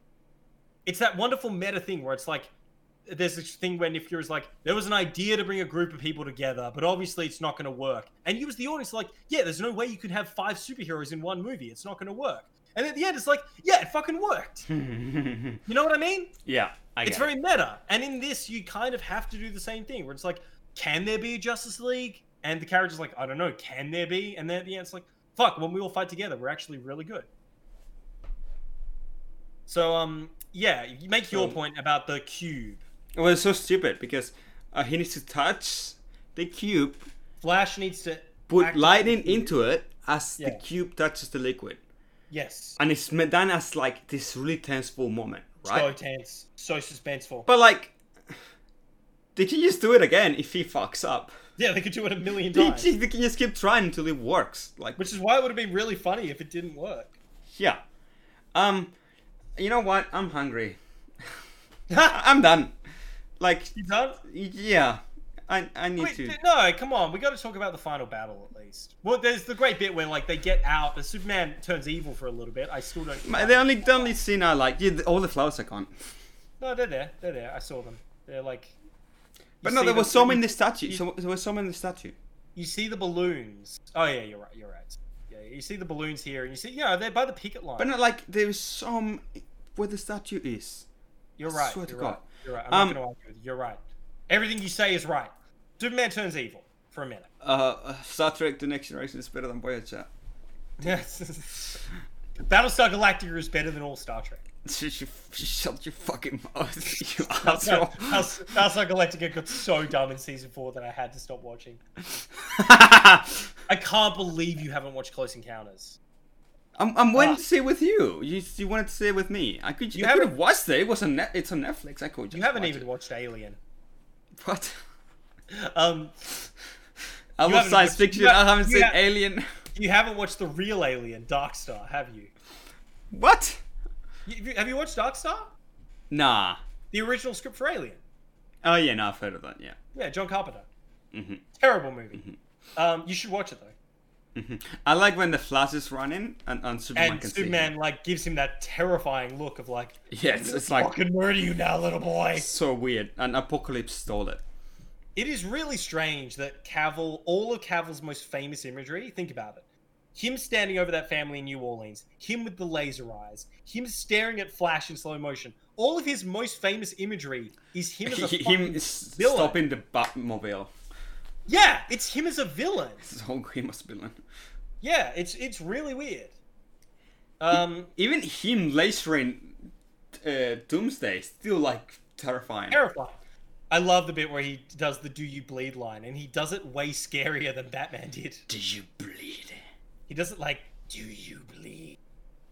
F: it's that wonderful meta thing where it's like there's this thing when if you're like there was an idea to bring a group of people together but obviously it's not going to work and you as the audience are like yeah there's no way you could have five superheroes in one movie it's not going to work and at the end it's like yeah it fucking worked you know what i mean
E: yeah, I
F: it's
E: get it.
F: very meta and in this you kind of have to do the same thing where it's like can there be a justice league and the character's like i don't know can there be and then at the end it's like fuck when we all fight together we're actually really good so um yeah you make your
E: So-
F: point about the cube
E: It was so stupid because uh, he needs to touch the cube,
F: flash needs to
E: put
F: activate
E: lightning
F: the cube.
E: into it as the
F: Yeah.
E: cube touches the liquid.
F: yes
E: And it's me- done as like this really tenseful moment, right?
F: so tense so suspenseful
E: But like, they can just do it again if he fucks up.
F: yeah they could do it a million
E: They,
F: times
E: ju- they can just keep trying until it works. Like,
F: which is why it would have been really funny if it didn't work
E: yeah. Um, you know what? I'm hungry. I'm done. Like,
F: you done
E: yeah. I, I need
F: Wait,
E: to.
F: th- no, come on. We got to talk about the final battle at least. Well, there's the great bit where like they get out, but Superman turns evil for a little bit. I still don't.
E: My- The only, the only scene I like, yeah, the- all the flowers are gone.
F: No, they're there. They're there. I saw them. They're like. you
E: But no,
F: see
E: there
F: the-
E: was so many statues.
F: you-
E: So there was so many statue.
F: You see the balloons. Oh yeah, you're right. You're right. Yeah, you see the balloons here, and you see, you know, they're by the picket line.
E: But not like there is some where the statue is.
F: you're right.
E: swear to
F: you're
E: God.
F: right. You're right. I'm
E: Um,
F: not gonna argue with you. You're right. Everything you say is right. Superman turns evil for a minute.
E: Uh, Star Trek: The Next Generation is better than Voyager.
F: Yes. Battlestar Galactica is better than all Star Trek.
E: Shut your, shut your fucking mouth, you
F: No,
E: asshole.
F: Battlestar Battlestar Galactica got so dumb in season four that I had to stop watching. I can't believe you haven't watched Close Encounters.
E: I'm, I'm waiting
F: Ah.
E: to see it with you. You you wanted to see it with me. I could. You I
F: haven't-
E: haven't watched it. It was on net. It's on Netflix. I could. Just
F: You haven't
E: watch
F: even
E: it.
F: watched Alien.
E: What?
F: Um,
E: I love
F: haven't
E: science
F: watched-
E: fiction.
F: you ha-
E: I haven't
F: you
E: seen
F: ha-
E: Alien.
F: you haven't watched the real Alien, Dark Star, have you?
E: What?
F: You- you- Have you watched Dark Star?
E: Nah.
F: The original script for Alien.
E: Oh yeah, no, I've heard of that. Yeah.
F: Yeah, John Carpenter. Terrible movie. Um, you should watch it though.
E: I like when the Flash is running and, and Superman
F: And
E: can
F: Superman like gives him that terrifying look of like,
E: see. him. Yeah, it's, it's like
F: "Fucking murder you now, little boy."
E: so weird. And Apocalypse stole it.
F: It is really strange that Cavill, all of Cavill's most famous imagery, think about it. Him standing over that family in New Orleans, him with the laser eyes, him staring at Flash in slow motion. All of his most famous imagery is him as a
E: He-
F: fucking
E: him s-
F: villain.
E: stopping the Batmobile.
F: Yeah, it's him as a villain.
E: This whole game was villain.
F: Yeah, it's it's really weird. Um,
E: Even him lasering uh, Doomsday is still like terrifying.
F: terrifying. I love the bit where he does the "Do you bleed?" line, and he does it way scarier than Batman did.
E: Do you bleed?
F: He doesn't like, do you bleed?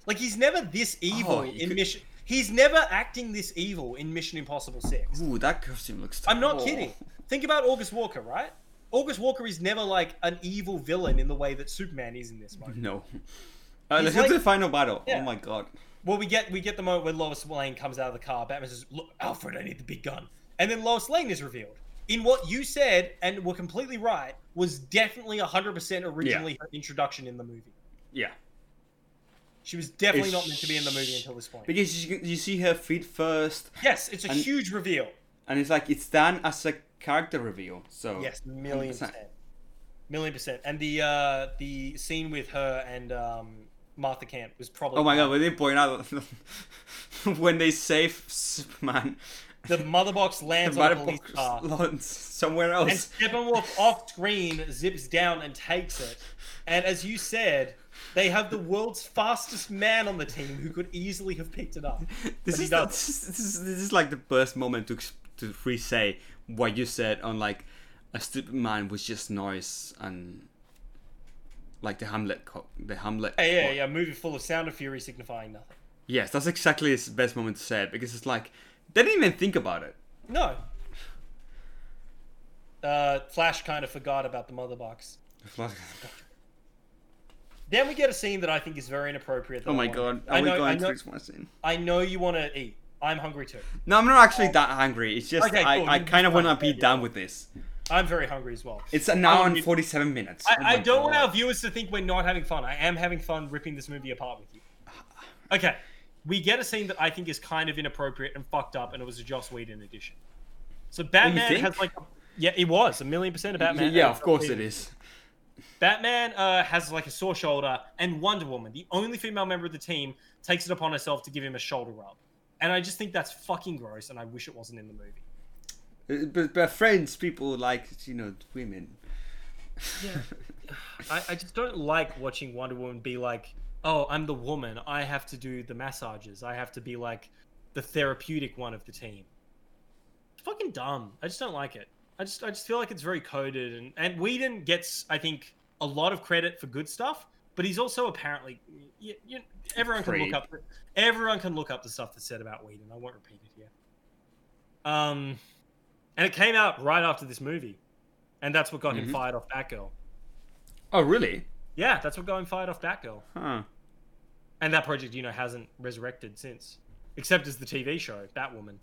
F: Like he's never this evil
E: Oh, you
F: in
E: could-
F: Mission. He's never acting this evil in Mission Impossible Six.
E: Ooh, Oh. that costume looks.
F: I'm not
E: terrible.
F: kidding. Think about August Walker, right? August Walker is never like an evil villain in the way that Superman is in this one.
E: No. Uh, let's
F: like-
E: go to the final battle.
F: Yeah.
E: Oh my god.
F: Well, we get we get the moment where Lois Lane comes out of the car. Batman says, "Look, Alfred, I need the big gun," and then Lois Lane is revealed. In what you said and were completely right was definitely 100% originally her introduction in the movie.
E: Yeah.
F: She was definitely
E: It's-
F: not meant to be in the movie until this point.
E: Because you, you see her feet first,
F: Yes, it's a
E: And-
F: huge reveal.
E: and it's like it's done as a character reveal. So
F: Yes, million
E: 100%.
F: percent, million percent. And the uh, the scene with her and um, Martha Camp was probably
E: Oh my god, when they point out when they save Superman,
F: the mother box lands on a police
E: Motherfuckers
F: car,
E: lands somewhere
F: and
E: else.
F: Steppenwolf off screen zips down and takes it. And as you said, they have the world's fastest man on the team who could easily have picked it up.
E: This
F: But he
E: is, not,
F: doesn't.
E: this, is, this is this is like the best moment to ex- to free say what you said on like a Superman was just noise and like the Hamlet co- the Hamlet.
F: Yeah, yeah,
E: quote.
F: yeah. A movie full of sound and fury signifying nothing.
E: Yes, that's exactly his best moment to say it because it's like they didn't even think about it.
F: No. Uh, Flash kind of forgot about the mother box.
E: It's like-
F: Then we get a scene that I think is very inappropriate. that
E: Oh
F: I
E: my
F: wanna-
E: god,
F: I
E: are we
F: know, I
E: going
F: know,
E: to this one scene?
F: I know you want to eat. I'm hungry too.
E: No, I'm not actually that hungry. It's just
F: Okay, cool,
E: I, I
F: you-
E: kind of
F: you
E: want to
F: fine,
E: be
F: yeah,
E: done with this.
F: I'm very hungry as well.
E: It's an hour
F: you-
E: and 47 minutes.
F: I,
E: Oh
F: I
E: my
F: don't want
E: God.
F: our viewers to think we're not having fun. I am having fun ripping this movie apart with you. Okay, we get a scene that I think is kind of inappropriate and fucked up, and it was a Joss Whedon edition. So Batman
E: Oh, think?
F: has like, a, yeah, it was a million percent of Batman.
E: Yeah,
F: and
E: of course it
F: Whedon.
E: is.
F: Batman uh, has like a sore shoulder, and Wonder Woman, the only female member of the team, takes it upon herself to give him a shoulder rub. And I just think that's fucking gross, and I wish it wasn't in the movie.
E: Uh, But, but friends, people like, you know, women.
F: I, I just don't like watching Wonder Woman be like, oh, I'm the woman. I have to do the massages. I have to be like the therapeutic one of the team. It's fucking dumb. I just don't like it. I just I just feel like it's very coded and and Whedon gets I think a lot of credit for good stuff, but he's also apparently you, you, everyone can
E: Creep.
F: look up everyone can look up the stuff that's said about Whedon. I won't repeat it here. Um, and it came out right after this movie, and that's what got him fired off Batgirl.
E: Oh, really?
F: Yeah, that's what got him fired off Batgirl.
E: Huh.
F: And that project, you know, hasn't resurrected since. Except as the TV show, Batwoman.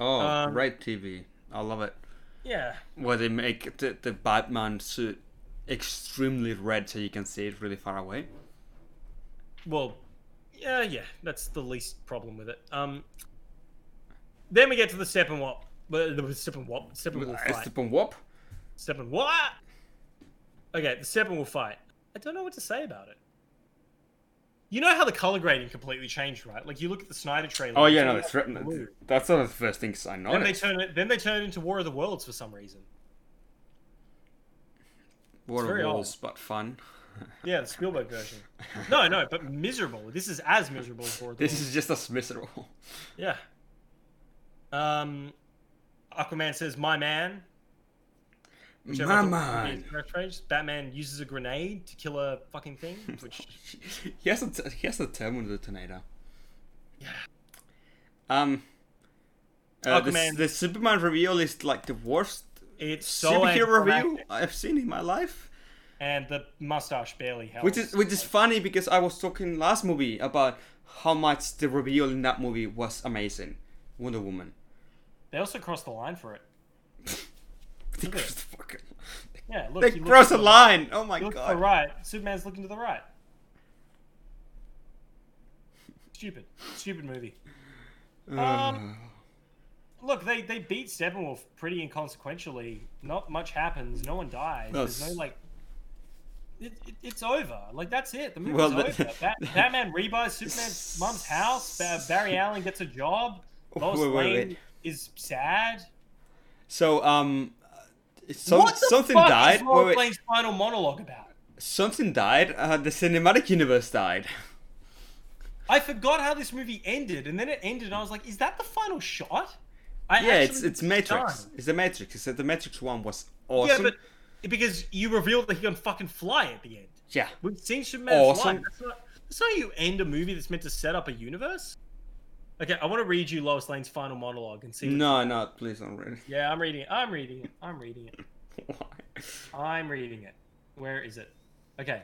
E: Oh,
F: Um,
E: great TV. I love it.
F: Yeah.
E: Where they make the, the Batman suit extremely red so you can see it really far away.
F: Well, yeah, yeah. That's the least problem with it. Um. Then we get to the Steppenwolf. well, The Steppenwolf. Steppenwolf
E: It's
F: fight.
E: the boom whoop.
F: Steppenwolf. Okay, the Steppenwolf fight. I don't know what to say about it. You know how the color grading completely changed, right? Like you look at the Snyder trailer.
E: Oh
F: it's
E: yeah, no,
F: all
E: that's
F: blue.
E: right. That's one of the first things I
F: Then they
E: noticed.
F: turn it. Then they turn it into War of the Worlds for some reason.
E: Water
F: very odd.
E: walls, but fun.
F: Yeah, the Spielberg version. No, no, but miserable. This is as miserable as War of the
E: This
F: Worlds.
E: is just us miserable.
F: Yeah. Um, Aquaman says, "My man." whichever I
E: My
F: thought was
E: man.
F: his correct phrase. Batman uses a grenade to kill a fucking thing, which
E: He has a t- he has a term with the tornado.
F: Yeah.
E: Um. Uh, the,
F: Aquaman-
E: the Superman reveal is like the worst
F: it's so
E: superhero reveal
F: anticlimactic,
E: I've seen in my life.
F: and the mustache barely helps.
E: Which is which is funny because I was talking last movie about how much the reveal in that movie was amazing. Wonder Woman.
F: they also crossed the line for it.
E: They crossed the fucking.
F: Yeah, look,
E: They
F: he looks
E: crossed the
F: to
E: line. Oh my
F: He looks to the
E: god.
F: right. Superman's looking to the right. Stupid, stupid movie. Um, look, they they beat Steppenwolf pretty inconsequentially. Not much happens. No one dies. There's
E: Yes.
F: no like. It, it, it's over. Like that's it. The movie's
E: Well, the-
F: over. Bat- Batman rebuys Superman's mum's house. Ba- Barry Allen gets a job. Lois
E: Wait, wait,
F: Lane
E: wait.
F: is sad.
E: So um, some,
F: what the
E: something
F: fuck
E: died.
F: is
E: Wait,
F: Lois
E: wait.
F: Lane's final monologue about?
E: Something died. Uh, the cinematic universe died.
F: I forgot how this movie ended, and then it ended, and I was like, "Is that the final shot?" I
E: Yeah, it's
F: actually-
E: it's Matrix.
F: done.
E: It's the Matrix. It's the Matrix one was
F: Yeah,
E: awesome.
F: but because you revealed that he can fucking fly at the end.
E: Yeah.
F: We've seen Superman fly.
E: Awesome.
F: That's not, that's not how you end a movie that's meant to set up a universe. Okay, I want to read you Lois Lane's final monologue and see. what-
E: No, no, please don't read
F: Yeah, I'm reading it. I'm reading it. I'm reading it.
E: it. Why?
F: I'm reading it. Where is it? Okay.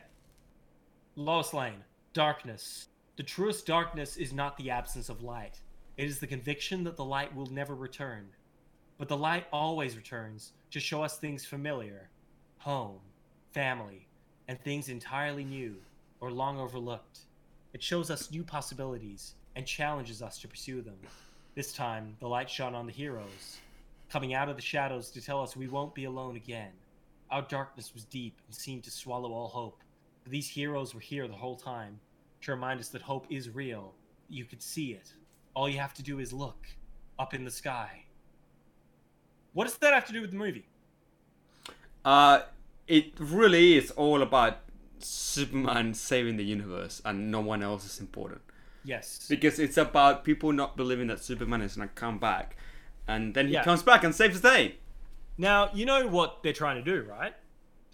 F: Lois Lane, darkness. The truest darkness is not the absence of light. It is the conviction that the light will never return. But the light always returns to show us things familiar home, family, and things entirely new or long overlooked. It shows us new possibilities and challenges us to pursue them. This time, the light shone on the heroes, coming out of the shadows to tell us we won't be alone again. Our darkness was deep and seemed to swallow all hope. But these heroes were here the whole time to remind us that hope is real. You could see it. All you have to do is look up in the sky. What does that have to do with the movie?
E: Uh, it really is all about Superman saving the universe, and no one else is important
F: Yes.
E: because it's about people not believing that Superman is gonna come back, and then he
F: Yeah.
E: comes back and saves the day.
F: Now, you know what they're trying to do, right?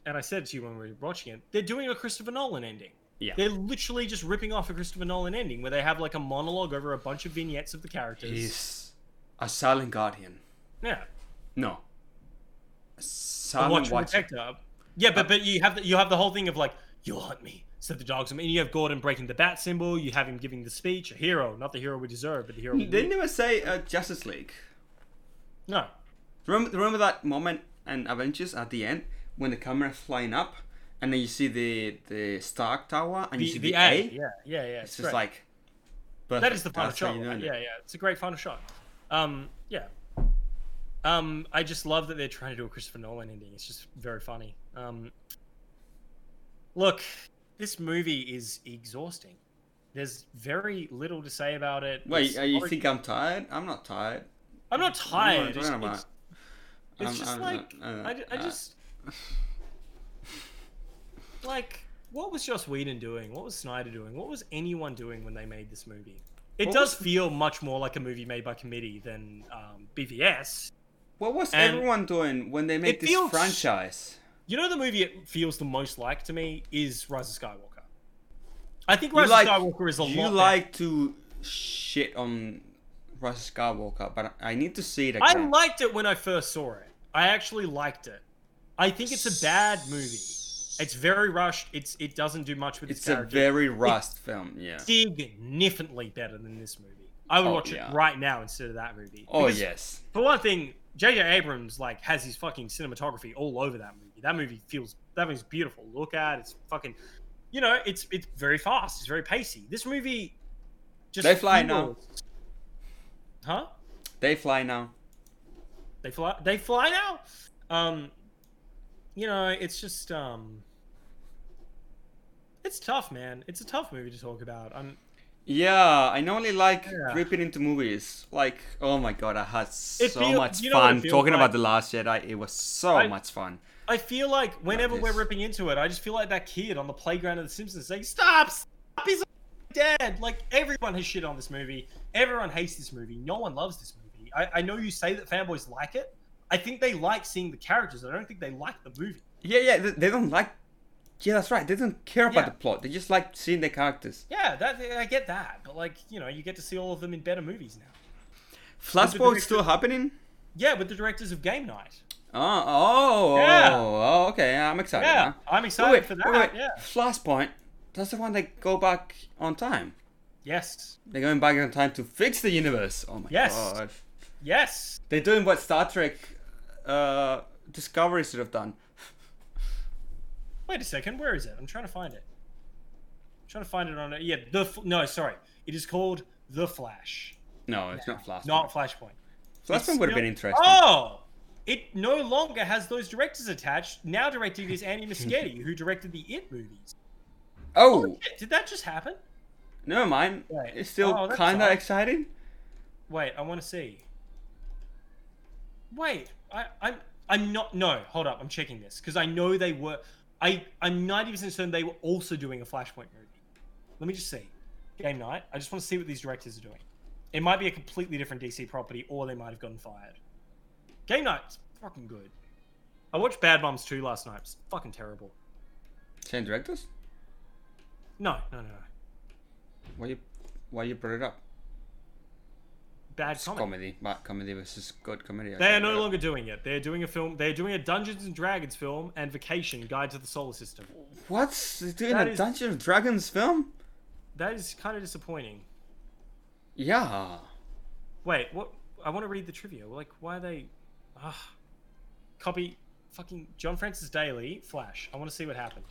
F: And I said to you when we were watching it, they're doing a Christopher Nolan ending.
E: Yeah.
F: They're literally just ripping off a Christopher Nolan ending where they have like a monologue over a bunch of vignettes of the characters.
E: He's a silent guardian.
F: Yeah.
E: No. A
F: the
E: Silent
F: Watcher
E: watcher.
F: Protector. Yeah,
E: Uh,
F: but but you have the, you have the whole thing of like you'll hunt me. So the dogs, I mean, you have Gordon breaking the bat symbol. You have him giving the speech, a hero, not the hero we deserve, but the hero. We
E: They
F: need.
E: never say uh, Justice League.
F: No,
E: Remember, remember that moment in Avengers at the end when the camera's flying up, and then you see the the Stark Tower and you
F: the,
E: see
F: the,
E: the,
F: A. Yeah, yeah, yeah.
E: It's
F: It's
E: just
F: great.
E: like perfect.
F: that is the final
E: That's how
F: shot.
E: you know
F: right?
E: it.
F: Yeah, yeah, it's a great final shot. Um, yeah. Um, I just love that they're trying to do a Christopher Nolan ending. It's just very funny. Um, look, this movie is exhausting. There's very little to say about it.
E: Wait,
F: It's
E: uh, you
F: origin-
E: think I'm tired? I'm not tired.
F: I'm not tired.
E: What
F: It's,
E: am I talking
F: it's- it's
E: I'm-
F: just
E: I'm-
F: like
E: uh,
F: I, ju- I
E: uh,
F: just like what was Joss Whedon doing? What was Snyder doing? What was anyone doing when they made this movie? It
E: What
F: does
E: was-
F: feel much more like a movie made by committee than um, BVS.
E: What was
F: And-
E: everyone doing when they made
F: It
E: this
F: feels-
E: franchise?
F: You know, the movie it feels the most like to me is Rise of Skywalker. I think
E: You
F: Rise
E: like
F: of Skywalker is a
E: you
F: lot. better.
E: like to shit on Rise of Skywalker, but I need to see it
F: I
E: again.
F: liked it when I first saw it. I actually liked it. I think it's a bad movie. It's very rushed. It's it doesn't do much with its,
E: It's a
F: character.
E: very rust film. Yeah.
F: significantly better than this movie. I would
E: Oh,
F: watch
E: yeah.
F: it right now instead of that movie.
E: Oh
F: Because,
E: yes.
F: For one thing, J.J. Abrams like has his fucking cinematography all over that movie. That movie feels that movie's beautiful. to Look at it's fucking, you know, it's it's very fast. It's very pacey. This movie just
E: They fly now.
F: feels- Huh?
E: They fly now.
F: They fly. They fly now. Um, you know, it's just um, It's tough, man. It's a tough movie to talk about. I'm
E: Yeah, I normally like
F: Yeah.
E: ripping into movies. Like, oh my god, I had so
F: feel-
E: much
F: you know what it
E: fun
F: feels
E: talking
F: like?
E: about the Last Jedi. It was so
F: I-
E: much fun.
F: I feel like whenever
E: this.
F: we're ripping into it, I just feel like that kid on the playground of The Simpsons saying, "Stop! Stop! He's dead!" Like everyone has shit on this movie. Everyone hates this movie. No one loves this movie. I, I know you say that fanboys like it. I think they like seeing the characters. I don't think they like the movie.
E: Yeah, yeah, th- they don't like. Yeah, that's right. They don't care about
F: Yeah.
E: the plot. They just like seeing the characters.
F: Yeah, that I get that, but like you know, you get to see all of them in better movies now.
E: Flashpoint's still happening.
F: Yeah, with the directors of Game Night.
E: Oh, oh,
F: Yeah.
E: oh, oh, okay. I'm excited.
F: Yeah,
E: now.
F: I'm excited
E: wait,
F: for
E: wait,
F: that.
E: wait.
F: Yeah.
E: Flashpoint. That's the one they go back on time.
F: Yes.
E: They're going back on time to fix the universe. Oh my
F: Yes.
E: god.
F: Yes.
E: They're doing what Star Trek uh, Discovery should have done.
F: Wait a second, where is it? I'm trying to find it. I'm trying to find it on yeah, the F- no, sorry. It is called The Flash,
E: No, it's not Flashpoint.
F: not Flashpoint.
E: Flashpoint would have been
F: Still-
E: interesting.
F: Oh. It no longer has those directors attached. Now directing is Andy Muschietti, who directed the It movies.
E: oh,
F: Shit, Did that just happen?
E: never mind.
F: Right.
E: It's still
F: Oh, that
E: kind of
F: sucks.
E: exciting.
F: Wait, I want to see. Wait, I, I'm I'm not. No, hold up. I'm checking this because I know they were. I I'm ninety percent certain they were also doing a Flashpoint movie. Let me just see. Game night. I just want to see what these directors are doing. It might be a completely different DC property, or they might have gotten fired. Game night's fucking good. I watched Bad Moms 2 last night. It's fucking terrible.
E: Same directors?
F: No, no, no, no.
E: Why you, why you brought it up?
F: Bad
E: It's
F: comedy.
E: comedy. Bad comedy versus good comedy. I
F: They are
E: can't
F: no
E: remember.
F: longer doing it. They're doing a film. They're doing a Dungeons and Dragons film and Vacation Guide to the Solar System.
E: What? They're doing
F: That
E: a
F: is-
E: Dungeons and Dragons film?
F: That is kind of disappointing.
E: Yeah.
F: Wait, what? I want to read the trivia. Like, why are they? Ugh. Copy, fucking John Francis Daly, Flash. I want to see what happened.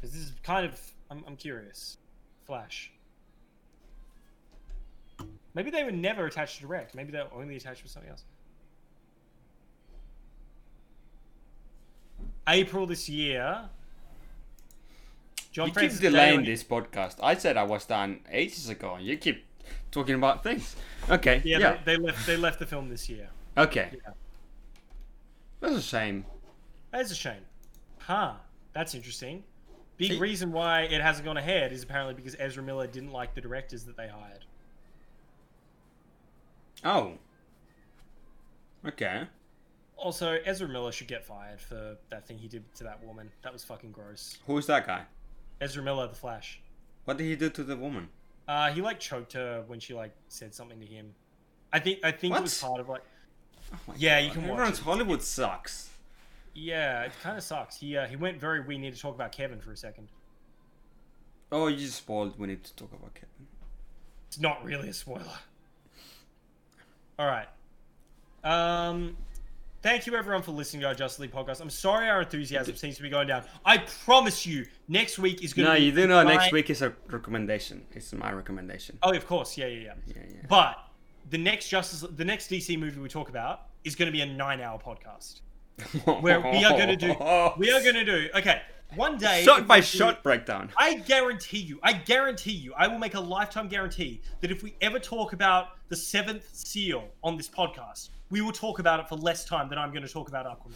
F: Because this is kind of, I'm, I'm curious. Flash. Maybe they were never attached to direct. Maybe they were only attached with something else. April this year. John
E: you
F: Francis
E: keep delaying
F: Daly-
E: this podcast. I said I was done ages ago, and you keep talking about things. Okay.
F: Yeah,
E: Yeah.
F: They, they left. They left the film this year.
E: Okay. That's a shame.
F: That's a shame. Huh. That's interesting. Big reason why it hasn't gone ahead is apparently because Ezra Miller didn't like the directors that they hired.
E: Oh. Okay.
F: Also, Ezra Miller should get fired for that thing he did to that woman. That was fucking gross.
E: Who's that guy?
F: Ezra Miller, the Flash.
E: What did he do to the woman?
F: Uh, he like choked her when she like said something to him. I think I think it was
E: What?
F: part of like
E: Oh my
F: Yeah, you can watch
E: Everyone's
F: it.
E: Hollywood sucks.
F: yeah, it kind of sucks. He uh, he went very. We need to talk about Kevin for a second.
E: Oh, you just spoiled. We need to talk about Kevin.
F: It's not really a spoiler. All right. Um, thank you everyone for listening to our Justice League podcast. I'm sorry our enthusiasm seems to be going down. I promise you, next week is going
E: No,
F: to. be
E: you do know. Next
F: fine.
E: week is a recommendation. It's my recommendation.
F: Oh, of course. Yeah, yeah, yeah.
E: Yeah, yeah.
F: But the next Justice, the next DC movie we talk about is going to be a nine-hour podcast where we are going to do. We are going to do. Okay, one day.
E: shot by
F: if we do-
E: shot breakdown.
F: I guarantee you, I guarantee you, I will make a lifetime guarantee that if we ever talk about the seventh seal on this podcast, we will talk about it for less time than I'm going to talk about Aquaman.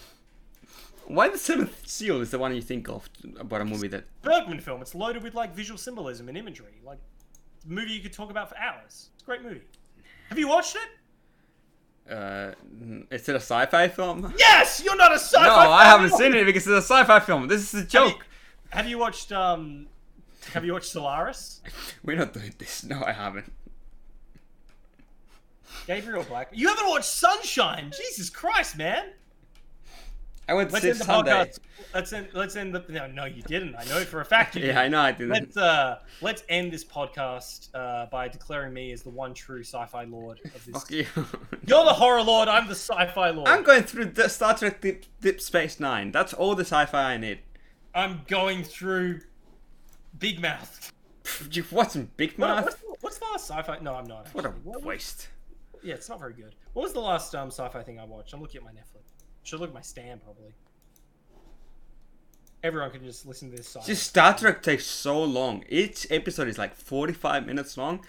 E: Why the seventh seal is the one you think of about a movie that?
F: Bergman film, it's loaded with like visual symbolism and imagery. Like, it's a movie you could talk about for hours. It's a great movie. Have you watched it?
E: Uh, is it a sci-fi film?
F: Yes! You're not a sci
E: No, I haven't seen it because it's a sci-fi film. This is a joke.
F: Have you watched, um, have you watched Solaris?
E: We're not doing this. No, I haven't.
F: Gabriel Black. You haven't watched Sunshine! Jesus Christ, man!
E: I went to
F: Let's
E: see
F: end the
E: Sunday.
F: podcast. Let's end. Let's end the. No, no, you didn't. I know for a fact you.
E: Yeah, I know I didn't.
F: Let's uh, let's end this podcast uh, by declaring me as the one true sci-fi lord of this.
E: Fuck you.
F: You're the horror lord. I'm the sci-fi lord.
E: I'm going through the Star Trek Deep, Deep Space Nine. That's all the sci-fi I need.
F: I'm going through Big Mouth.
E: You've watched Big
F: What-
E: Mouth?
F: what's, the- what's the last sci-fi? No, I'm not.
E: What a
F: actually. What was-
E: waste.
F: yeah, it's not very good. What was the last um, sci-fi thing I watched? I'm looking at my Netflix. Should look at my stand probably. everyone can just listen to this song.
E: Just Star Trek takes so long. Each episode is like 45 minutes long,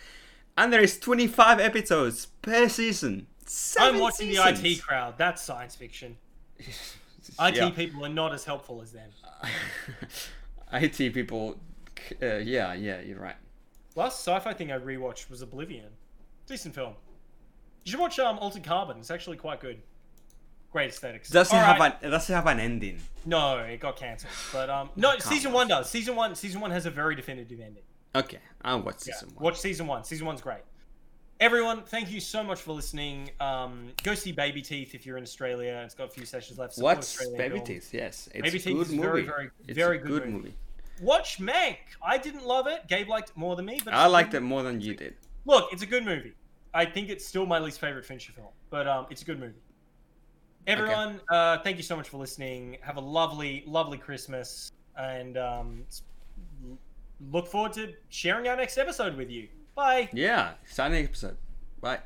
E: and there is 25 episodes per season.
F: I'm
E: Seven
F: watching
E: seasons.
F: the IT crowd. That's science fiction. IT
E: Yeah.
F: people are not as helpful as them.
E: IT people. Uh, yeah, yeah, you're right.
F: Last sci-fi thing I rewatched was Oblivion. Decent film. You should watch um, Altered Carbon. It's actually quite good. Great aesthetics.
E: Doesn't
F: All
E: have
F: right.
E: an it doesn't have an ending.
F: No, it got cancelled. But um, no, season one does. Season one, season one has a very definitive ending.
E: Okay, I'll watch
F: Yeah,
E: season one.
F: Watch season one. Season one's great. Everyone, thank you so much for listening. Um, go see Baby Teeth if you're in Australia. It's got a few sessions left. Support
E: What's
F: Australian
E: Baby
F: film.
E: Teeth? Yes, it's
F: Baby
E: a
F: Teeth
E: good
F: is
E: movie.
F: very, very-
E: it's
F: very
E: a
F: good
E: good,
F: movie.
E: movie.
F: Watch Mank. I didn't love it. Gabe liked it more than me, but
E: I
F: it's-
E: liked it more than you did.
F: Look, it's a good movie. I think it's still my least favorite Fincher film, but um, it's a good movie. Everyone, uh, thank you so much for listening. Have a lovely, lovely Christmas, and um, s- l- look forward to sharing our next episode with you. Bye.
E: Yeah, exciting episode. Bye.